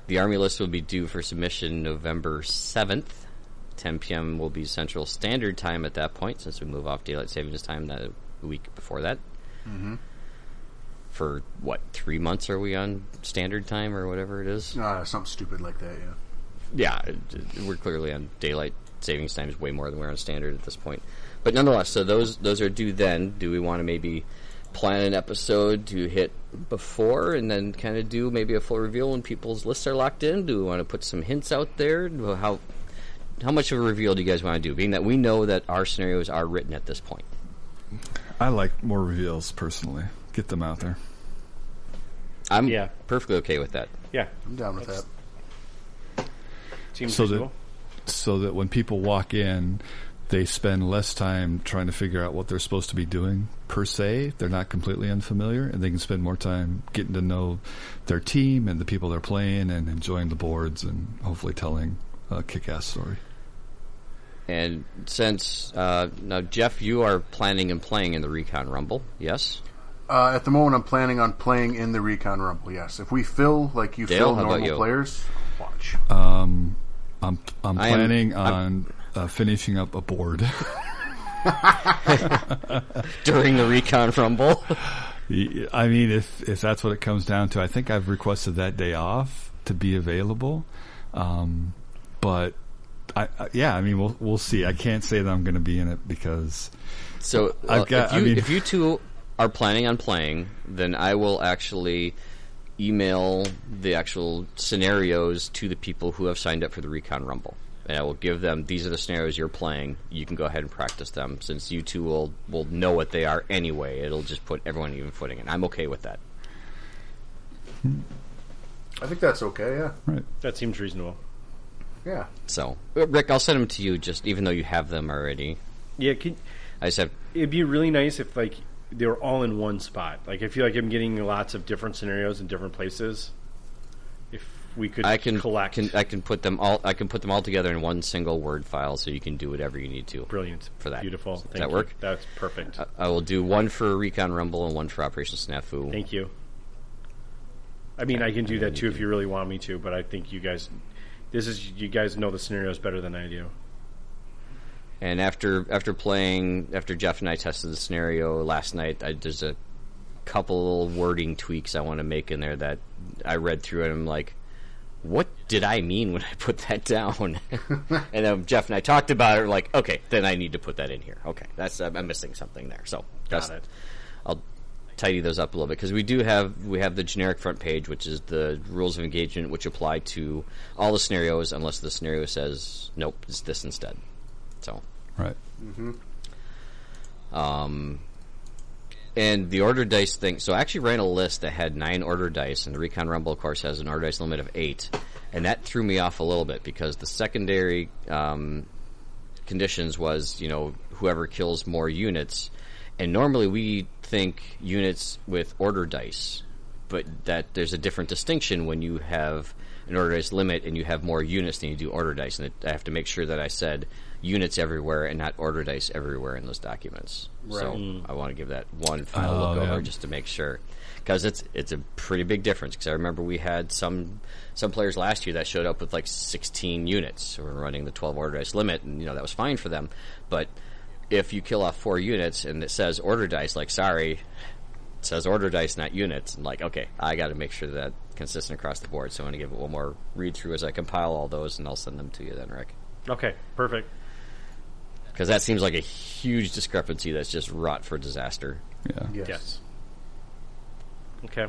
the army list will be due for submission November seventh. 10 p.m. will be Central Standard Time at that point, since we move off daylight savings time that week before that. For what three months are we on Standard Time or whatever it is?
Uh, something stupid like that, yeah.
yeah, it- it- we're clearly on daylight savings time is way more than we're on standard at this point. But nonetheless, so those those are due then. Do we want to maybe plan an episode to hit before and then kind of do maybe a full reveal when people's lists are locked in? Do we want to put some hints out there? Do- How how much of a reveal do you guys want to do? Being that we know that our scenarios are written at this point.
I like more reveals personally. Get them out there.
I'm
Yeah.
perfectly okay with that.
Yeah,
I'm down with that.
seems
So the-
reasonable.
so that when people walk in, they spend less time trying to figure out what they're supposed to be doing per se. They're not completely unfamiliar, and they can spend more time getting to know their team and the people they're playing, and enjoying the boards, and hopefully telling a kick-ass story.
And since uh, now Jeff, you are planning and playing in the Recon Rumble, yes?
Uh, at the moment, I'm planning on playing in the Recon Rumble. Yes, if we fill like you
Dale,
fill
how about
normal
you?
players, watch.
Um, I'm I'm
I am-
planning on uh, finishing up a board.
During the Recon Rumble,
Y- I mean, if if that's what it comes down to, I think I've requested that day off to be available. Um, but I, I, yeah, I mean, we'll we'll see. I can't say that I'm going to be in it because
so
I've
uh,
got-
if,
I
you,
mean-
if you two are planning on playing, then I will actually email the actual scenarios to the people who have signed up for the Recon Rumble, and I will give them these are the scenarios you're playing. You can go ahead and practice them since you two will will know what they are anyway. It'll just put everyone on even footing, and I'm okay with that.
I think that's okay. Yeah,
right.
That seems reasonable.
yeah.
So, uh, Rick, I'll send them to you. Just even though you have them already,
Yeah, can,
I just have
it'd be really nice if like they were all in one spot. Like I feel like I'm getting lots of different scenarios in different places. If we could,
I can,
collect.
can I can put them all I can put them all together in one single word file, so you can do whatever you need to.
Brilliant
for that.
Beautiful.
Does
Thank
that
you.
work? Uh,
That's perfect.
I will do one for Recon Rumble and one for Operation Snafu.
Thank you. I mean, I can do that too if you really want me to, but I think you guys, this is you guys know the scenarios better than I do.
And after after playing, after Jeff and I tested the scenario last night, I, there's a couple little wording tweaks I want to make in there that I read through and I'm like, what did I mean when I put that down? and then Jeff and I talked about it. We're like, okay, then I need to put that in here. Okay, that's I'm I'm missing something there. So
Got
that's,
it.
I'll tidy those up a little bit because we do have we have the generic front page, which is the rules of engagement, which apply to all the scenarios unless the scenario says nope, it's this instead. So
Right.
um, and the order dice thing. So I actually ran a list that had nine order dice, and the Recon Rumble, of course, has an order dice limit of eight, and that threw me off a little bit because the secondary um, conditions was you know whoever kills more units, and normally we think units with order dice, but that there's a different distinction when you have an order dice limit and you have more units than you do order dice, and it, I have to make sure that I said units everywhere and not order dice everywhere in those documents. So I want to give that one final
Oh,
look over
yeah.
just to make sure. Because it's it's a pretty big difference. Because I remember we had some some players last year that showed up with like 16 units. who were running the 12 order dice limit, and you know that was fine for them. But if you kill off four units and it says order dice, like sorry, it says order dice, not units. And like okay, I got to make sure that consistent across the board. So I'm going to give it one more read through as I compile all those, and I'll send them to you then, Rick.
Okay, perfect.
Because that seems like a huge discrepancy that's just rot for disaster.
Yeah.
Yes.
Yes. Okay.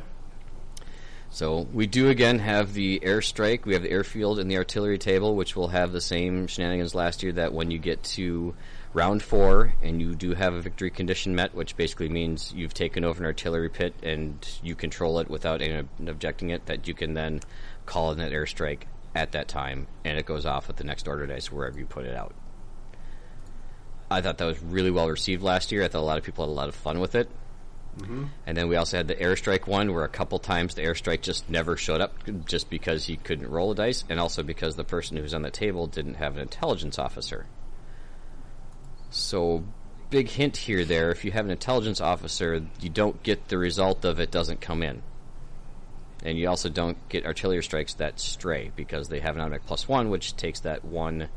So we do again have the airstrike. We have the airfield and the artillery table, which will have the same shenanigans last year. That when you get to round four and you do have a victory condition met, which basically means you've taken over an artillery pit and you control it without anyone objecting it, that you can then call in that airstrike at that time, and it goes off at the next order dice wherever you put it out. I thought that was really well received last year. I thought a lot of people had a lot of fun with it. And then we also had the airstrike one, where a couple times the airstrike just never showed up, just because he couldn't roll a dice, and also because the person who's on the table didn't have an intelligence officer. So, big hint here: there, if you have an intelligence officer, you don't get the result of it doesn't come in, and you also don't get artillery strikes that stray because they have an automatic plus one, which takes that one,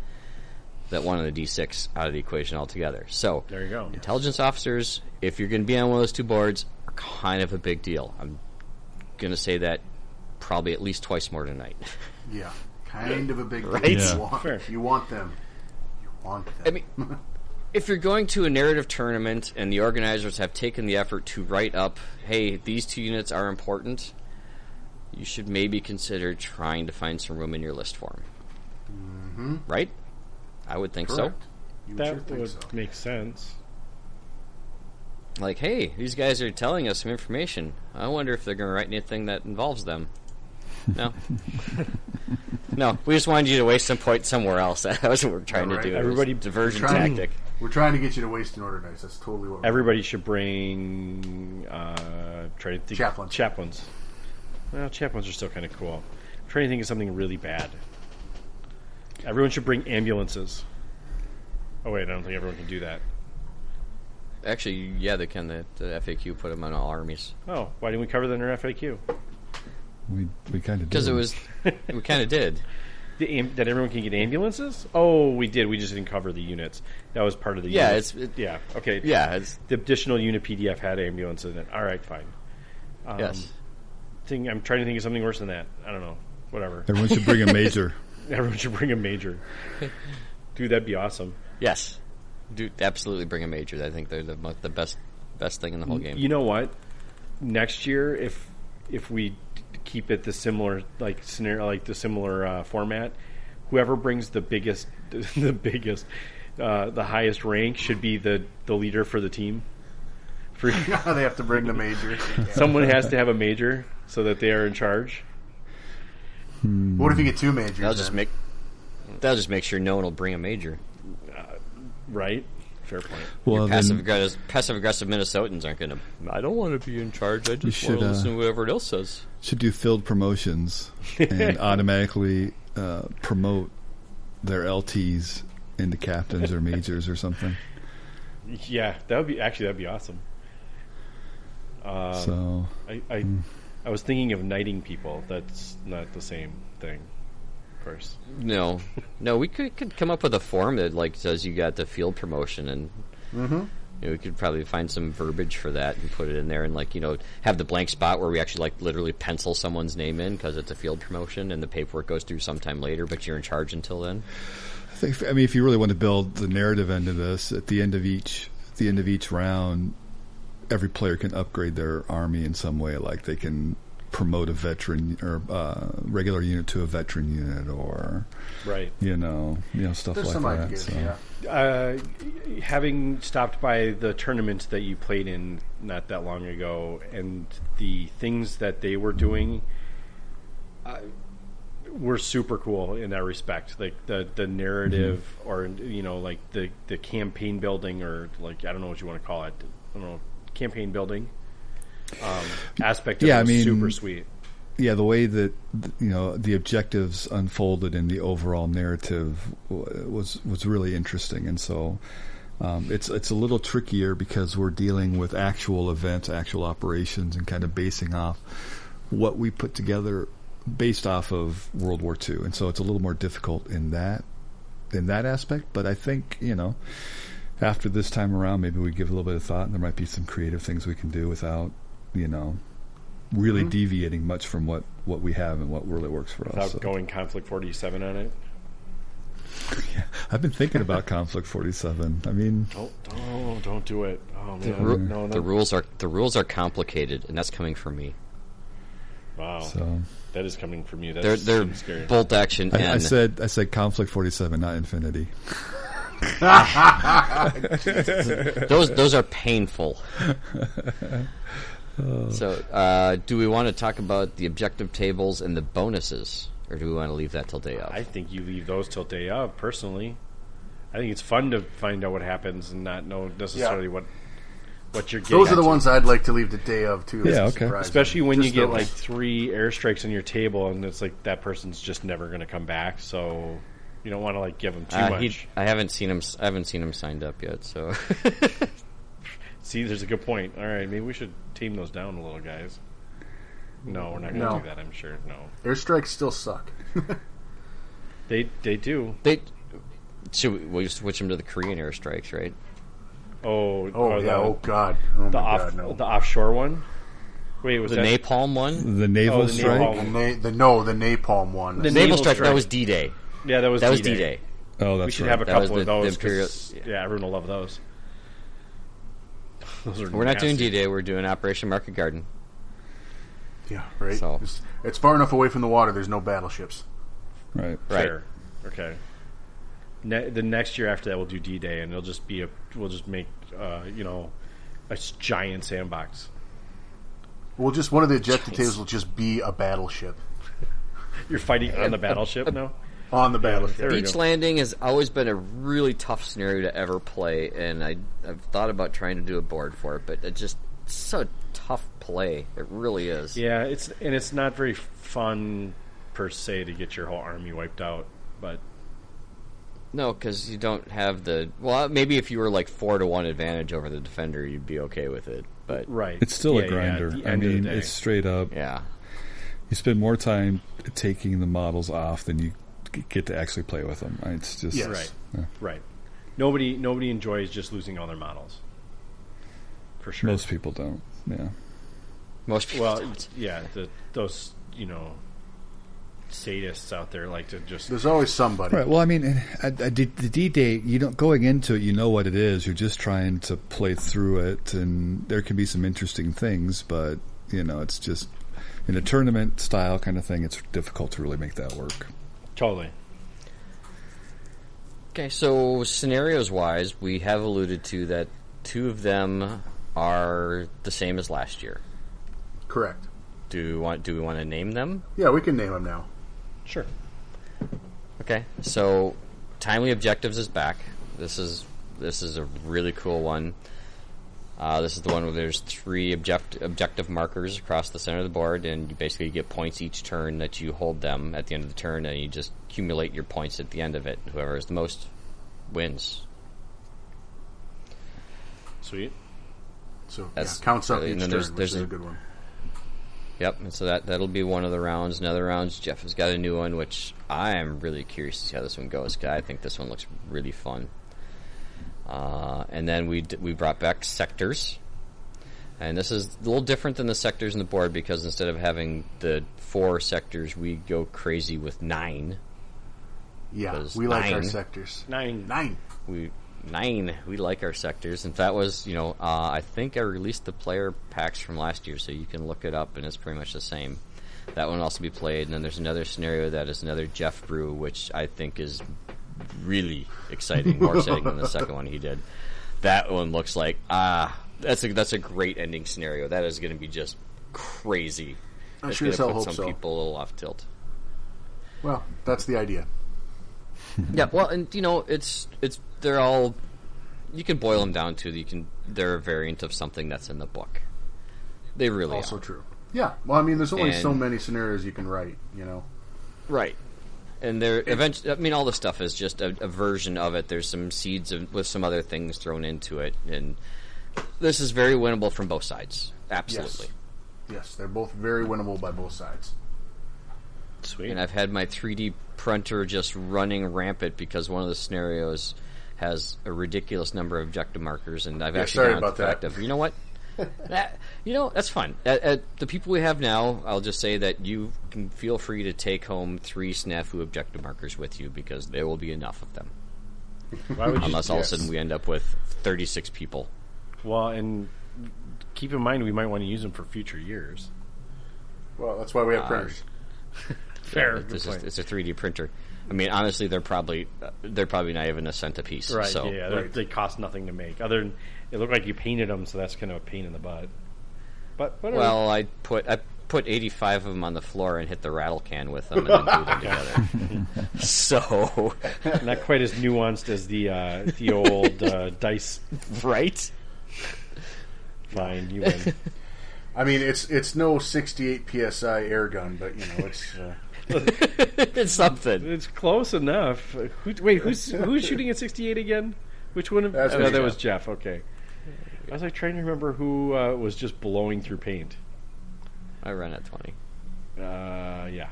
that one on the d6 out of the equation altogether. So
There you go.
Intelligence officers, if you're going to be on one of those two boards, are kind of a big deal. I'm going to say that probably at least twice more tonight.
Yeah. Kind of a big deal.
Right?
You,
Yeah.
want,
Fair.
you want them. You want them.
I mean, if you're going to a narrative tournament and the organizers have taken the effort to write up, hey, these two units are important, you should maybe consider trying to find some room in your list for them. Mm-hmm. Right? I would think
Correct. You
That
sure think
would
so.
make sense.
so. Like, hey, these guys are telling us some information. I wonder if they're going to write anything that involves them. No. no, we just wanted you to waste some point somewhere else. That was what we're trying
Alright.
to do. It was
Everybody
diversion
trying-
tactic.
We're trying to get you to waste an order dice. That's totally what. We're
Everybody should bring. Uh, try to think.
Chaplains.
Chaplains. Well, chaplains are still kind of cool. I'm trying to think of something really bad. Everyone should bring ambulances. Oh wait, I don't think everyone can do that.
Actually, yeah, they can. The, the FAQ put them on all armies.
Oh, why didn't we cover that in our FAQ?
We we kind of
Because it was. we kind of did.
The am- that everyone can get ambulances? Oh, we did. We just didn't cover the units. That was part of the
Yeah,
unit-
it's- it-
yeah. Okay.
Yeah, it's,
The additional unit PDF had ambulance in it. All right, fine. Um,
yes.
Thing I'm trying to think of something worse than that. I don't know. Whatever.
Everyone should bring a major.
Everyone should bring a major. Dude, that'd be awesome.
Yes, do absolutely bring a major. I think they're the mo- the best best thing in the whole game.
You know what? Next year, if if we d- keep it the similar like scenario, like the similar uh, format, whoever brings the biggest, the biggest, uh, the highest rank should be the the leader for the team. For
they have to bring the major.
someone has to have a major so that they are in charge.
What if you get two majors?
that'll just
then?
make that'll just make sure no one will bring a major.
Right? Fair point.
Well,
Passive
then
aggressive, passive aggressive Minnesotans aren't going to. I don't want to be in charge. I just
should,
want to
uh,
listen to whatever else says.
should do field promotions and automatically uh, promote their LTs into captains or majors or something.
Yeah, that would be actually that'd be awesome.
Um, so
I, I, I was thinking of knighting people. That's not the same thing. Of course.
No, no, we could could come up with a form that like says you got the field promotion and.
Mm-hmm.
You know, we could probably find some verbiage for that and put it in there, and like you know, have the blank spot where we actually like literally pencil someone's name in because it's a field promotion, and the paperwork goes through sometime later. But you're in charge until then.
I think I mean if you really want to build the narrative end of this, at the end of each at the end of each round, every player can upgrade their army in some way, like they can promote a veteran or uh, regular unit to a veteran unit or
Right.
you know, you know stuff
There's
like
some
that.
ideas.
so.
Yeah.
Uh, having stopped by the tournament that you played in not that long ago, and the things that they were doing uh, were super cool in that respect. Like the the narrative, or you know, like the the campaign building, or like I don't know what you want to call it. I don't know campaign building um, aspect. Of
Yeah,
it
I
was
mean-
super sweet.
yeah, the way that th- you know the objectives unfolded in the overall narrative w- was was really interesting, and so um, it's it's a little trickier because we're dealing with actual events, actual operations, and kind of basing off what we put together based off of World War II, and so it's a little more difficult in that in that aspect. But I think you know after this time around, maybe we give a little bit of thought, and there might be some creative things we can do without you know really deviating much from what, what we have and what really works for
Mm-hmm. Without
us. So
going conflict forty seven on it.
I've been thinking about Conflict 47. I mean,
Don't don't don't do it. Oh man,
Ru-
no, no.
The rules are the rules are complicated, and that's coming from me.
wow,
so
that is coming from you.
They're
That's
they're
scary.
bolt action
I, I
and
said I said Conflict 47, not Infinity.
those those are painful. so, uh, do we want to talk about the objective tables and the bonuses, or do we want to leave that till day of?
I think you leave those till day of. Personally, I think it's fun to find out what happens and not know necessarily
Yeah.
what what you're getting.
Those are the
to.
ones I'd like to leave the day of too.
Yeah,
It's
okay.
surprising.
especially when you
Just
get
those.
like three airstrikes on your table, and it's like that person's just never going to come back. So you don't want to like give them too
Uh,
much.
he- I haven't seen him. s- I haven't seen him signed up yet. So,
See, there's a good point. All right, maybe we should tame those down a little, guys. No, we're not going to
No.
do that. I'm sure. No,
airstrikes still suck.
they they do.
they should we, we switch him to the Korean airstrikes, right?
Oh,
Oh
or
yeah.
the,
Oh god. Oh my
the off
god. No.
the offshore one. Wait, was
The
that
napalm one,
The Naval
Oh, the
Strike?
Naval-
The, na- the no the napalm one.
The
naval
naval
strike. That
strike.
was D Day.
yeah? That was
That was
D-Day.
D Day.
Oh, that's
we should
right.
have a
That
couple
was
of
the- the
those. 'cause,
Imperial-
yeah, everyone will love those. Those are
We're not doing
nasty.
D Day. We're doing Operation Market Garden.
Yeah, right.
So-
It's, it's far enough away from the water. There's no battleships.
right.
Right.
Fair. Okay. Ne- the next year after that, we'll do D Day, and it'll just be a we'll just make uh, you know a s- giant sandbox.
Well, just one of the ejected tables will just be a battleship
You're fighting on the battleship now.
on the
there
battleship.
we
Beach
go.
landing has always been a really tough scenario to ever play, and I, I've thought about trying to do a board for it, but it just it's so tough play. It really is.
Yeah, it's and it's not very fun per se to get your whole army wiped out, but
No, because you don't have the well. Maybe if you were like four to one advantage over the defender, you'd be okay with it. But
right,
It's still
Yeah,
a
yeah, at
grinder.
the
I
end of the
mean,
day.
it's straight up.
yeah,
You spend more time taking the models off than you g- get to actually play with them. It's just
Yes.
right,
Yeah.
right. Nobody nobody enjoys just losing all their models. For sure.
most people don't. Yeah.
most people
Well,
don't.
yeah, the, those you know sadists out there like to just
There's always somebody.
Right. Well, I mean, and I, I did the D Day. You don't going into it. You know what it is. You're just trying to play through it, and there can be some interesting things, but you know, it's just in a tournament style kind of thing. It's difficult to really make that work.
totally.
Okay, so scenarios wise, we have alluded to that two of them are the same as last year.
Correct.
Do we want do we want to name them?
Yeah, we can name them now.
Sure.
Okay, so timely objectives is back. This is this is a really cool one. Uh, this is the one where there's three object, objective markers across the center of the board, and you basically get points each turn that you hold them at the end of the turn, and you just accumulate your points at the end of it. Whoever has the most wins.
Sweet.
So yeah,
That's
counts up
really-
each
and then
turn,
there's-
which
there's
is a
a-
good one.
Yep, and so that that'll be one of the rounds. Another rounds, Jeff has got a new one, which I am really curious to see how this one goes. 'cause I think this one looks really fun. Uh, and then we d- we brought back sectors, and this is a little different than the sectors in the board because instead of having the four sectors, we go crazy with nine.
Yeah,
There's
we like our
nine.
sectors.
Nine.
Nine.
we nine we like our sectors and that was you know uh, i think i released the player packs from last year so you can look it up and it's pretty much the same that one will also be played and then there's another scenario that is another jeff brew which i think is really exciting more exciting than the second one he did that one looks like ah that's a that's a great ending scenario that is going to be just crazy
I
it's
sure
going
as
to
hell
put
hope
some
so.
people a little off tilt
Well, that's the idea.
Yeah, well, and you know, it's it's they're all you can boil them down to you can they're a variant of something that's in the book. They really
Also
are
true. Yeah. Well, I mean, there's only so
And-
many scenarios you can write. You know.
right, and they're eventually. I mean, all the stuff is just a, a version of it. There's some seeds of, with some other things thrown into it, and this is very winnable from both sides. Absolutely.
Yes. Yes, they're both very winnable by both sides.
Sweet.
and I've had my 3D printer just running rampant because one of the scenarios has a ridiculous number of objective markers, and I've
Yeah,
actually
sorry
gone
about
to the fact
that.
of you know what, That- you know that's fine. At, at the people we have now, I'll just say that you can feel free to take home three snafu objective markers with you because there will be enough of them,
Why would you?
unless all of a
Yes.
sudden we end up with 36 people.
Well, and keep in mind we might want to use them for future years.
Well, that's why we
Uh,
have printers.
Fair.
But
good
This
point.
is, it's a 3D printer. I mean, honestly, they're probably uh, they're probably not even a cent a piece.
right.
So
yeah. they-
right.
They cost nothing to make. Other than it looked like you painted them, so that's kind of a pain in the butt. But whatever.
Well, I put I put eighty five of them on the floor and hit the rattle can with them and then glued them together. so,
not quite as nuanced as the uh, the old uh, dice.
right?
Fine, you win.
I mean, it's it's no 68 psi air gun, but you know, it's uh,
it's something.
It's close enough. Who, wait, who's who's shooting at sixty eight again? Which one? Of,
That's
oh, no,
me.
that was Jeff. Okay. I was like trying to remember who uh, was just blowing through paint.
I run at twenty.
Uh, yeah.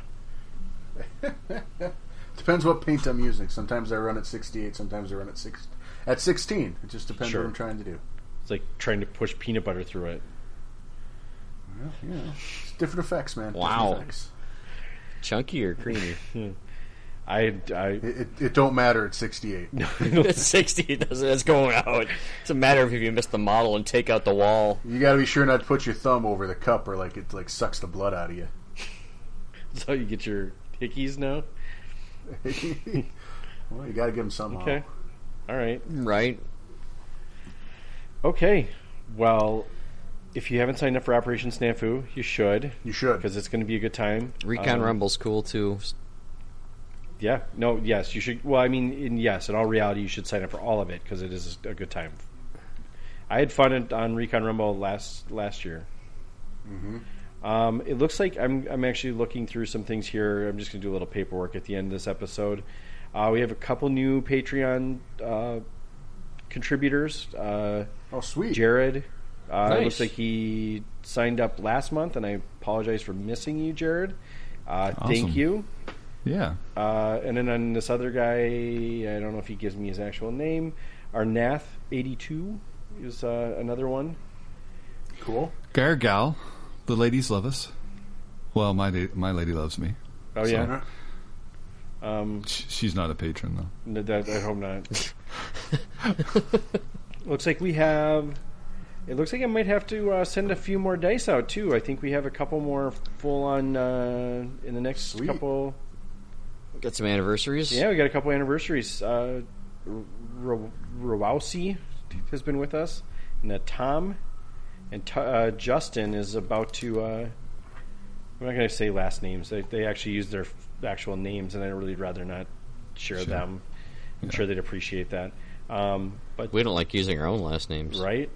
depends what paint I'm using. Sometimes I run at 68, sometimes I run at six at 16. It just depends
Sure.
what I'm trying to do.
It's like trying to push peanut butter through it.
Well, you know, it's different effects, man.
Wow.
Different effects.
Chunky or creamy?
I, I
It, it, it don't matter at 68.
Sixty doesn't. That's going out. It's a matter of if you miss the model and take out the wall.
You got to be sure not to put your thumb over the cup, or like it like sucks the blood out of you.
so you get your hickeys now.
well, you got to give them some. uh,
Okay, all right,
Right.
okay. Well, if you haven't signed up for Operation Snafu, you should
You should.
because it's going to be a good time.
Recon
Um,
Rumble's cool too.
Yeah. No. Yes, you should. Well, I mean, in, yes, in all reality, you should sign up for all of it because it is a good time. I had fun at, on Recon Rumble last last year.
Mm-hmm.
Um, it looks like I'm I'm actually looking through some things here. I'm just going to do a little paperwork at the end of this episode. Uh, we have a couple new Patreon uh, contributors. Uh,
Oh, sweet.
Jared. Uh, It looks
Nice.
like he signed up last month, and I apologize for missing you, Jared. Uh,
Awesome.
Thank you.
Yeah.
Uh, and then on this other guy, I don't know if he gives me his actual name. Our Nath eighty two is uh, another one.
cool.
Gargal, the ladies love us. Well, my da- my lady loves me.
Oh yeah,
Sh- She's not a patron though.
no, that, I hope not. looks like we have. It looks like I might have to uh, send a few more dice out too. I think we have a couple more full on uh, in the next
Sweet.
couple.
Got some anniversaries.
Yeah, we got a couple anniversaries. Uh, R- Rawowski has been with us, and uh, Tom and T- uh, Justin is about to. Uh, I'm not going to say last names. They, they actually use their f- actual names, and I'd really rather not share them. I'm sure they'd appreciate that. Um, but
We don't like using our own last names.
right,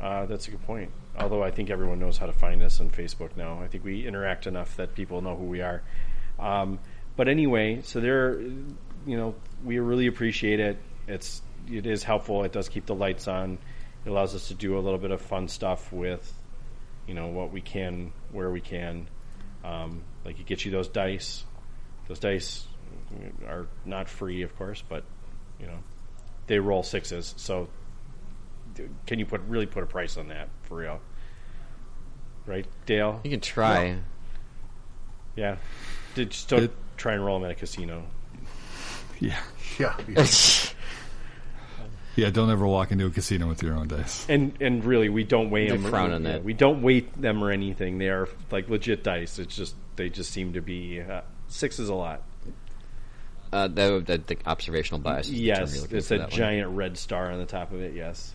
uh, that's a good point. Although I think everyone knows how to find us on Facebook now. I think we interact enough that people know who we are. Um, but anyway, so there, you know, we really appreciate it. It's it is helpful. It does keep the lights on. It allows us to do a little bit of fun stuff with, you know, what we can, where we can. Um, like it gets you those dice. Those dice are not free, of course, but you know, they roll sixes. So d- can you put really put a price on that for real? Right, Dale?
You can try.
Yeah. Did just don't
It-
try and roll them at a casino.
Yeah.
Yeah. yeah.
Yeah. Don't ever walk into a casino with your own dice.
And and really, we don't weigh
They
them.
frown on
yeah,
that.
We don't weight them or anything. They are like legit dice. It's just they just seem to be uh, six is a lot.
Uh, that, would- that the observational bias. Is the term you're
Yes,
looking
it's
for
a
that one.
giant red star on the top of it. Yes.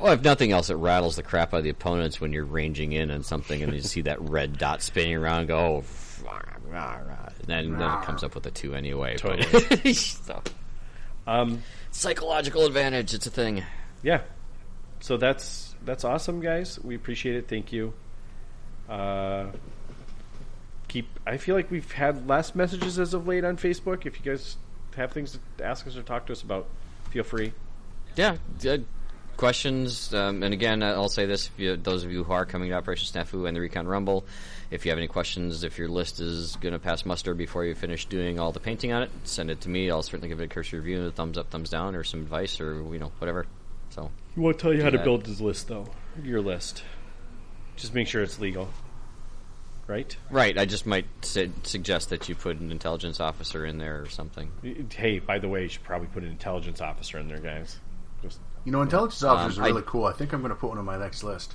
Well, if nothing else, it rattles the crap out of the opponents when you're ranging in on something and you see that red dot spinning around. And go, oh, f- rah, rah, rah. And then, then it comes up with a two anyway. but- so,
Um,
psychological advantage. It's a thing.
yeah. So that's that's awesome, guys. We appreciate it. Thank you. Uh, keep. I feel like we've had less messages as of late on Facebook. If you guys have things to ask us or talk to us about, feel free.
Yeah. good. Questions, um, and again, I- I'll say this: if you, those of you who are coming to Operation Snafu and the Recon Rumble, if you have any questions, if your list is going to pass muster before you finish doing all the painting on it, send it to me. I'll certainly give it a cursory review, a thumbs up, thumbs down, or some advice, or you know, whatever. So,
He won't tell you how
that.
to build his list, though. Your list. Just make sure it's legal, right?
right, I just might su- suggest that you put an intelligence officer in there or something.
Hey, by the way, you should probably put an intelligence officer in there, guys. Just
You know, intelligence officers
Um,
are
I-
really cool. I think I'm going to put one on my next list.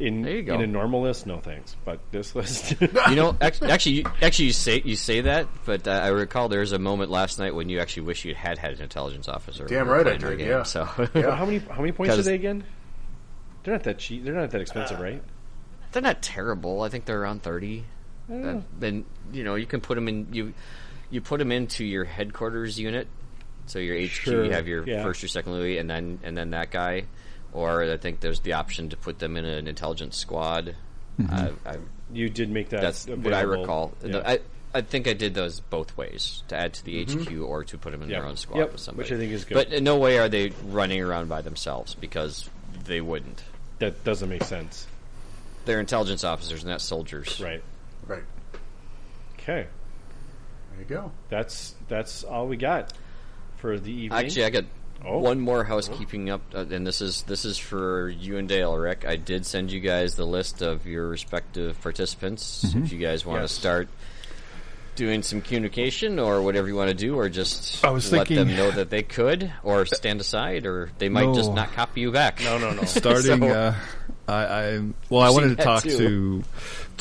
in
There you go.
in a normal list, no thanks. But this list,
You know, act- actually, you, actually, you say you say that, but uh, I recall there was a moment last night when you actually wish you had had an intelligence officer. when
Damn
we were
right I
playing our
did,
game,
yeah.
So.
Well, how many how many points are
'Cause-
they again? They're not that cheap. They're not that expensive, right?
They're not terrible. I think they're around thirty. Uh, Then you know you can put them in you you put them into your headquarters unit. So your HQ,
Sure,
you have your
yeah.
first, your second Louis, and then and then that guy. Or I think there's the option to put them in an intelligence squad.
Mm-hmm.
I, I,
You did make that.
that's what I
available.
recall.
Yeah. Mm-hmm.
The- I I think I did those both ways to add to the HQ or to put them in
Yep.
their own squad
Yep,
with somebody,
which I think is good.
But in no way are they running around by themselves because they wouldn't.
that doesn't make sense,
They're intelligence officers, not soldiers.
right?
Right.
Okay,
There you go.
that's that's all we got for the evening.
Actually, I got
Oh.
one more housekeeping up, uh, and this is this is for you and Dale, Rick. I did send you guys the list of your respective participants. If you guys want
Yes.
to start doing some communication or whatever you want to do, or just
I was
let them
thinking-
know that they could, or stand aside, or they might just
No.
not copy you back. No, no, no.
starting uh, I, I well I wanted to
that
talk
too.
to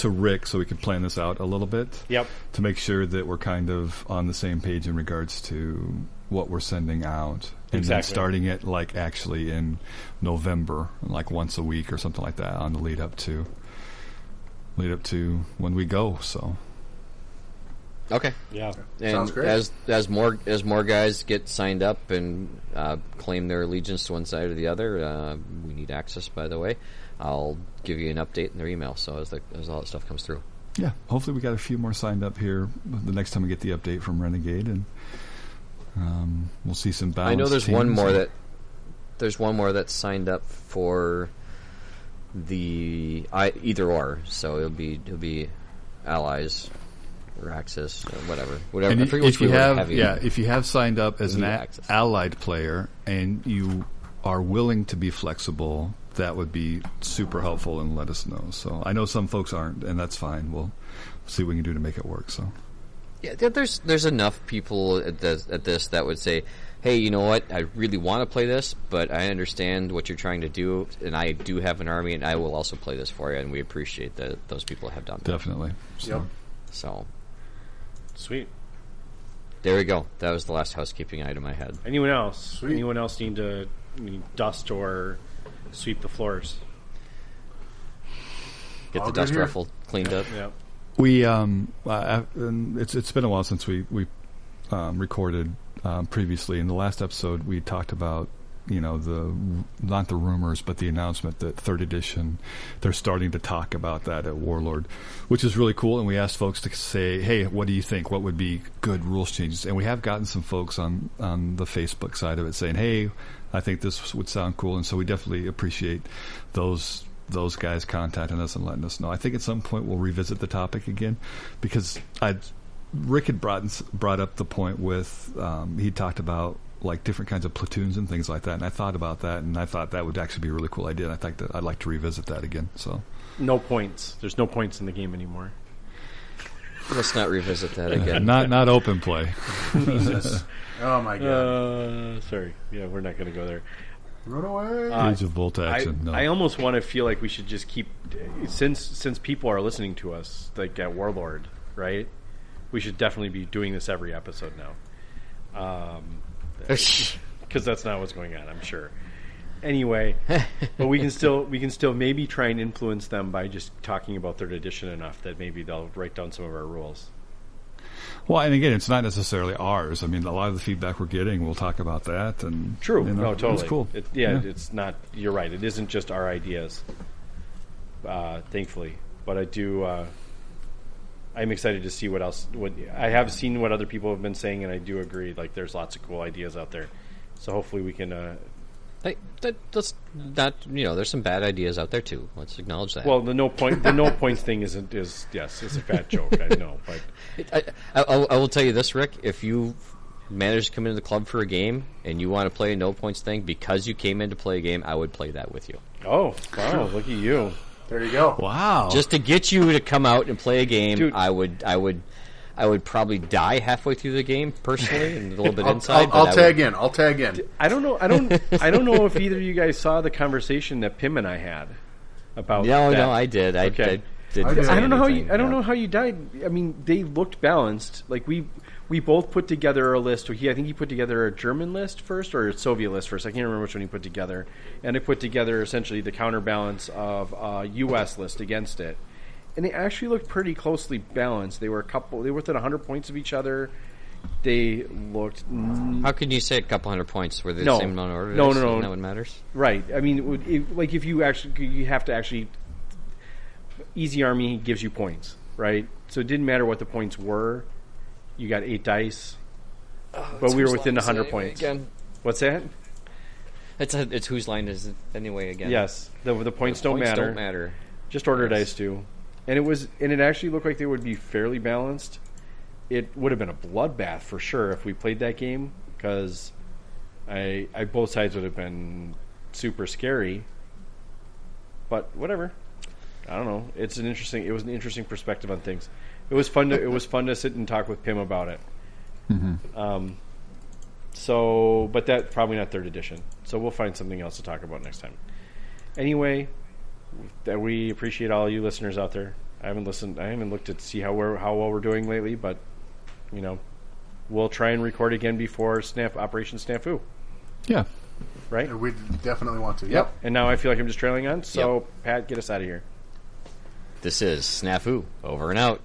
to Rick so we can plan this out a little bit.
Yep.
To make sure that we're kind of on the same page in regards to what we're sending out. And then
Exactly.
starting it like actually in November, like once a week or something like that on the lead up to lead up to when we go, so
okay.
Yeah.
And
Sounds great.
As as more as more guys get signed up and uh, claim their allegiance to one side or the other, uh, we need access. By the way, I'll give you an update in their email. So as the, as all that stuff comes through,
yeah. Hopefully we got a few more signed up here the next time we get the update from Renegade and um, we'll see some balance.
I know there's one more that there's one more that's signed up for the I, either or. So it'll be it'll be allies or access or whatever whatever.
And
I
i-
forget which
if you
we were
have,
having.
yeah, if you have signed up as an
Need
a-
access.
allied player and you are willing to be flexible, that would be super helpful and let us know. So I know some folks aren't, and that's fine. We'll see what we can do to make it work. So
Yeah, there- there's there's enough people at this, at this that would say, "Hey, you know what? I really want to play this, but I understand what you're trying to do, and I do have an army, and I will also play this for you." And we appreciate that those people have done that.
definitely. So,
Yep.
So
Sweet.
there we go. That was the last housekeeping item I had.
Anyone else? Anyone else need to need dust or sweep the floors?
Get
All
the
good
dust
here.
ruffle cleaned up.
Yep.
We um, uh, and it's it's been a while since we we um, recorded um, previously. In the last episode, we talked about you know the not the rumors, but the announcement that third edition they're starting to talk about that at Warlord, which is really cool. And we asked folks to say, hey, what do you think? What would be good rules changes? And we have gotten some folks on on the Facebook side of it saying, hey, I think this would sound cool. And so we definitely appreciate those those guys contacting us and letting us know. I think at some point we'll revisit the topic again because I Rick had brought brought up the point with um, he talked about like different kinds of platoons and things like that, and I thought about that, and I thought that would actually be a really cool idea. And I think that I'd like to revisit that again. So
No points. There's no points in the game anymore.
Let's not revisit that again.
not not open play.
Oh my god.
Uh, sorry. Yeah, we're not going to go there.
Run away.
Uh,
Age of bolt
Uh, I,
action. no.
I almost want to feel like we should just keep since since people are listening to us like at Warlord, right? We should definitely be doing this every episode now. because that's not what's going on. I'm sure. Anyway, but we can still we can still maybe try and influence them by just talking about third edition enough that maybe they'll write down some of our rules.
well, and again, it's not necessarily ours. I mean, a lot of the feedback we're getting, we'll talk about that. And
True.
you know,
no, totally.
It's cool.
It, yeah, it's not. You're right. It isn't just our ideas. Uh, thankfully, but I do. Uh, I'm excited to see what else. What I have seen, what other people have been saying, and I do agree. Like, there's lots of cool ideas out there. So hopefully, we can. Uh,
hey, that, that's not you know. There's some bad ideas out there too. Let's acknowledge that.
well, the no point, the no points thing isn't is yes, it's a fat joke. I know, but
I, I, I will tell you this, Rick. If you manage to come into the club for a game and you want to play a no points thing because you came in to play a game, I would play that with you.
Oh, wow, look at you.
There you go.
wow.
Just to get you to come out and play a game,
Dude.
I would I would I would probably die halfway through the game personally and a little bit
I'll,
inside.
I'll- I'll
but I
tag
would,
in. I'll tag in.
I don't know I don't I don't know if either of you guys saw the conversation that Pim and I had about
No,
that.
no, I did. I,
Okay.
I did.
I did.
I don't know how you
anything,
I don't
yeah.
know how you died. I mean, they looked balanced. Like we we both put together a list. He I think he put together a German list first or a Soviet list first. I can't remember which one he put together. And I put together essentially the counterbalance of a US list against it. And they actually looked pretty closely balanced. They were a couple they were within 100 points of each other. They looked
How can you say a couple hundred points? Were they
No.
the same amount of order?
No, no,
So
no.
That what matters.
Right. I mean, it would, if, like if you actually you have to actually easy army gives you points, right? So it didn't matter what the points were. You got eight dice, but we were within hundred points.
Again,
What's that?
it's a, it's whose line is it anyway? Again,
Yes, the the points, don't,
Points
matter.
Don't matter.
Just order
Yes.
dice do, and it was and it actually looked like they would be fairly balanced. It would have been a bloodbath for sure if we played that game because I I both sides would have been super scary. But whatever, I don't know. It's an interesting. It was an interesting perspective on things. it was fun to it was fun to sit and talk with Pim about it. Um, so, but that probably not third edition. So we'll find something else to talk about next time. Anyway, that we appreciate all you listeners out there. I haven't listened. I haven't looked to see how we're how well we're doing lately, but you know, we'll try and record again before Snap Operation Snafu,
Yeah.
right?
We definitely want to.
And now I feel like I'm just trailing on. So Pat, get us out of here.
This is Snafu. Over and out.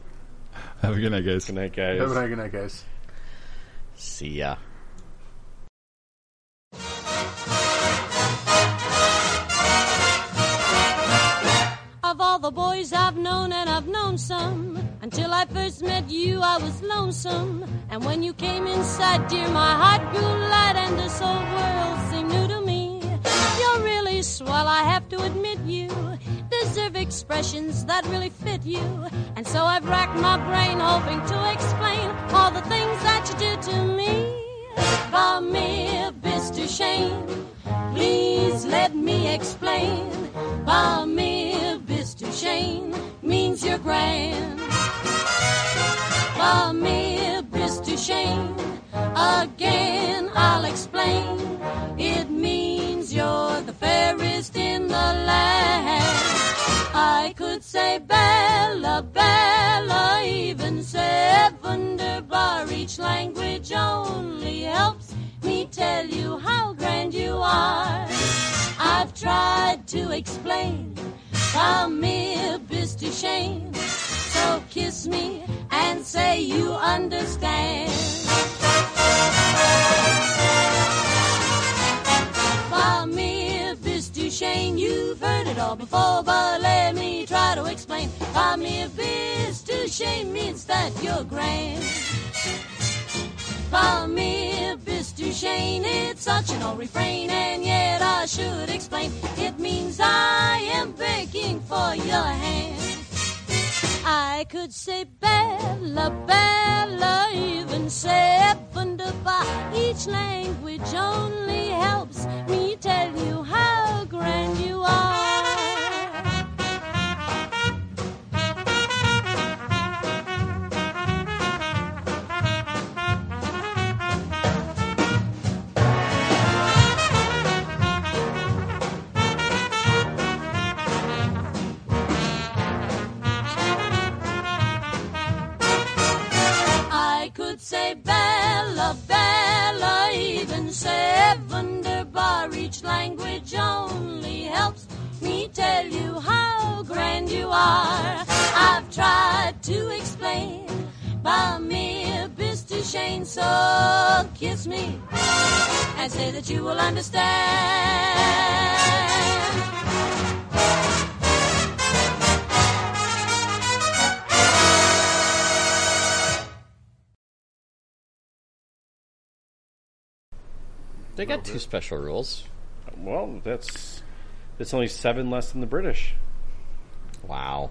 Have a good night, guys.
Good night, guys.
Have a nice- good night, guys.
See ya.
Of all the boys I've known, and I've known some, until I first met you, I was lonesome. And when you came inside, dear, my heart grew light, and this whole world seemed new to me. You're really swell, I have to admit you deserve expressions that really fit you. And so I've racked my brain, hoping to explain all the things that you do to me. The mere best to shame. Please let me explain. By mere bis to shame means you're grand. By mere bis to shame, again I'll explain. It means you're the fairest in the land. I could say Bella, Bella, even say Wunderbar. Each language only helps me tell you how grand you are. I've tried to explain how mere bis to shame. So kiss me and say you understand. By mere bis to shame, you've heard it all before, but let me try to explain. By mere bis to shame means that you're grand. From me, bis to Shane, it's such an old refrain, and yet I should explain. It means I am begging for your hand. I could say Bella, Bella, even say wunderbar. Each language only helps me tell you how grand you are. I could say Bella, Bella, even say Wunderbar. Each language only helps me tell you how grand you are. I've tried to explain by mere bis to shame, so kiss me and say that you will understand.
They got two special rules.
Well, that's that's only seven less than the British.
Wow.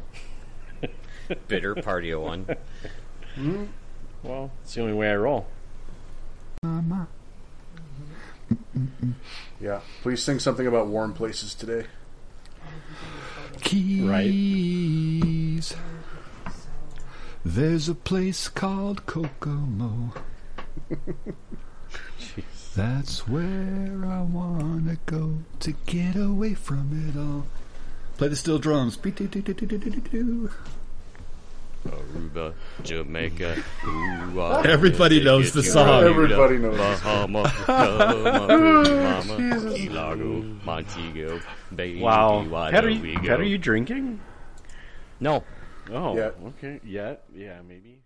Bitter party of one.
Well, it's the only way I roll.
Yeah. Please sing something about warm places today.
Keys. There's a place called Kokomo. That's where I wanna go to get away from it all. Play the steel drums.
Aruba, Jamaica, uh,
Everybody knows the song.
Everybody knows this.
Bahama,
Oh,
Mama, Key Largo, Montego, Bay.
Wow,
Why
Pat,
don't
are
we
you,
go?
Pat, are you drinking?
No,
Oh,
Yeah.
okay, yeah, yeah, maybe.